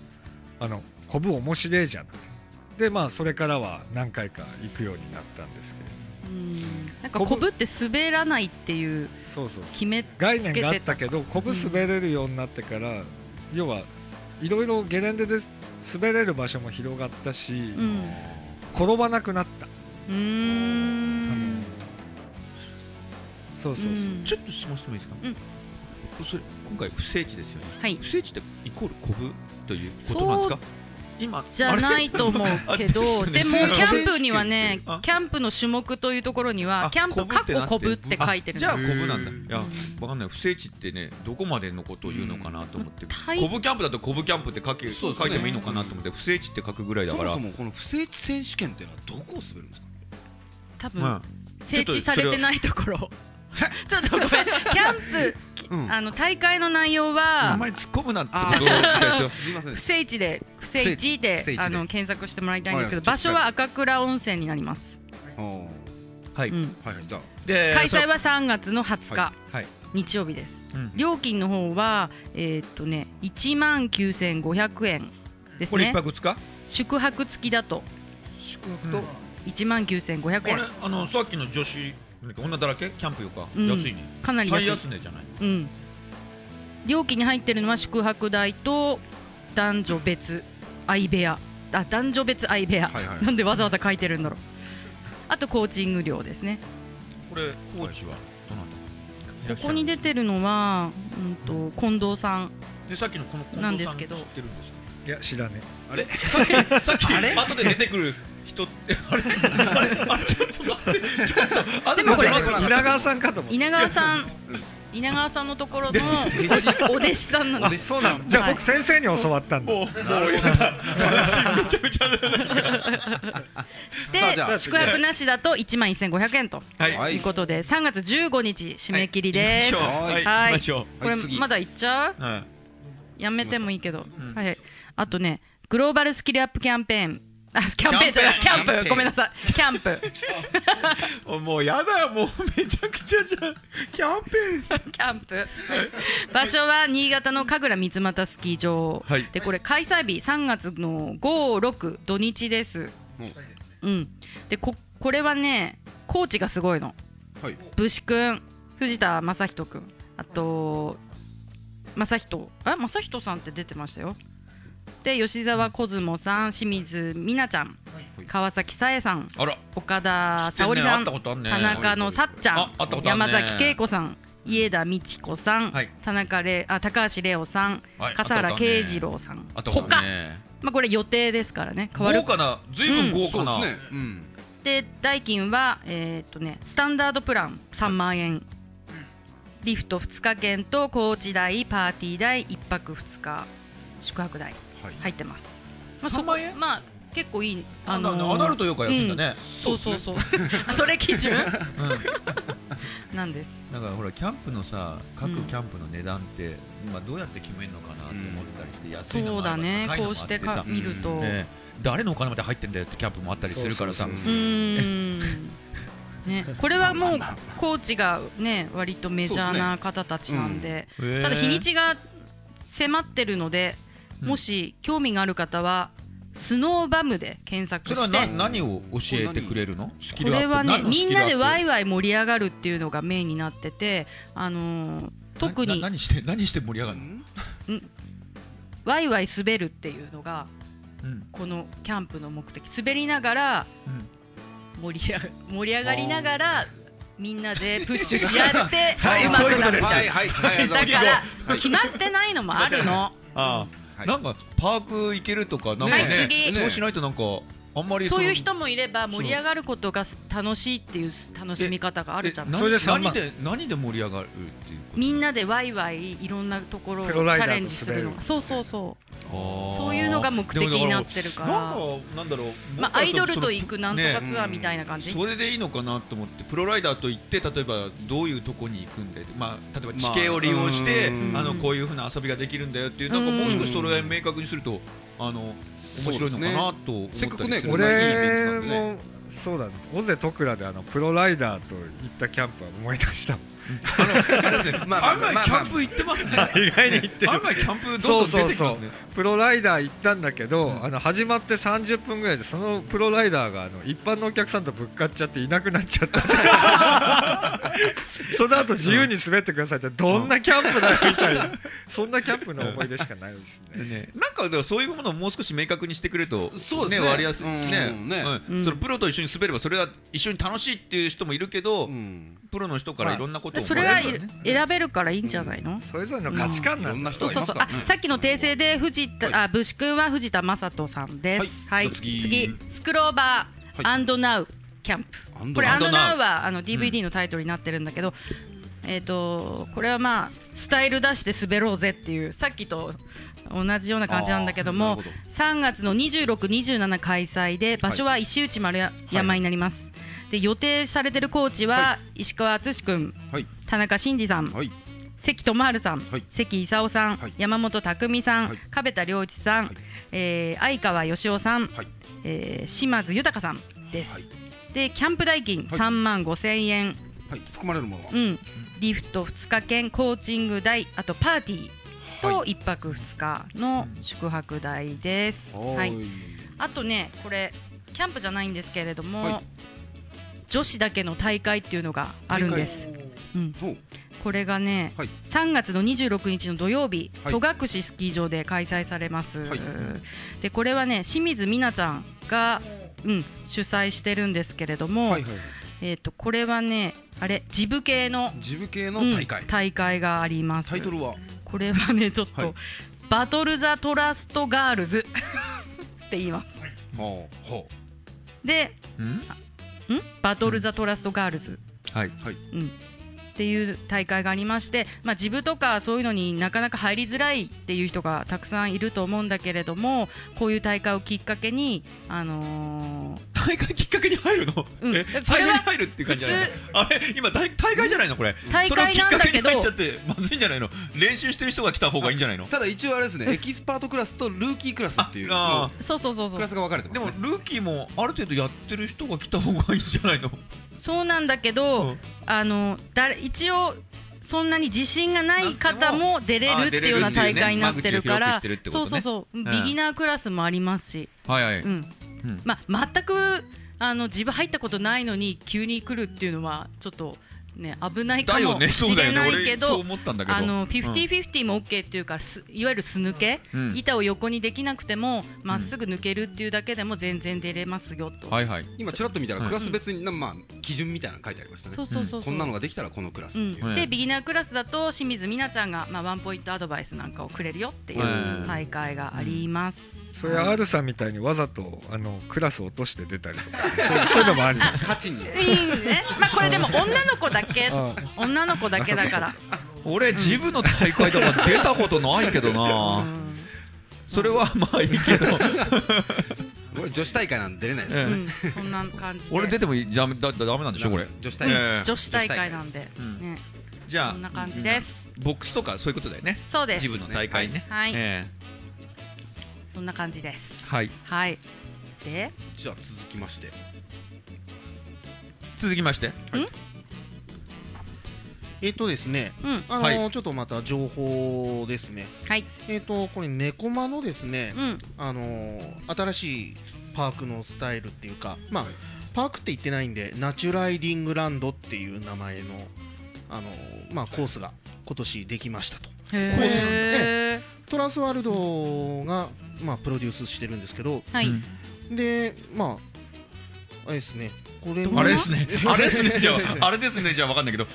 Speaker 5: あのコブ面白いじゃんってでまあそれからは何回か行くようになったんですけど
Speaker 1: うんなんかコブって滑らないっていう
Speaker 5: そうそうそう
Speaker 1: 決め
Speaker 5: 概
Speaker 1: つ
Speaker 5: 念
Speaker 1: け
Speaker 5: があってたけどこぶ滑れるようになってから、要はいろいろゲレンデで滑れる場所も広がったし、
Speaker 1: うん
Speaker 5: 転ばなくなった、
Speaker 1: うーん
Speaker 5: そうそうそう、
Speaker 1: うん
Speaker 2: ちょっと質問してもいいですか、それ今回不正地ですよね
Speaker 1: はい
Speaker 2: 不正地ってイコール古墳ということなんですか今
Speaker 1: じゃないと思うけど
Speaker 2: あ
Speaker 1: で
Speaker 2: です
Speaker 1: も
Speaker 2: よね
Speaker 1: キャンプにはね
Speaker 2: あ
Speaker 1: キャンプの種目というところには
Speaker 2: あ
Speaker 1: キャンプ
Speaker 2: コブ
Speaker 1: か
Speaker 2: っ
Speaker 1: ってこ
Speaker 2: な
Speaker 1: コブって書いてる
Speaker 2: じゃあ
Speaker 1: の
Speaker 2: コブなんだ
Speaker 4: へー
Speaker 2: いやわかんない不正地ってねどこまでのことを言うのかなと思って、
Speaker 1: うん大
Speaker 2: コブキャンプだとコブキャンプって書け、
Speaker 4: そうです
Speaker 2: 書
Speaker 4: ね
Speaker 2: いてもいいのかなと思って不正地って書くぐらいだ
Speaker 4: そ
Speaker 2: から
Speaker 4: もそもこの不正地選手権っていうのはどこを滑るんですか
Speaker 1: 多
Speaker 2: まあ
Speaker 1: 分整地されてないところ ちょっとごめんキャンプ、
Speaker 4: うん
Speaker 1: あの大会の内容
Speaker 2: あ
Speaker 1: は
Speaker 2: んまり突っ込むなって
Speaker 4: あ
Speaker 2: ことみたいです
Speaker 4: ー
Speaker 2: よ
Speaker 4: すいません
Speaker 1: 不正地で不正地
Speaker 4: 不
Speaker 1: で
Speaker 4: 正地で
Speaker 1: あの検索してもらいたいんですけど
Speaker 4: はいはい
Speaker 1: 場所は赤倉温泉になります、
Speaker 4: おー
Speaker 2: は
Speaker 1: う
Speaker 2: い
Speaker 1: ん、
Speaker 4: はいはいじゃあ
Speaker 2: で
Speaker 1: 開
Speaker 2: そ
Speaker 1: 催は3月の20日、
Speaker 2: はい
Speaker 1: 日曜日です
Speaker 2: のうん
Speaker 1: 料金の方はえーっとね1万9500円です
Speaker 2: これ一
Speaker 1: ね
Speaker 2: 泊二日
Speaker 1: 宿泊付きだと
Speaker 4: 宿泊と、
Speaker 2: うん
Speaker 1: 1万9500
Speaker 2: これ
Speaker 1: 円
Speaker 2: あのさっきの女子なんだっけ女だらけキャンプよか、
Speaker 1: うん
Speaker 2: 安いね
Speaker 1: かなり安
Speaker 2: 最
Speaker 1: い
Speaker 2: 安値じゃない
Speaker 1: うん料金に入ってるのは宿泊代と男女別相部屋あ男女別相部屋、
Speaker 4: はいはい
Speaker 1: なんでわざわざ書いてるんだろうあとコーチング料ですね
Speaker 2: これコーチはどなた
Speaker 1: ここに出てるのは、うん、と近藤さん
Speaker 2: でさっきのこの近藤さ
Speaker 1: なんんですけど
Speaker 2: 知ってるんですか
Speaker 5: いや知らね
Speaker 2: さっき
Speaker 4: あれ
Speaker 2: 後で出てくる人ってあれあれあちょっと待ってちょっとあ
Speaker 1: でもこれ
Speaker 2: 待って
Speaker 5: え稲川さんかと思っ
Speaker 1: 稲川さん稲川さんのところのお弟子さんなん
Speaker 5: た
Speaker 1: で
Speaker 5: あ
Speaker 1: す
Speaker 5: そうなんじゃあ
Speaker 1: はい
Speaker 5: 僕先生に教わったんだ
Speaker 2: もうもうやだ話めちゃめちゃだよね
Speaker 1: で
Speaker 4: さあじゃあ
Speaker 1: 宿泊なしだと1万1500円と
Speaker 2: はい
Speaker 4: はいいう
Speaker 1: ことで3月15日締め切り
Speaker 2: 行
Speaker 1: です、
Speaker 2: きましょう
Speaker 4: はい
Speaker 2: は
Speaker 1: は
Speaker 2: い行きま
Speaker 1: い
Speaker 2: しょ
Speaker 1: これ
Speaker 4: はい次
Speaker 1: まだ行っちゃう
Speaker 2: うはい
Speaker 1: やめてもいいけど、
Speaker 2: ん
Speaker 1: はいはいあとねグローバルスキルアップキャンペーンあキャンペーンじゃないキ
Speaker 2: キ
Speaker 1: ャ
Speaker 2: ャ
Speaker 1: ン
Speaker 2: ン
Speaker 1: プ
Speaker 2: ペーン
Speaker 1: ごめんなさいキャンプ
Speaker 2: おもうやだよもうめちゃくちゃじゃんキャンペーン
Speaker 1: キャンプ場所は新潟の神楽三俣スキー場、
Speaker 2: はい
Speaker 1: でこれ開催日3月の56土日です
Speaker 4: うん
Speaker 1: うんでここれはねコーチがすごいの
Speaker 4: はい
Speaker 1: 武士くん藤田正人くんあと正人え正人さんって出てましたよで吉沢小相撲さん清水美奈ちゃん川崎さえさん
Speaker 2: あら
Speaker 1: 岡田沙織さ
Speaker 2: 知ってね会っ
Speaker 1: ん
Speaker 2: たことあんね
Speaker 1: 田中のさっちゃ
Speaker 2: あ会った
Speaker 1: ん
Speaker 2: ことあんね
Speaker 1: 山崎恵子さん家田美智子さん、
Speaker 2: はい
Speaker 1: 田中れあ高橋玲央さん、
Speaker 2: はい
Speaker 1: 笠原慶次郎さん、
Speaker 2: あと
Speaker 1: 他、
Speaker 2: ね
Speaker 1: まあ、これ予定ですからね変わる
Speaker 2: 豪華なずいぶん豪華な
Speaker 4: そうですねうん
Speaker 1: で代金は、えーっとね、スタンダードプラン3万円、リフト2日券と高知代パーティー代1泊2日宿泊代
Speaker 4: はい
Speaker 1: 入ってます、まあ、
Speaker 2: 3万円
Speaker 1: そこまあ結構いい
Speaker 2: あ
Speaker 1: の
Speaker 2: のアナルとよく安いんだね
Speaker 1: そうそう そうあそれ基準
Speaker 2: うん
Speaker 1: なんです
Speaker 2: なんかほらキャンプのさ各
Speaker 1: うん
Speaker 2: キャンプの値段って、今どうやって決めるのかなと思ったりして、安いのも
Speaker 1: そう
Speaker 2: あ
Speaker 1: だ
Speaker 2: れば
Speaker 1: ね
Speaker 2: 高い
Speaker 1: こ
Speaker 2: のもあ
Speaker 1: う
Speaker 2: っ
Speaker 1: して
Speaker 2: さ
Speaker 1: か
Speaker 4: うん
Speaker 1: 見るとう
Speaker 2: ね誰のお金まで入ってんだよってキャンプもあったりするからさ
Speaker 4: そうそうそう
Speaker 1: ーんねこれはもうコーチがね割とメジャーな方たちなんで
Speaker 2: た
Speaker 1: ただ日にちが迫ってるので
Speaker 2: うん
Speaker 1: もし興味がある方はスノーバムで検
Speaker 2: そ
Speaker 1: 索
Speaker 2: れは
Speaker 1: し
Speaker 2: な
Speaker 1: て
Speaker 2: 何を教えてくれるのスキ
Speaker 1: こ
Speaker 2: ルアップ
Speaker 1: れはね
Speaker 2: 何のス
Speaker 1: み
Speaker 2: キ
Speaker 1: ん
Speaker 2: ルア
Speaker 1: な
Speaker 2: ッ
Speaker 1: で
Speaker 2: プ
Speaker 1: ワイワイ盛り上がるっていうのがメインになっててあのー特
Speaker 2: なな
Speaker 1: に
Speaker 2: 何して何して盛り上がるの、
Speaker 1: ワイワイ滑るっていうのが
Speaker 2: うん
Speaker 1: このキャンプの目的滑りながら
Speaker 2: うん
Speaker 1: 盛り上が盛り上がりながらみんなでプッシュし合って
Speaker 2: はいう
Speaker 1: ま
Speaker 2: そういう
Speaker 1: く
Speaker 2: こ
Speaker 1: なる
Speaker 2: とです
Speaker 1: だ
Speaker 4: はいはいはい
Speaker 1: か
Speaker 4: はい
Speaker 1: ら決まってないのもあるの
Speaker 2: ああ、
Speaker 4: はい
Speaker 2: なんかパーク行けるとかなんかね,、
Speaker 1: はい次
Speaker 2: そうしないとなんかあんまり
Speaker 1: そういう
Speaker 2: の
Speaker 1: 人もいれば盛り上がることが楽しいっていう楽しみ方があるじゃ
Speaker 2: え
Speaker 1: ない
Speaker 5: それで
Speaker 2: 何
Speaker 5: 三万
Speaker 2: 何で何で盛り上がるっていうこと
Speaker 1: みんなでワイワイいろんなところをチ
Speaker 5: プロライダ
Speaker 1: ャ
Speaker 5: ーと
Speaker 1: レンジするのがそうそうそう
Speaker 2: あー
Speaker 1: そういうのが目的になってるから
Speaker 2: でもだからなんかなんだろう
Speaker 1: まあアイドルと
Speaker 2: い
Speaker 1: 行くなんとかツアーみたいな感じ
Speaker 2: それでいいのかなと思ってプロライダーと行って例えばどういうとこに行くんだよ、まあ、例えば地形を利用して、
Speaker 4: ま
Speaker 1: あ
Speaker 2: あ、の
Speaker 1: うん
Speaker 2: こういうふうな遊びができるんだよっていうなんか
Speaker 1: うん
Speaker 2: もう少しそれを明確にするとあの面白いのかなと思ったりす
Speaker 4: せっ
Speaker 2: る
Speaker 4: かくね
Speaker 2: それがいいイベントな
Speaker 5: 俺
Speaker 2: んでね
Speaker 5: もそうだね尾瀬徳良であのプロライダーと行ったキャンプは思い出したもん
Speaker 2: あれですね
Speaker 4: まあま あ
Speaker 2: 案外
Speaker 4: まあ
Speaker 2: キ
Speaker 4: まあ
Speaker 2: ャンプ行って ますね。
Speaker 5: 意外に言ってる
Speaker 2: 案外キャンプどんどん出てきますね。
Speaker 5: プロライダー行ったんだけど、あの始まって30分ぐらいでそのプロライダーがあの一般のお客さんとぶっかっちゃっていなくなっちゃった その後自由に滑ってくださいってどんなキャンプだよみたいなそんなキャンプの思い出しかないですね
Speaker 2: ね、なんかだからそういうものをもう少し明確にしてくれると
Speaker 4: そうですね
Speaker 2: 割りやすいね,、
Speaker 4: うんね
Speaker 2: うん
Speaker 1: うん
Speaker 2: そのプロと一緒に滑ればそれは一緒に楽しいっていう人もいるけど、
Speaker 4: うん
Speaker 2: プロの人からいろんなことを
Speaker 1: そ
Speaker 2: 思
Speaker 1: れ
Speaker 2: い出
Speaker 1: は
Speaker 2: すよね
Speaker 1: 選べるからいいんじゃないの、
Speaker 5: それぞれの価値観
Speaker 4: い
Speaker 5: な
Speaker 4: ろ
Speaker 5: ん
Speaker 4: ん
Speaker 5: だ、
Speaker 4: な人がい
Speaker 1: そう
Speaker 4: ま
Speaker 1: そ
Speaker 4: す
Speaker 1: う
Speaker 4: か
Speaker 1: あ
Speaker 4: らね
Speaker 1: さっきの訂正で藤田、あ武士君は藤田正人さんです。は
Speaker 4: はい
Speaker 1: い、
Speaker 4: じゃあ次
Speaker 1: スクローバー、
Speaker 4: は
Speaker 1: アンドナウキャンプ。
Speaker 4: アン
Speaker 1: こ
Speaker 4: ド
Speaker 1: れ
Speaker 4: ナ
Speaker 1: ア
Speaker 4: ウ
Speaker 1: ンドナウはあの DVD のタイトルになってるんだけど、えっ、とこれはまあスタイル出して滑ろうぜっていうさっきと同じような感じなんだけど
Speaker 4: あー
Speaker 1: も
Speaker 4: なるほど
Speaker 1: 3月の26、27開催で場所は石内丸や
Speaker 4: はい
Speaker 1: 山になります。で予定されてるコーチは石川敦君、
Speaker 4: はい
Speaker 1: 田中真嗣さん、
Speaker 4: はい
Speaker 1: 関智治さん、
Speaker 4: はい
Speaker 1: 関勲さん、
Speaker 4: はい
Speaker 1: 山本匠さん、
Speaker 4: はい
Speaker 1: 壁田良一さん、
Speaker 4: はい
Speaker 1: えー相川義雄さん、
Speaker 4: はい
Speaker 1: えー島津豊さんです、
Speaker 4: はい
Speaker 1: でキャンプ代金
Speaker 4: はい
Speaker 1: 3万5千円、
Speaker 4: はい含まれるものは
Speaker 1: うん、リフト2日券コーチング代あとパーティーと1泊2日の宿泊代です、は
Speaker 4: はいーい
Speaker 1: あとねこれキャンプじゃないんですけれども、
Speaker 4: はい
Speaker 1: 女子だけの大会っていうのがあるんですうん
Speaker 4: そう
Speaker 1: これがね、
Speaker 4: はい
Speaker 1: 3月の26日の土曜日、
Speaker 4: はい
Speaker 1: 戸隠スキー場で開催されます、
Speaker 4: はい
Speaker 1: でこれはね清水美奈ちゃんが、うん、主催してるんですけれども、
Speaker 4: はいはい
Speaker 1: えー、とこれはねあれジブ系の
Speaker 4: ジブ系の
Speaker 1: うん
Speaker 4: 大会
Speaker 1: 大会があります
Speaker 4: タイトルは
Speaker 1: これはねちょっと、
Speaker 4: はい
Speaker 1: バトル・ザ・トラスト・ガールズ って言います
Speaker 4: ほうほ
Speaker 1: で
Speaker 2: うん
Speaker 1: んバトル・ザ・トラスト・ガールズ
Speaker 2: はい、
Speaker 4: うはい
Speaker 1: うん、っていう大会がありまして、まあ、ジブとかそういうのになかなか入りづらいっていう人がたくさんいると思うんだけれどもこういう大会をきっかけに、あのー
Speaker 2: 大会きっかけに入るの、
Speaker 1: うん
Speaker 2: え
Speaker 1: それは
Speaker 2: 最初に入るっていう感じじゃないの
Speaker 1: 普
Speaker 2: あれ今大大会じゃないのこれ
Speaker 1: 大会なんだけど
Speaker 2: それをきっかけに入っちゃってまずいんじゃないの練習してる人が来た方がいいんじゃないの
Speaker 4: ただ一応あれですねエキスパートクラスとルーキークラスっていう
Speaker 2: ああ
Speaker 4: も
Speaker 1: そうそうそう
Speaker 4: う
Speaker 1: そ
Speaker 4: クラ
Speaker 1: う
Speaker 4: スが分かれてま
Speaker 2: ですも
Speaker 4: ね
Speaker 2: ルーキーもある程度やってる人が来た方がいいんじゃないの
Speaker 1: そうなんだけど、
Speaker 2: うん
Speaker 1: あのだ一応そんなに自信がない方も出れ
Speaker 2: あ
Speaker 1: るっていうような
Speaker 2: 出れる
Speaker 1: 大
Speaker 2: っていうね
Speaker 1: 会になってるか
Speaker 2: 間口を広く
Speaker 1: ら
Speaker 2: してるってこ
Speaker 1: そ
Speaker 2: と
Speaker 1: う
Speaker 2: ね
Speaker 1: そうそう
Speaker 2: うん
Speaker 1: ビギナークラスもありますし、
Speaker 2: はいはい、
Speaker 1: うん
Speaker 2: うん
Speaker 1: まあ、全くあの自分入ったことないのに急に来るっていうのはちょっと、ね、危ないか
Speaker 2: だよ
Speaker 1: も
Speaker 2: ねそ
Speaker 1: し
Speaker 2: うだ
Speaker 1: れ
Speaker 2: よ
Speaker 1: な
Speaker 2: ね
Speaker 1: いけ
Speaker 2: 俺そう
Speaker 1: ど。
Speaker 2: 思ったんだけど
Speaker 1: あの
Speaker 2: うん
Speaker 1: 50/50も OK っていうかすいわゆる素抜け、
Speaker 2: うん
Speaker 1: 板を横にできなくてもまっすぐ抜けるっていうだけでも全然出れますよと、
Speaker 2: はいはい
Speaker 4: 今ちらっと見たら
Speaker 2: はい
Speaker 4: クラス別になまあ基準みたいなの書いてありましたね
Speaker 1: そうそうそうそ
Speaker 4: こ
Speaker 1: う、
Speaker 4: んなのができたらこのクラスって
Speaker 1: う、
Speaker 4: いうん
Speaker 1: でビギナークラスだと清水美奈ちゃんが、まあ、ワンポイントアドバイスなんかをくれるよっていう大会があります、
Speaker 5: それ R さんみたいにわざとあのクラス落として出たりとかそうそういうのもあるの
Speaker 4: 勝ちに
Speaker 1: いいねまあこれでも女の子だけ
Speaker 5: あ
Speaker 1: 女の子だけだから
Speaker 2: 俺ジムの大会とか出たことないけどな、
Speaker 1: うん
Speaker 2: それはまあいいけど
Speaker 4: 俺女子大会なんで出れないです
Speaker 2: え
Speaker 4: か
Speaker 2: え
Speaker 1: うん、そんな感じで
Speaker 2: 俺出てもいいダメだだダメなんでしょこれ
Speaker 4: 女子大会
Speaker 2: ええ
Speaker 1: 女子大会なんで、
Speaker 2: うん
Speaker 1: ね、
Speaker 2: じゃ
Speaker 1: こんな
Speaker 2: あ
Speaker 1: 感じです。
Speaker 2: ボックスとかそういうことだよね
Speaker 1: そうです
Speaker 2: ジ。ムの大会ね
Speaker 1: はい
Speaker 2: え
Speaker 1: そんな感じです。
Speaker 2: えはい
Speaker 1: はい。で、
Speaker 4: じゃあ続きまして
Speaker 2: 続きまして
Speaker 3: えっとですね
Speaker 1: うん、
Speaker 3: あの
Speaker 2: は
Speaker 3: ちょっとまた情報ですね
Speaker 1: はい、
Speaker 3: えっとこれ猫間のですね
Speaker 1: うん、
Speaker 3: あのー新しいパークのスタイルっていうか、まあ
Speaker 4: はい
Speaker 3: パークって言ってないんでナチュライディングランドっていう名前の、あのーまあ、コースが今年できましたと
Speaker 1: へえ、
Speaker 3: トランスワールドが、まあ、プロデュースしてるんですけど
Speaker 1: はい、
Speaker 2: うん
Speaker 3: でまああれですねこれ
Speaker 1: ど
Speaker 2: あ
Speaker 1: う
Speaker 2: れ
Speaker 1: な
Speaker 2: です ねあれですねじゃ
Speaker 3: 先生
Speaker 2: ああれですねじゃあわかんないけど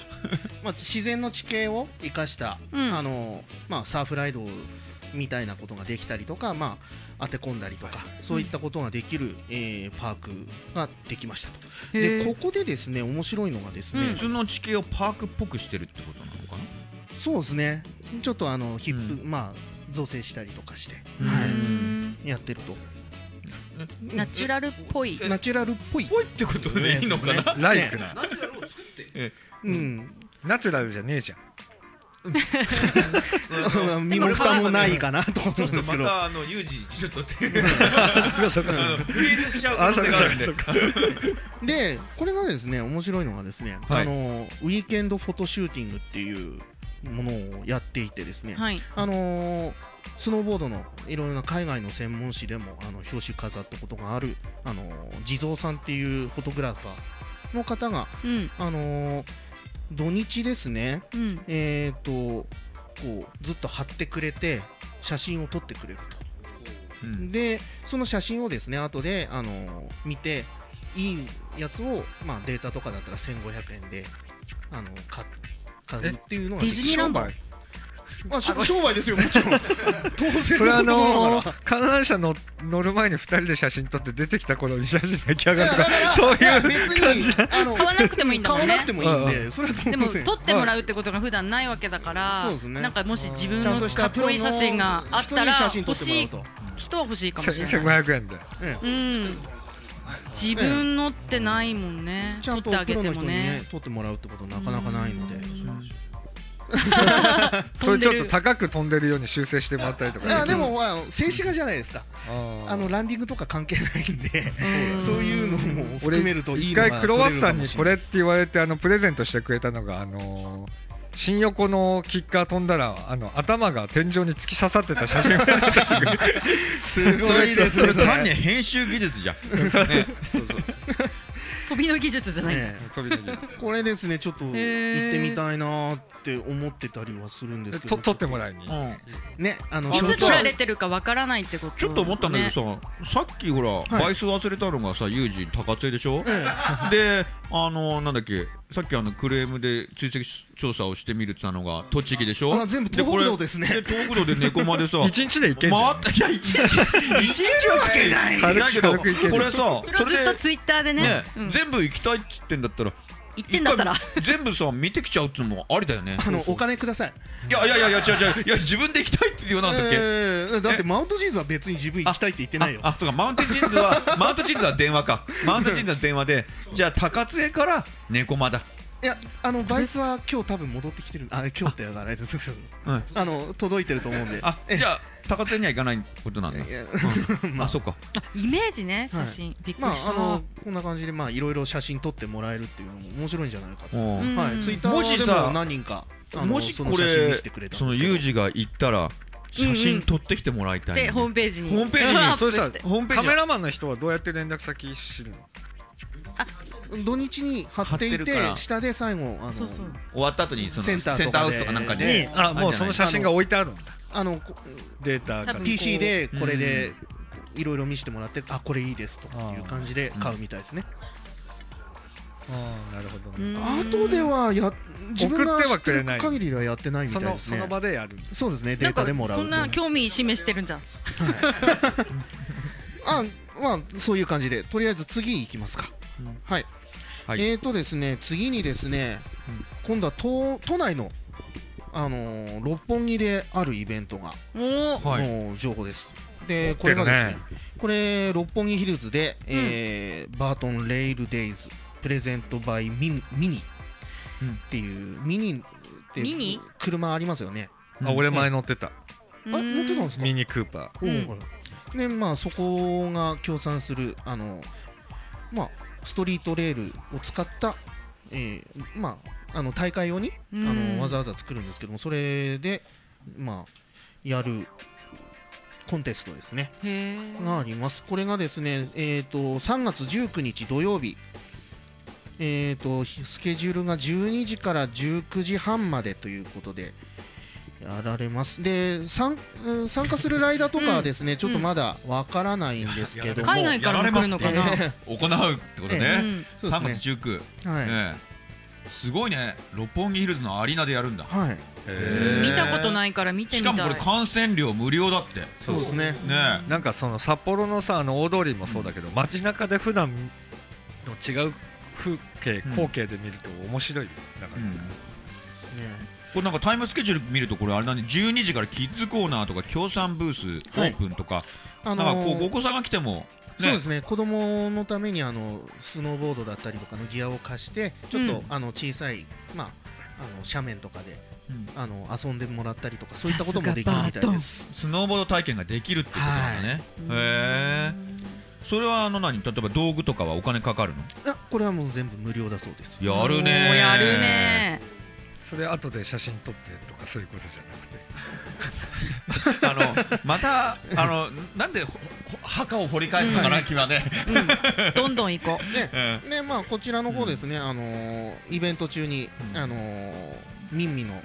Speaker 3: まあ、自然の地形を生かした、
Speaker 1: うん
Speaker 3: あのまあ、サーフライドみたいなことができたりとか、まあ、当て込んだりとか、そういったことができる、えーパークができましたと
Speaker 1: へ
Speaker 3: で
Speaker 1: ー
Speaker 3: ここでですね面白いのがですね、
Speaker 1: うん
Speaker 2: 普通の地形をパークっぽくしてるってことなのかな
Speaker 3: そうですねちょっとあのヒップ、
Speaker 2: う
Speaker 3: まあ、造成したりとかして、
Speaker 2: うん
Speaker 1: うー
Speaker 3: は
Speaker 1: ん
Speaker 3: い、やってると
Speaker 1: ナチュラルっぽい。
Speaker 3: ナチュラルっぽい
Speaker 2: ぽいってことでいいのかな
Speaker 5: ライクな、
Speaker 4: ナチュラルを作って
Speaker 3: うん
Speaker 5: ナチュラルじゃねえじゃん
Speaker 3: 身も蓋もないかなと思
Speaker 2: ちょ
Speaker 3: う
Speaker 2: っ
Speaker 3: んで
Speaker 2: と
Speaker 3: すけ
Speaker 2: ま
Speaker 3: ど
Speaker 2: たあの有事ちょっとって
Speaker 5: そう
Speaker 2: あ
Speaker 5: そうそう
Speaker 2: のフリーズしちゃう可能性があるんで
Speaker 5: あそっか
Speaker 3: でこれがですね面白いのがですね、
Speaker 2: はい
Speaker 3: あのウィーケンドフォトシューティングっていうものをやっていてですね、
Speaker 1: はい。
Speaker 3: あのースノーボードのいろいろな海外の専門誌でもあの表紙飾ったことがある、あのー地蔵さんっていうフォトグラファーの方が、
Speaker 1: うん
Speaker 3: あのー土日ですね、
Speaker 1: うん
Speaker 3: えー、とこうずっと貼ってくれて写真を撮ってくれると。
Speaker 2: うん
Speaker 3: でその写真をですね後であの見ていいやつを、まあ、データとかだったら1500円であの買っ買うっていうのが
Speaker 1: ディズニーランド
Speaker 3: 商売あし商売ですよも ちろん当
Speaker 5: それあ
Speaker 3: 然のことなが
Speaker 5: の
Speaker 3: ら
Speaker 5: ー観覧車の乗る前に2人で写真撮って出てきた頃に写真出来上
Speaker 3: い
Speaker 5: が
Speaker 3: や
Speaker 5: ると
Speaker 3: だ
Speaker 5: か
Speaker 3: から
Speaker 5: そういう
Speaker 3: いや
Speaker 5: 感
Speaker 3: 別
Speaker 5: じ
Speaker 3: にあの
Speaker 1: 買わなくてもいいんだもんね
Speaker 3: 買わなくてもいいん
Speaker 5: う
Speaker 3: でそれは当
Speaker 1: でも
Speaker 3: 然
Speaker 1: 撮ってもらうってことが普段ないわけだから、
Speaker 3: そうですね
Speaker 1: なんかもし自分
Speaker 3: ちゃん
Speaker 1: の
Speaker 3: とし
Speaker 1: か
Speaker 3: た
Speaker 1: っ
Speaker 3: プ
Speaker 1: こ
Speaker 3: ロ
Speaker 1: いい写
Speaker 3: の
Speaker 1: 真があった
Speaker 3: 人に
Speaker 1: ら
Speaker 3: 写真撮
Speaker 1: 欲
Speaker 3: っ
Speaker 1: しい
Speaker 3: てもらうと
Speaker 1: 人は欲しいかもしれない。
Speaker 5: 1500円で
Speaker 3: え
Speaker 1: う
Speaker 3: え
Speaker 1: ん、自分のってないもんね。
Speaker 3: ちゃん
Speaker 1: 撮
Speaker 3: と
Speaker 1: ってあ
Speaker 3: プ
Speaker 1: げ
Speaker 3: ロ
Speaker 1: て
Speaker 3: の
Speaker 1: も
Speaker 3: 人にね
Speaker 1: ね。
Speaker 3: 撮ってもらうってことなかなかないので
Speaker 5: そ
Speaker 1: 飛
Speaker 5: れ
Speaker 1: んで
Speaker 5: ちょっと
Speaker 1: る。
Speaker 5: 高く飛んでるように修正してもらったりと
Speaker 3: い
Speaker 5: か
Speaker 3: やでもあの静止画じゃないですかあ
Speaker 5: あ
Speaker 3: のランディングとか関係ないんで
Speaker 1: ん
Speaker 3: そういうのも含めるといい
Speaker 5: 一
Speaker 3: のが
Speaker 5: 回クロワッサンに
Speaker 3: 撮
Speaker 5: こ
Speaker 3: れ
Speaker 5: れ
Speaker 3: る
Speaker 5: って言われてあのプレゼントしてくれたのがあのー新横のキッカー飛んだらあの頭が天井に突き刺さってた写真を
Speaker 3: かもしれないすごいです
Speaker 2: そ
Speaker 3: ね
Speaker 2: れ
Speaker 3: それ
Speaker 2: 単に編集技術じゃんねそうそう
Speaker 1: 飛びの技術じゃない。
Speaker 3: え
Speaker 5: 飛び抜
Speaker 3: えこれですねちょっと行っ
Speaker 1: ー
Speaker 3: てみたいなーって思ってたりはするんで
Speaker 5: け
Speaker 3: す
Speaker 5: て
Speaker 3: け
Speaker 5: と
Speaker 3: ど
Speaker 5: 撮ってもらいに
Speaker 3: うんねあの
Speaker 1: い
Speaker 3: 初
Speaker 1: つ
Speaker 3: 期
Speaker 1: 撮られてるかわからないってこと、
Speaker 2: ちょっと思ったんだけどささっきほら
Speaker 3: い
Speaker 2: 倍数忘れたのがさ有事高津江でしょ
Speaker 3: え
Speaker 2: であのなんだっけさっきあのクレームで追跡調査をしてみるって言ったのが栃木でしょ
Speaker 3: あ全部東北道ですね
Speaker 2: これで東北道で猫までさ
Speaker 5: 一日で行け
Speaker 2: 回
Speaker 5: ん
Speaker 2: っ
Speaker 5: じ
Speaker 2: た
Speaker 5: ゃん
Speaker 2: いや一日一日は来てない
Speaker 5: 軽く
Speaker 2: だけど
Speaker 5: 軽く行ける
Speaker 2: これさ
Speaker 1: それをずっとツイッターでね
Speaker 2: ね
Speaker 1: うん、
Speaker 2: 全部行きたいっつってんだったら
Speaker 1: 言ってんだったら
Speaker 2: 一回全部さ見てきちゃうっていうのもありだよね
Speaker 3: あのお金ください
Speaker 2: いやいやいやいや違う違ういや自分で行きたいって言うなんだっけ、
Speaker 3: ええだってマウントジーンズは別に自分行きたいって言ってないよ
Speaker 2: ああそうかマウンテンジーンズはマウントジーンズは電話かマウントジーンズは電話でじゃあ高津江から猫間だ
Speaker 3: いやあのバイスは今日多分戻ってきてるあ今日ってあれです
Speaker 2: うん
Speaker 3: あの届いてると思うんで
Speaker 2: あ
Speaker 3: ええ
Speaker 2: じゃあ高津江には行かないことなんだ、
Speaker 3: いや
Speaker 2: うんあそうか
Speaker 1: イメージね写真、びっく
Speaker 3: まあ
Speaker 1: りした、
Speaker 3: あのこんな感じでまあいろいろ写真撮ってもらえるっていうのも面白いんじゃないかと
Speaker 2: うん
Speaker 1: うん
Speaker 3: はいツイッタ
Speaker 2: もし
Speaker 3: ーで
Speaker 2: さ
Speaker 3: も何人かあの
Speaker 2: もし
Speaker 3: そ
Speaker 2: こ
Speaker 3: の写真
Speaker 2: れ
Speaker 3: 見せてくれたんですけ
Speaker 2: そ
Speaker 3: ど
Speaker 2: のユージが行ったら写
Speaker 1: うんう
Speaker 2: 真
Speaker 1: ん
Speaker 2: 撮ってきてもらいたい、
Speaker 1: でホームページに
Speaker 2: ホームページに
Speaker 1: アッ
Speaker 5: そ
Speaker 1: プ
Speaker 5: れさ
Speaker 1: して
Speaker 2: ホームペー
Speaker 5: カ
Speaker 2: ジに
Speaker 5: メラマンの人はどうやって連絡先知るの
Speaker 3: 土日に貼って
Speaker 2: 貼
Speaker 3: いて
Speaker 2: ってるから
Speaker 3: 下で最後あの
Speaker 1: そうそう
Speaker 2: 終わった後にその
Speaker 3: センターとかで
Speaker 2: セハウスとかなんか
Speaker 3: ね
Speaker 2: で
Speaker 5: にあもうその写真が置いてあるんだ
Speaker 3: あのこ
Speaker 5: データ
Speaker 1: 多
Speaker 5: が
Speaker 1: 分
Speaker 3: PC でこれで
Speaker 2: う
Speaker 3: いろいろ見せてもらってあこれいいですとかっていう感じで買うみたいですね
Speaker 5: あーなるほど
Speaker 1: う
Speaker 5: ね
Speaker 1: ん
Speaker 3: 後ではや自分が
Speaker 5: 送って
Speaker 3: 知
Speaker 5: は
Speaker 3: って
Speaker 5: くれ
Speaker 3: る
Speaker 5: ない
Speaker 3: 限りではやってないみた
Speaker 5: そ
Speaker 3: いで
Speaker 5: の
Speaker 3: す
Speaker 5: その
Speaker 3: ね
Speaker 5: 場でやる
Speaker 3: そうですねデ
Speaker 1: な
Speaker 3: ー
Speaker 1: んか
Speaker 3: タでもらう
Speaker 1: そんな興味示してるんじゃん
Speaker 3: あまあそういう感じでとりあえず次行きますか、
Speaker 2: うん
Speaker 3: はい、
Speaker 2: はい
Speaker 3: えーとですね次にですね、
Speaker 2: うん
Speaker 3: 今度は都都内のあのー六本木であるイベントが
Speaker 1: おー
Speaker 2: はい
Speaker 3: の情報です。で、
Speaker 5: 持
Speaker 3: こ
Speaker 5: って
Speaker 3: れ
Speaker 5: るね
Speaker 3: がですね、これ六本木ヒルズで、えーバートンレイルデイズプレゼントバイミニミニ
Speaker 2: うん
Speaker 3: っていうミニって
Speaker 1: ミニ
Speaker 3: 車ありますよね。
Speaker 2: うん
Speaker 5: あ俺前乗ってた
Speaker 1: う
Speaker 3: あ、
Speaker 1: ん
Speaker 3: 持ってたんですか。
Speaker 5: ミニクーパー
Speaker 3: おー
Speaker 1: うん
Speaker 3: これで、まあそこが協賛するあのまあストリートレールを使った、えーまああの大会用にあ
Speaker 1: うん
Speaker 3: のわざわざ作るんですけどもそれでまあやるコンテストですね。
Speaker 1: へ
Speaker 3: があります。これがですね、えー、と3月19日土曜日、えー、とスケジュールが12時から19時半までということでやられます。で参うん参加するライダーとかはですね、ちょっとまだわからないんですけど
Speaker 1: え
Speaker 3: も、
Speaker 1: 海外からも来るのかな、
Speaker 3: やられますね
Speaker 2: 行うってこと
Speaker 1: う
Speaker 2: ね、
Speaker 1: ん
Speaker 3: そうで
Speaker 2: 3
Speaker 3: す
Speaker 2: 月
Speaker 3: ね。
Speaker 2: 19、
Speaker 3: はい、
Speaker 2: ねえすごいね六本木ヒルズのアリーナでやるんだ
Speaker 3: はい、
Speaker 2: へー
Speaker 1: 見たことないから見て
Speaker 2: し
Speaker 1: みた
Speaker 2: か
Speaker 1: い
Speaker 2: もこれ感染料無料だってね
Speaker 3: そうですね。
Speaker 2: え
Speaker 5: なんかその札幌のさあの大通りもそうだけど、街中で普段の違う風景
Speaker 2: うん
Speaker 5: 光景で見ると面白いよなんか、
Speaker 2: うん
Speaker 3: ね
Speaker 2: これなんかタイムスケジュール見るとこれあれだね12時からキッズコーナーとか協賛ブースオ
Speaker 3: はい
Speaker 2: ープンとか、
Speaker 3: あの
Speaker 2: な
Speaker 3: ー
Speaker 2: んかこうお子さんが来ても
Speaker 3: そう
Speaker 2: ね
Speaker 3: ですね子供のためにあのスノーボードだったりとかのギアを貸してちょっと、
Speaker 1: うん
Speaker 3: あの小さい、まあ、あの斜面とかで
Speaker 2: うん
Speaker 3: あの遊んでもらったりとかそういったこともできるみたいです。
Speaker 2: スノーボード体験ができるってことなんだね、へえそれはあの何例えば道具とかはお金か かるの
Speaker 3: いやこれはもう全部無料だそうです。
Speaker 2: やるね
Speaker 1: おーやるね
Speaker 5: それ後で写真撮ってとかそういうことじゃなくて
Speaker 2: あのまたあのなんでほほ墓を掘り返すのかな君はね、
Speaker 1: うんどんどん行こう
Speaker 3: ね
Speaker 2: うん
Speaker 3: ねまあこちらの方ですね、あのーイベント中に、
Speaker 2: うん
Speaker 3: あのーミンミの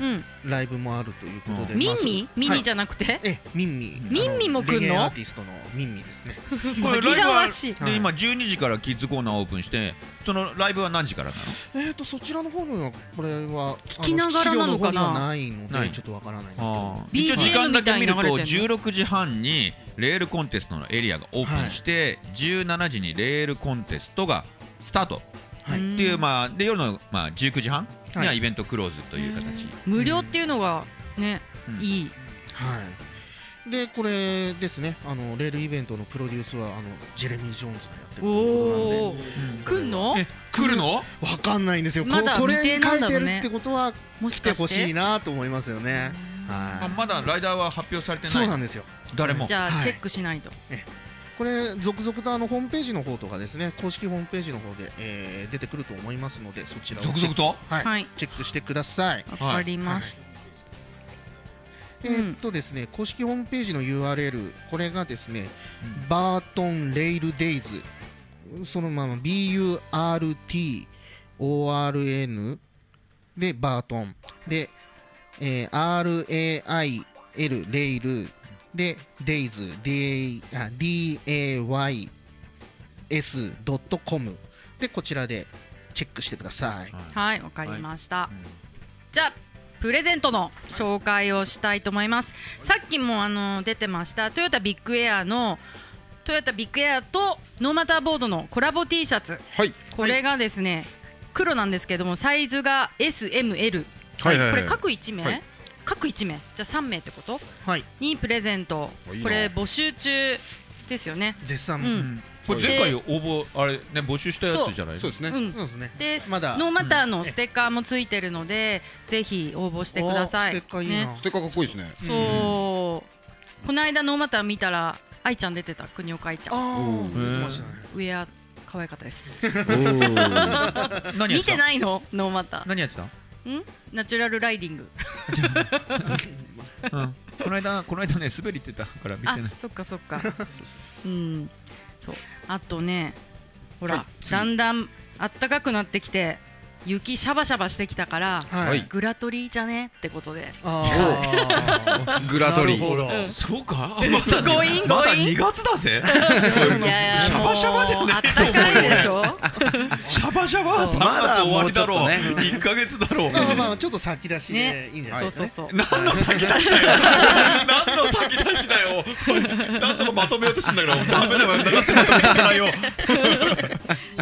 Speaker 1: うん、
Speaker 3: ライブもあるということで、
Speaker 2: うん
Speaker 1: ミ
Speaker 3: ま
Speaker 1: ン
Speaker 3: あ
Speaker 1: ミミニじゃなくて、
Speaker 3: ええミンミ
Speaker 1: ミンミも来んの
Speaker 3: レゲエアーティストのミンミですね
Speaker 2: こ れ
Speaker 1: 紛ら
Speaker 2: は
Speaker 1: わしい
Speaker 3: は
Speaker 2: で
Speaker 3: い
Speaker 2: 今12時からキッズコーナーオープンしてそのライブは何時からな
Speaker 3: えーとそちらの方のはこれは
Speaker 1: 聞きながらなのかな
Speaker 3: あ資料の方にはないの
Speaker 2: ない
Speaker 3: でちょっとわからないんですけ
Speaker 2: の
Speaker 3: ど
Speaker 2: あー
Speaker 1: BGM
Speaker 2: 一応時間だけ見ると
Speaker 1: みたいに流れ
Speaker 2: 16時半にレールコンテストのエリアがオープンして、17時にレールコンテストがスタート
Speaker 3: はい
Speaker 1: ん
Speaker 2: っていう、まあで夜の、まあ、19時半にはイベントクローズという形、
Speaker 1: 無料っていうのがね、
Speaker 2: うん
Speaker 1: いい
Speaker 3: はいでこれですねあのレールイベントのプロデュースはあのジェレミー・ジョーンズがやってるということなん
Speaker 1: お
Speaker 3: で
Speaker 1: ー
Speaker 2: うん
Speaker 1: 来んの
Speaker 2: え来るの
Speaker 3: わかんないんですよ、
Speaker 1: まだ
Speaker 3: ここれ
Speaker 1: 未定
Speaker 3: に
Speaker 1: な
Speaker 3: 書
Speaker 1: ん
Speaker 3: い
Speaker 1: だ
Speaker 3: て
Speaker 1: ろう
Speaker 3: る
Speaker 1: ね
Speaker 3: ってことは
Speaker 1: も
Speaker 3: 来
Speaker 1: してか
Speaker 3: ほ
Speaker 1: して
Speaker 3: しいなと思いますよねは
Speaker 2: あまだライダーは発表されて
Speaker 3: い
Speaker 2: な
Speaker 3: そう
Speaker 2: い
Speaker 3: なんですよ
Speaker 2: 誰も
Speaker 1: じゃあ
Speaker 3: はい
Speaker 1: チェックしないと、
Speaker 3: これ続々とあのホームページの方とかですね公式ホームページの方で、えー出てくると思いますのでそちらを
Speaker 2: 続々と
Speaker 3: はい、
Speaker 1: はい
Speaker 3: チェックしてください、
Speaker 1: わかりました、
Speaker 3: え
Speaker 1: うん
Speaker 3: ーっとですね公式ホームページの URL これがですね、バートンレイルデイズそのまま BURTORN でバートンで、えー RAIL レイルでデイズ DAYS.com でこちらでチェックしてください
Speaker 1: はい、わかりました。じゃあプレゼントの紹介をしたいと思います。さっきもあの出てましたトヨタビッグエアのトヨタビッグエアとノーマターボードのコラボ T シャツ、
Speaker 4: はい
Speaker 1: これがですね、黒なんですけどもサイズが SML、
Speaker 4: はいはいは
Speaker 1: これ
Speaker 4: い
Speaker 1: 各1名、
Speaker 4: はい
Speaker 1: 各1名じゃあ3名ってこと
Speaker 3: はい
Speaker 1: にプレゼント
Speaker 4: いいな
Speaker 1: これ募集中ですよね。
Speaker 3: 絶賛、
Speaker 1: うん
Speaker 2: これ前回応募あれね募集したやつじゃない
Speaker 4: そうですね、
Speaker 1: うん
Speaker 3: そうですね
Speaker 1: で
Speaker 3: まだ
Speaker 1: ノーマターのステッカーもついてるので、ぜひ応募してください。
Speaker 3: おーステッカーいいな
Speaker 1: ね
Speaker 4: ステッカーかっこいいですね
Speaker 1: そう、この間ノーマター見たら愛ちゃん出てた国岡愛ちゃん
Speaker 3: ああ
Speaker 2: うん
Speaker 3: 出てましたね
Speaker 1: ウェア可愛かったです
Speaker 2: 何やっ
Speaker 1: 見
Speaker 2: て
Speaker 1: て
Speaker 2: た
Speaker 1: ないのノーマター
Speaker 2: 何やってた
Speaker 1: ナチュラルライディング
Speaker 2: うんこの間この間ね滑りってたから見て
Speaker 1: あ
Speaker 2: ない
Speaker 1: そっかそっかうんそうあとねほら、だんだん暖かくなってきて雪シャバシャバしてきたから
Speaker 3: は
Speaker 4: はい
Speaker 3: い
Speaker 1: グラトリーじゃねってことで
Speaker 3: あ
Speaker 4: グ
Speaker 3: あ
Speaker 4: ラトリ
Speaker 3: なるほど
Speaker 2: そ うかまだ
Speaker 1: 強引
Speaker 2: ま
Speaker 1: 強
Speaker 2: だ
Speaker 1: 引
Speaker 2: 2月だぜ
Speaker 1: いや
Speaker 2: シャバシャバじゃねえと
Speaker 1: あった
Speaker 2: 思うよ
Speaker 1: かいでしょ
Speaker 2: シャバシャバ
Speaker 1: そう
Speaker 2: 3月終わりだろう
Speaker 4: まだもうちょっと
Speaker 2: 1か月だろう
Speaker 3: まあまあまあちょっと先出し
Speaker 1: ね
Speaker 3: でいいんじゃない
Speaker 1: そう
Speaker 3: です
Speaker 1: そ
Speaker 3: か
Speaker 1: う
Speaker 3: ね
Speaker 1: そう
Speaker 2: 何の先出しだよ 何の先出しだよ 何とかまとめようとしてんだけどダメだよだからまとめさせ ないよ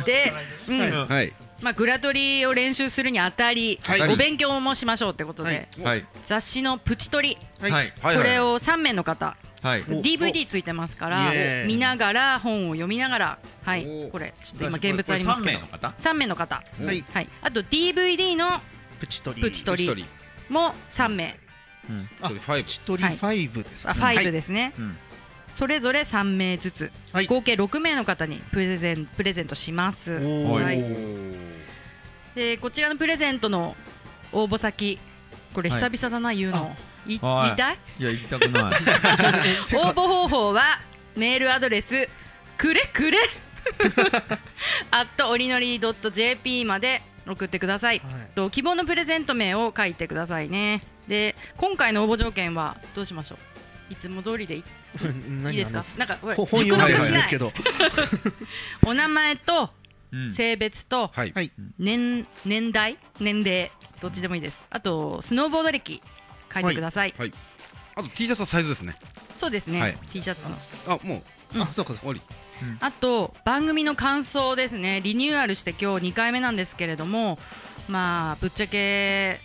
Speaker 1: で、うん
Speaker 3: はい
Speaker 4: ーはい
Speaker 1: まあ、グラトリを練習するにあたり、
Speaker 3: はい
Speaker 1: お勉強もしましょうってことで、
Speaker 3: はい
Speaker 2: はい
Speaker 1: 雑誌の「プチトリ
Speaker 2: は
Speaker 3: はいい
Speaker 2: はい」
Speaker 4: はいはい
Speaker 1: これを3名の方
Speaker 2: はい
Speaker 3: お
Speaker 1: DVD ついてますから
Speaker 3: イエーイ
Speaker 1: 見ながら本を読みながらはい
Speaker 4: お
Speaker 1: これちょっと今現物ありますけど
Speaker 2: これこれ三名の方
Speaker 1: 3名の方
Speaker 4: お
Speaker 3: はい
Speaker 1: はい、あと DVD の
Speaker 3: プチトリ
Speaker 1: プチト
Speaker 4: 一人
Speaker 1: リも3名
Speaker 2: うん
Speaker 3: あ
Speaker 4: それファイブ
Speaker 3: プチトリファイブです
Speaker 1: あ
Speaker 3: ね
Speaker 1: 5
Speaker 3: はい
Speaker 1: ですね、
Speaker 2: うん
Speaker 1: それぞれ3名ずつ、
Speaker 3: はい
Speaker 1: 合計6名の方にプレゼンプレゼントします
Speaker 3: お
Speaker 2: ー
Speaker 1: はい
Speaker 4: おー
Speaker 1: でこちらのプレゼントの応募先これ
Speaker 2: はい
Speaker 1: 久々だな言うの、い
Speaker 2: はい
Speaker 1: 言いたい
Speaker 2: いや行きたく ない
Speaker 1: 応募方法はメールアドレスくれ くれ at おりのり .jp まで送ってください、
Speaker 3: はい
Speaker 1: と希望のプレゼント名を書いてくださいねで今回の応募条件はどうしましょういつも通りでいいいい
Speaker 3: 何
Speaker 1: ですか
Speaker 3: あ
Speaker 1: なんかほ
Speaker 3: の
Speaker 1: ら
Speaker 3: ほ
Speaker 1: 熟
Speaker 3: 本
Speaker 1: 読しない、
Speaker 3: 読んでないんですけど
Speaker 1: お名前と
Speaker 2: うん
Speaker 1: 性別と
Speaker 4: はい
Speaker 3: はい
Speaker 1: 年年代年齢どっちでもいいですあとスノーボード歴書いてください、
Speaker 4: はいあと T シャツはサイズですね
Speaker 1: そうですね、
Speaker 4: はい
Speaker 1: T シャツの
Speaker 4: あもう
Speaker 3: あそうかそうか
Speaker 4: 終わり
Speaker 1: あと番組の感想ですねリニューアルして今日2回目なんですけれどもまあぶっちゃけ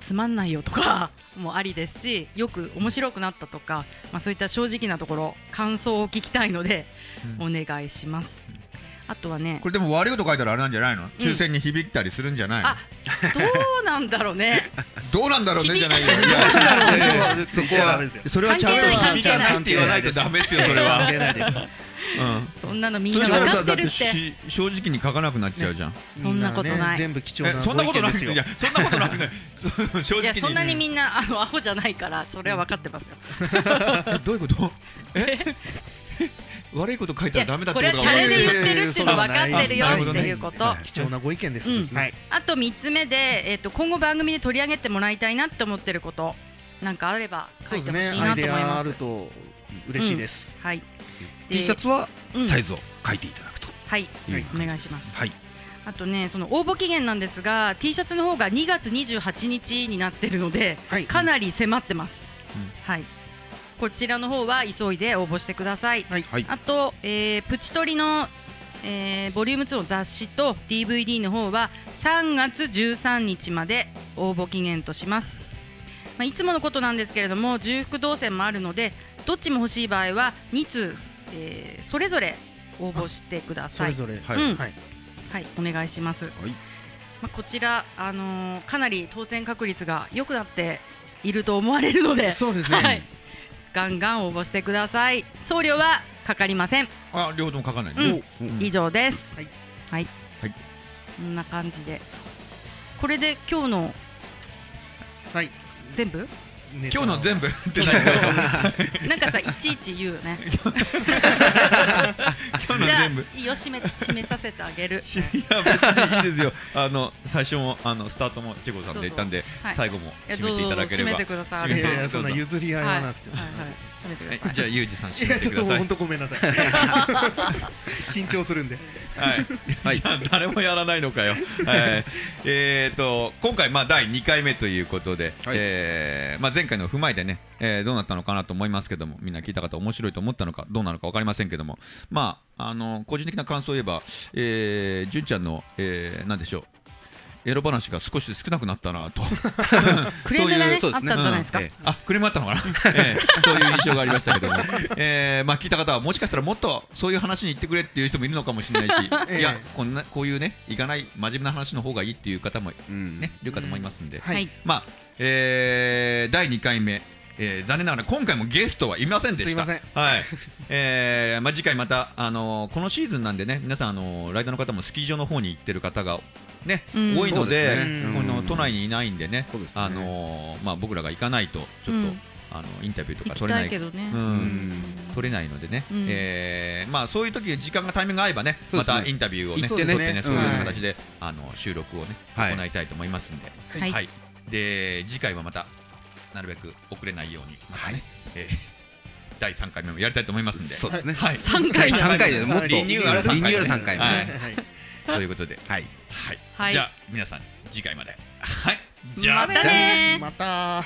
Speaker 1: つまんないよとか もありですしよく面白くなったとか、まあ、そういった正直なところ感想を聞きたいので、
Speaker 2: う
Speaker 1: お願いしますあとはね
Speaker 2: これでも悪いこと書いたらあれなんじゃないの抽選に響いたりするんじゃないの、
Speaker 1: あどうなんだろう ね
Speaker 2: どうなんだろうね
Speaker 1: 響い
Speaker 2: じゃないよいやいやいやそこ
Speaker 3: 言っちゃダ
Speaker 2: は
Speaker 3: メですよ
Speaker 2: それはちゃんと
Speaker 1: 関係
Speaker 2: 響か
Speaker 1: ない
Speaker 2: ないって言わないとダメですよそれは
Speaker 3: 関係ないです
Speaker 2: うん
Speaker 1: そんなのみん
Speaker 2: そ
Speaker 1: な
Speaker 2: れ
Speaker 1: 分
Speaker 2: なら
Speaker 1: か
Speaker 2: さ
Speaker 1: っ
Speaker 2: だ
Speaker 1: て
Speaker 2: っ
Speaker 1: るってて
Speaker 2: し正直に書かなくなっちゃうじゃん
Speaker 1: そんなこと
Speaker 3: みん
Speaker 1: ない
Speaker 3: ね全部貴重
Speaker 2: え
Speaker 3: な
Speaker 2: そんなこと
Speaker 3: ご意
Speaker 2: なく
Speaker 3: 見です
Speaker 2: て
Speaker 3: よ
Speaker 2: いや そんなことなくないそ正
Speaker 1: いやそんな
Speaker 2: 直
Speaker 1: にみ
Speaker 2: に
Speaker 1: んなあのアホじゃないからそれは分かってますよ
Speaker 2: どういうこと え悪いこと書い
Speaker 1: い
Speaker 2: たら
Speaker 1: や
Speaker 2: ダメだっ
Speaker 1: こ
Speaker 2: てこ
Speaker 1: れは
Speaker 2: と
Speaker 1: シ
Speaker 2: が
Speaker 1: ャ
Speaker 2: 分か
Speaker 1: レ
Speaker 2: る
Speaker 1: で言ってるっていうの分かってるよ
Speaker 2: いやいやいや
Speaker 1: っていうこ
Speaker 2: なるほど
Speaker 1: と
Speaker 2: ね
Speaker 3: 貴重なご意見です、
Speaker 1: うん
Speaker 3: はい
Speaker 1: あと3つ目で、えっと今後番組で取り上げてもらいたいなって思ってることなんかあれば書
Speaker 3: そう
Speaker 1: い
Speaker 3: で
Speaker 1: て
Speaker 3: す
Speaker 1: ほし
Speaker 3: ね
Speaker 1: いな
Speaker 3: アイ
Speaker 1: と思い
Speaker 3: デア
Speaker 1: ま
Speaker 3: あ
Speaker 1: す
Speaker 3: ると嬉しいです、
Speaker 1: はい
Speaker 4: T シャツは
Speaker 1: うん
Speaker 4: サイズを書いていただくと
Speaker 1: はい
Speaker 4: いう
Speaker 1: お願いします
Speaker 4: はい
Speaker 1: あとねその応募期限なんですが T シャツの方が2月28日になってるので
Speaker 3: はい
Speaker 1: かなり迫ってます、
Speaker 2: うん
Speaker 1: はいこちらの方は急いで応募してください
Speaker 3: はい
Speaker 4: はい
Speaker 1: あと、えープチトリの、えーボリューム2の雑誌と DVD の方は3月13日まで応募期限とします、まあ、いつものことなんですけれども重複動線もあるのでどっちも欲しい場合は2通、えーそれぞれ応募してくだ
Speaker 3: そ
Speaker 1: さ
Speaker 3: れ
Speaker 1: い
Speaker 3: ぞれ、
Speaker 4: はい
Speaker 1: うん
Speaker 3: はい
Speaker 1: はいお願いします、まあ、こちら、あのーかなり当選確率が良くなっていると思われるので
Speaker 3: そうですね、
Speaker 1: はい、ガンガン応募してください送料はかかりません
Speaker 2: あ両方とも書かない
Speaker 1: うん
Speaker 2: ね
Speaker 1: 以上です。
Speaker 3: はい。
Speaker 1: はい。
Speaker 2: はい
Speaker 1: こんな感じで。これで今日の
Speaker 3: はい
Speaker 1: 全部？
Speaker 3: ネタ
Speaker 2: 今日
Speaker 3: を
Speaker 2: の全部ってない
Speaker 1: なんかさ、いちいち言うよね。
Speaker 2: 今日の
Speaker 1: じゃあ
Speaker 2: 全部
Speaker 1: いいよ締め締めさせてあげる。
Speaker 2: いや別にいいですよ。あの最初もあのスタートもチェコさんでいたんで、
Speaker 1: はい
Speaker 2: 最後も
Speaker 1: いや
Speaker 2: 締
Speaker 1: ど
Speaker 2: め
Speaker 1: う
Speaker 2: てい
Speaker 1: ぞど
Speaker 2: た
Speaker 1: うぞ
Speaker 2: だけ
Speaker 1: 締
Speaker 2: れば。
Speaker 1: め
Speaker 2: は
Speaker 1: て
Speaker 2: い
Speaker 1: くださ
Speaker 2: 締
Speaker 1: い。
Speaker 2: めて
Speaker 3: い
Speaker 1: は
Speaker 3: やいやそんな譲り合
Speaker 1: い
Speaker 3: いはなくても、
Speaker 1: はいはい締めてください。
Speaker 2: じゃあゆうじさん
Speaker 3: い
Speaker 2: 締め
Speaker 3: や
Speaker 2: て
Speaker 3: ちょ
Speaker 2: く
Speaker 3: っ
Speaker 2: だ
Speaker 3: ともう
Speaker 2: さい。
Speaker 3: 本当ごめんな さい緊張するんで
Speaker 2: はい。はい、や誰もやらないのかよ。はい。えっと今回まあ第2回目ということで、
Speaker 4: はい
Speaker 2: えーまあ前回のを踏まえてね、えーどうなったのかなと思いますけども、みんな聞いた方面白いと思ったのかどうなのかわかりませんけども、まああの個人的な感想を言えば、えー、純ちゃんの、えー、なんでしょう。エロ話が少し少なくなったなと。
Speaker 1: クレームがね
Speaker 4: そういうそう
Speaker 1: あっ
Speaker 4: ですね
Speaker 1: たんじゃないですか
Speaker 2: うんえ。えあクレームあったのかな、 ええそういう印象がありましたけども、 ええまあ、聞いた方はもしかしたらもっとそういう話に行ってくれっていう人もいるのかもしれ ないし、
Speaker 3: ええ
Speaker 2: いやこんなこういうね行かない真面目な話の方がいいっていう方も、ね
Speaker 4: うん
Speaker 2: いるかと思いますんで、
Speaker 3: はい、
Speaker 1: はい
Speaker 2: まあええ第2回目、ええ残念ながら今回もゲストはいませんでした。
Speaker 3: すいません
Speaker 2: はい ええまあ、次回また、あのこのシーズンなんでね皆さん、あのライダーの方もスキー場の方に行ってる方が、ね
Speaker 1: うん
Speaker 2: 多いので
Speaker 3: で
Speaker 4: そう
Speaker 3: すね
Speaker 2: この
Speaker 4: うん
Speaker 2: 都内にいないんでね
Speaker 4: そうですね
Speaker 2: あのまあ、僕らが行かないとちょっと、
Speaker 1: うん
Speaker 2: あのインタビューと
Speaker 1: 行
Speaker 2: か
Speaker 1: き
Speaker 2: 取れ
Speaker 1: た
Speaker 2: ない
Speaker 1: いけどね
Speaker 2: う。、
Speaker 4: うんん
Speaker 2: 取れないのでね、
Speaker 1: うん
Speaker 2: えーまあ、そういう時時間がタイミングが合えばね
Speaker 4: そう
Speaker 2: ま
Speaker 4: ですね
Speaker 2: たインタビューをね
Speaker 4: 行
Speaker 3: ってね
Speaker 2: 取ってねそう
Speaker 4: うん
Speaker 2: いう形で、あの収録をね、
Speaker 4: はい
Speaker 2: 行いたいと思いますんで,、
Speaker 1: はい
Speaker 2: で次回はまたなるべく遅れないようにまたね、えー 第3回目もやりたいと思いますんで。
Speaker 4: そうですね
Speaker 2: はい、
Speaker 1: 三回目
Speaker 4: 3回でもっと
Speaker 2: リニューアル三回
Speaker 4: リニューアル三回目
Speaker 2: は
Speaker 3: はい
Speaker 2: い
Speaker 3: はい
Speaker 2: ということで、
Speaker 4: はい
Speaker 2: はい
Speaker 1: はい
Speaker 2: じゃあ皆さん次回まで。はい、じゃあ
Speaker 1: ま
Speaker 2: ね
Speaker 1: たね。
Speaker 3: また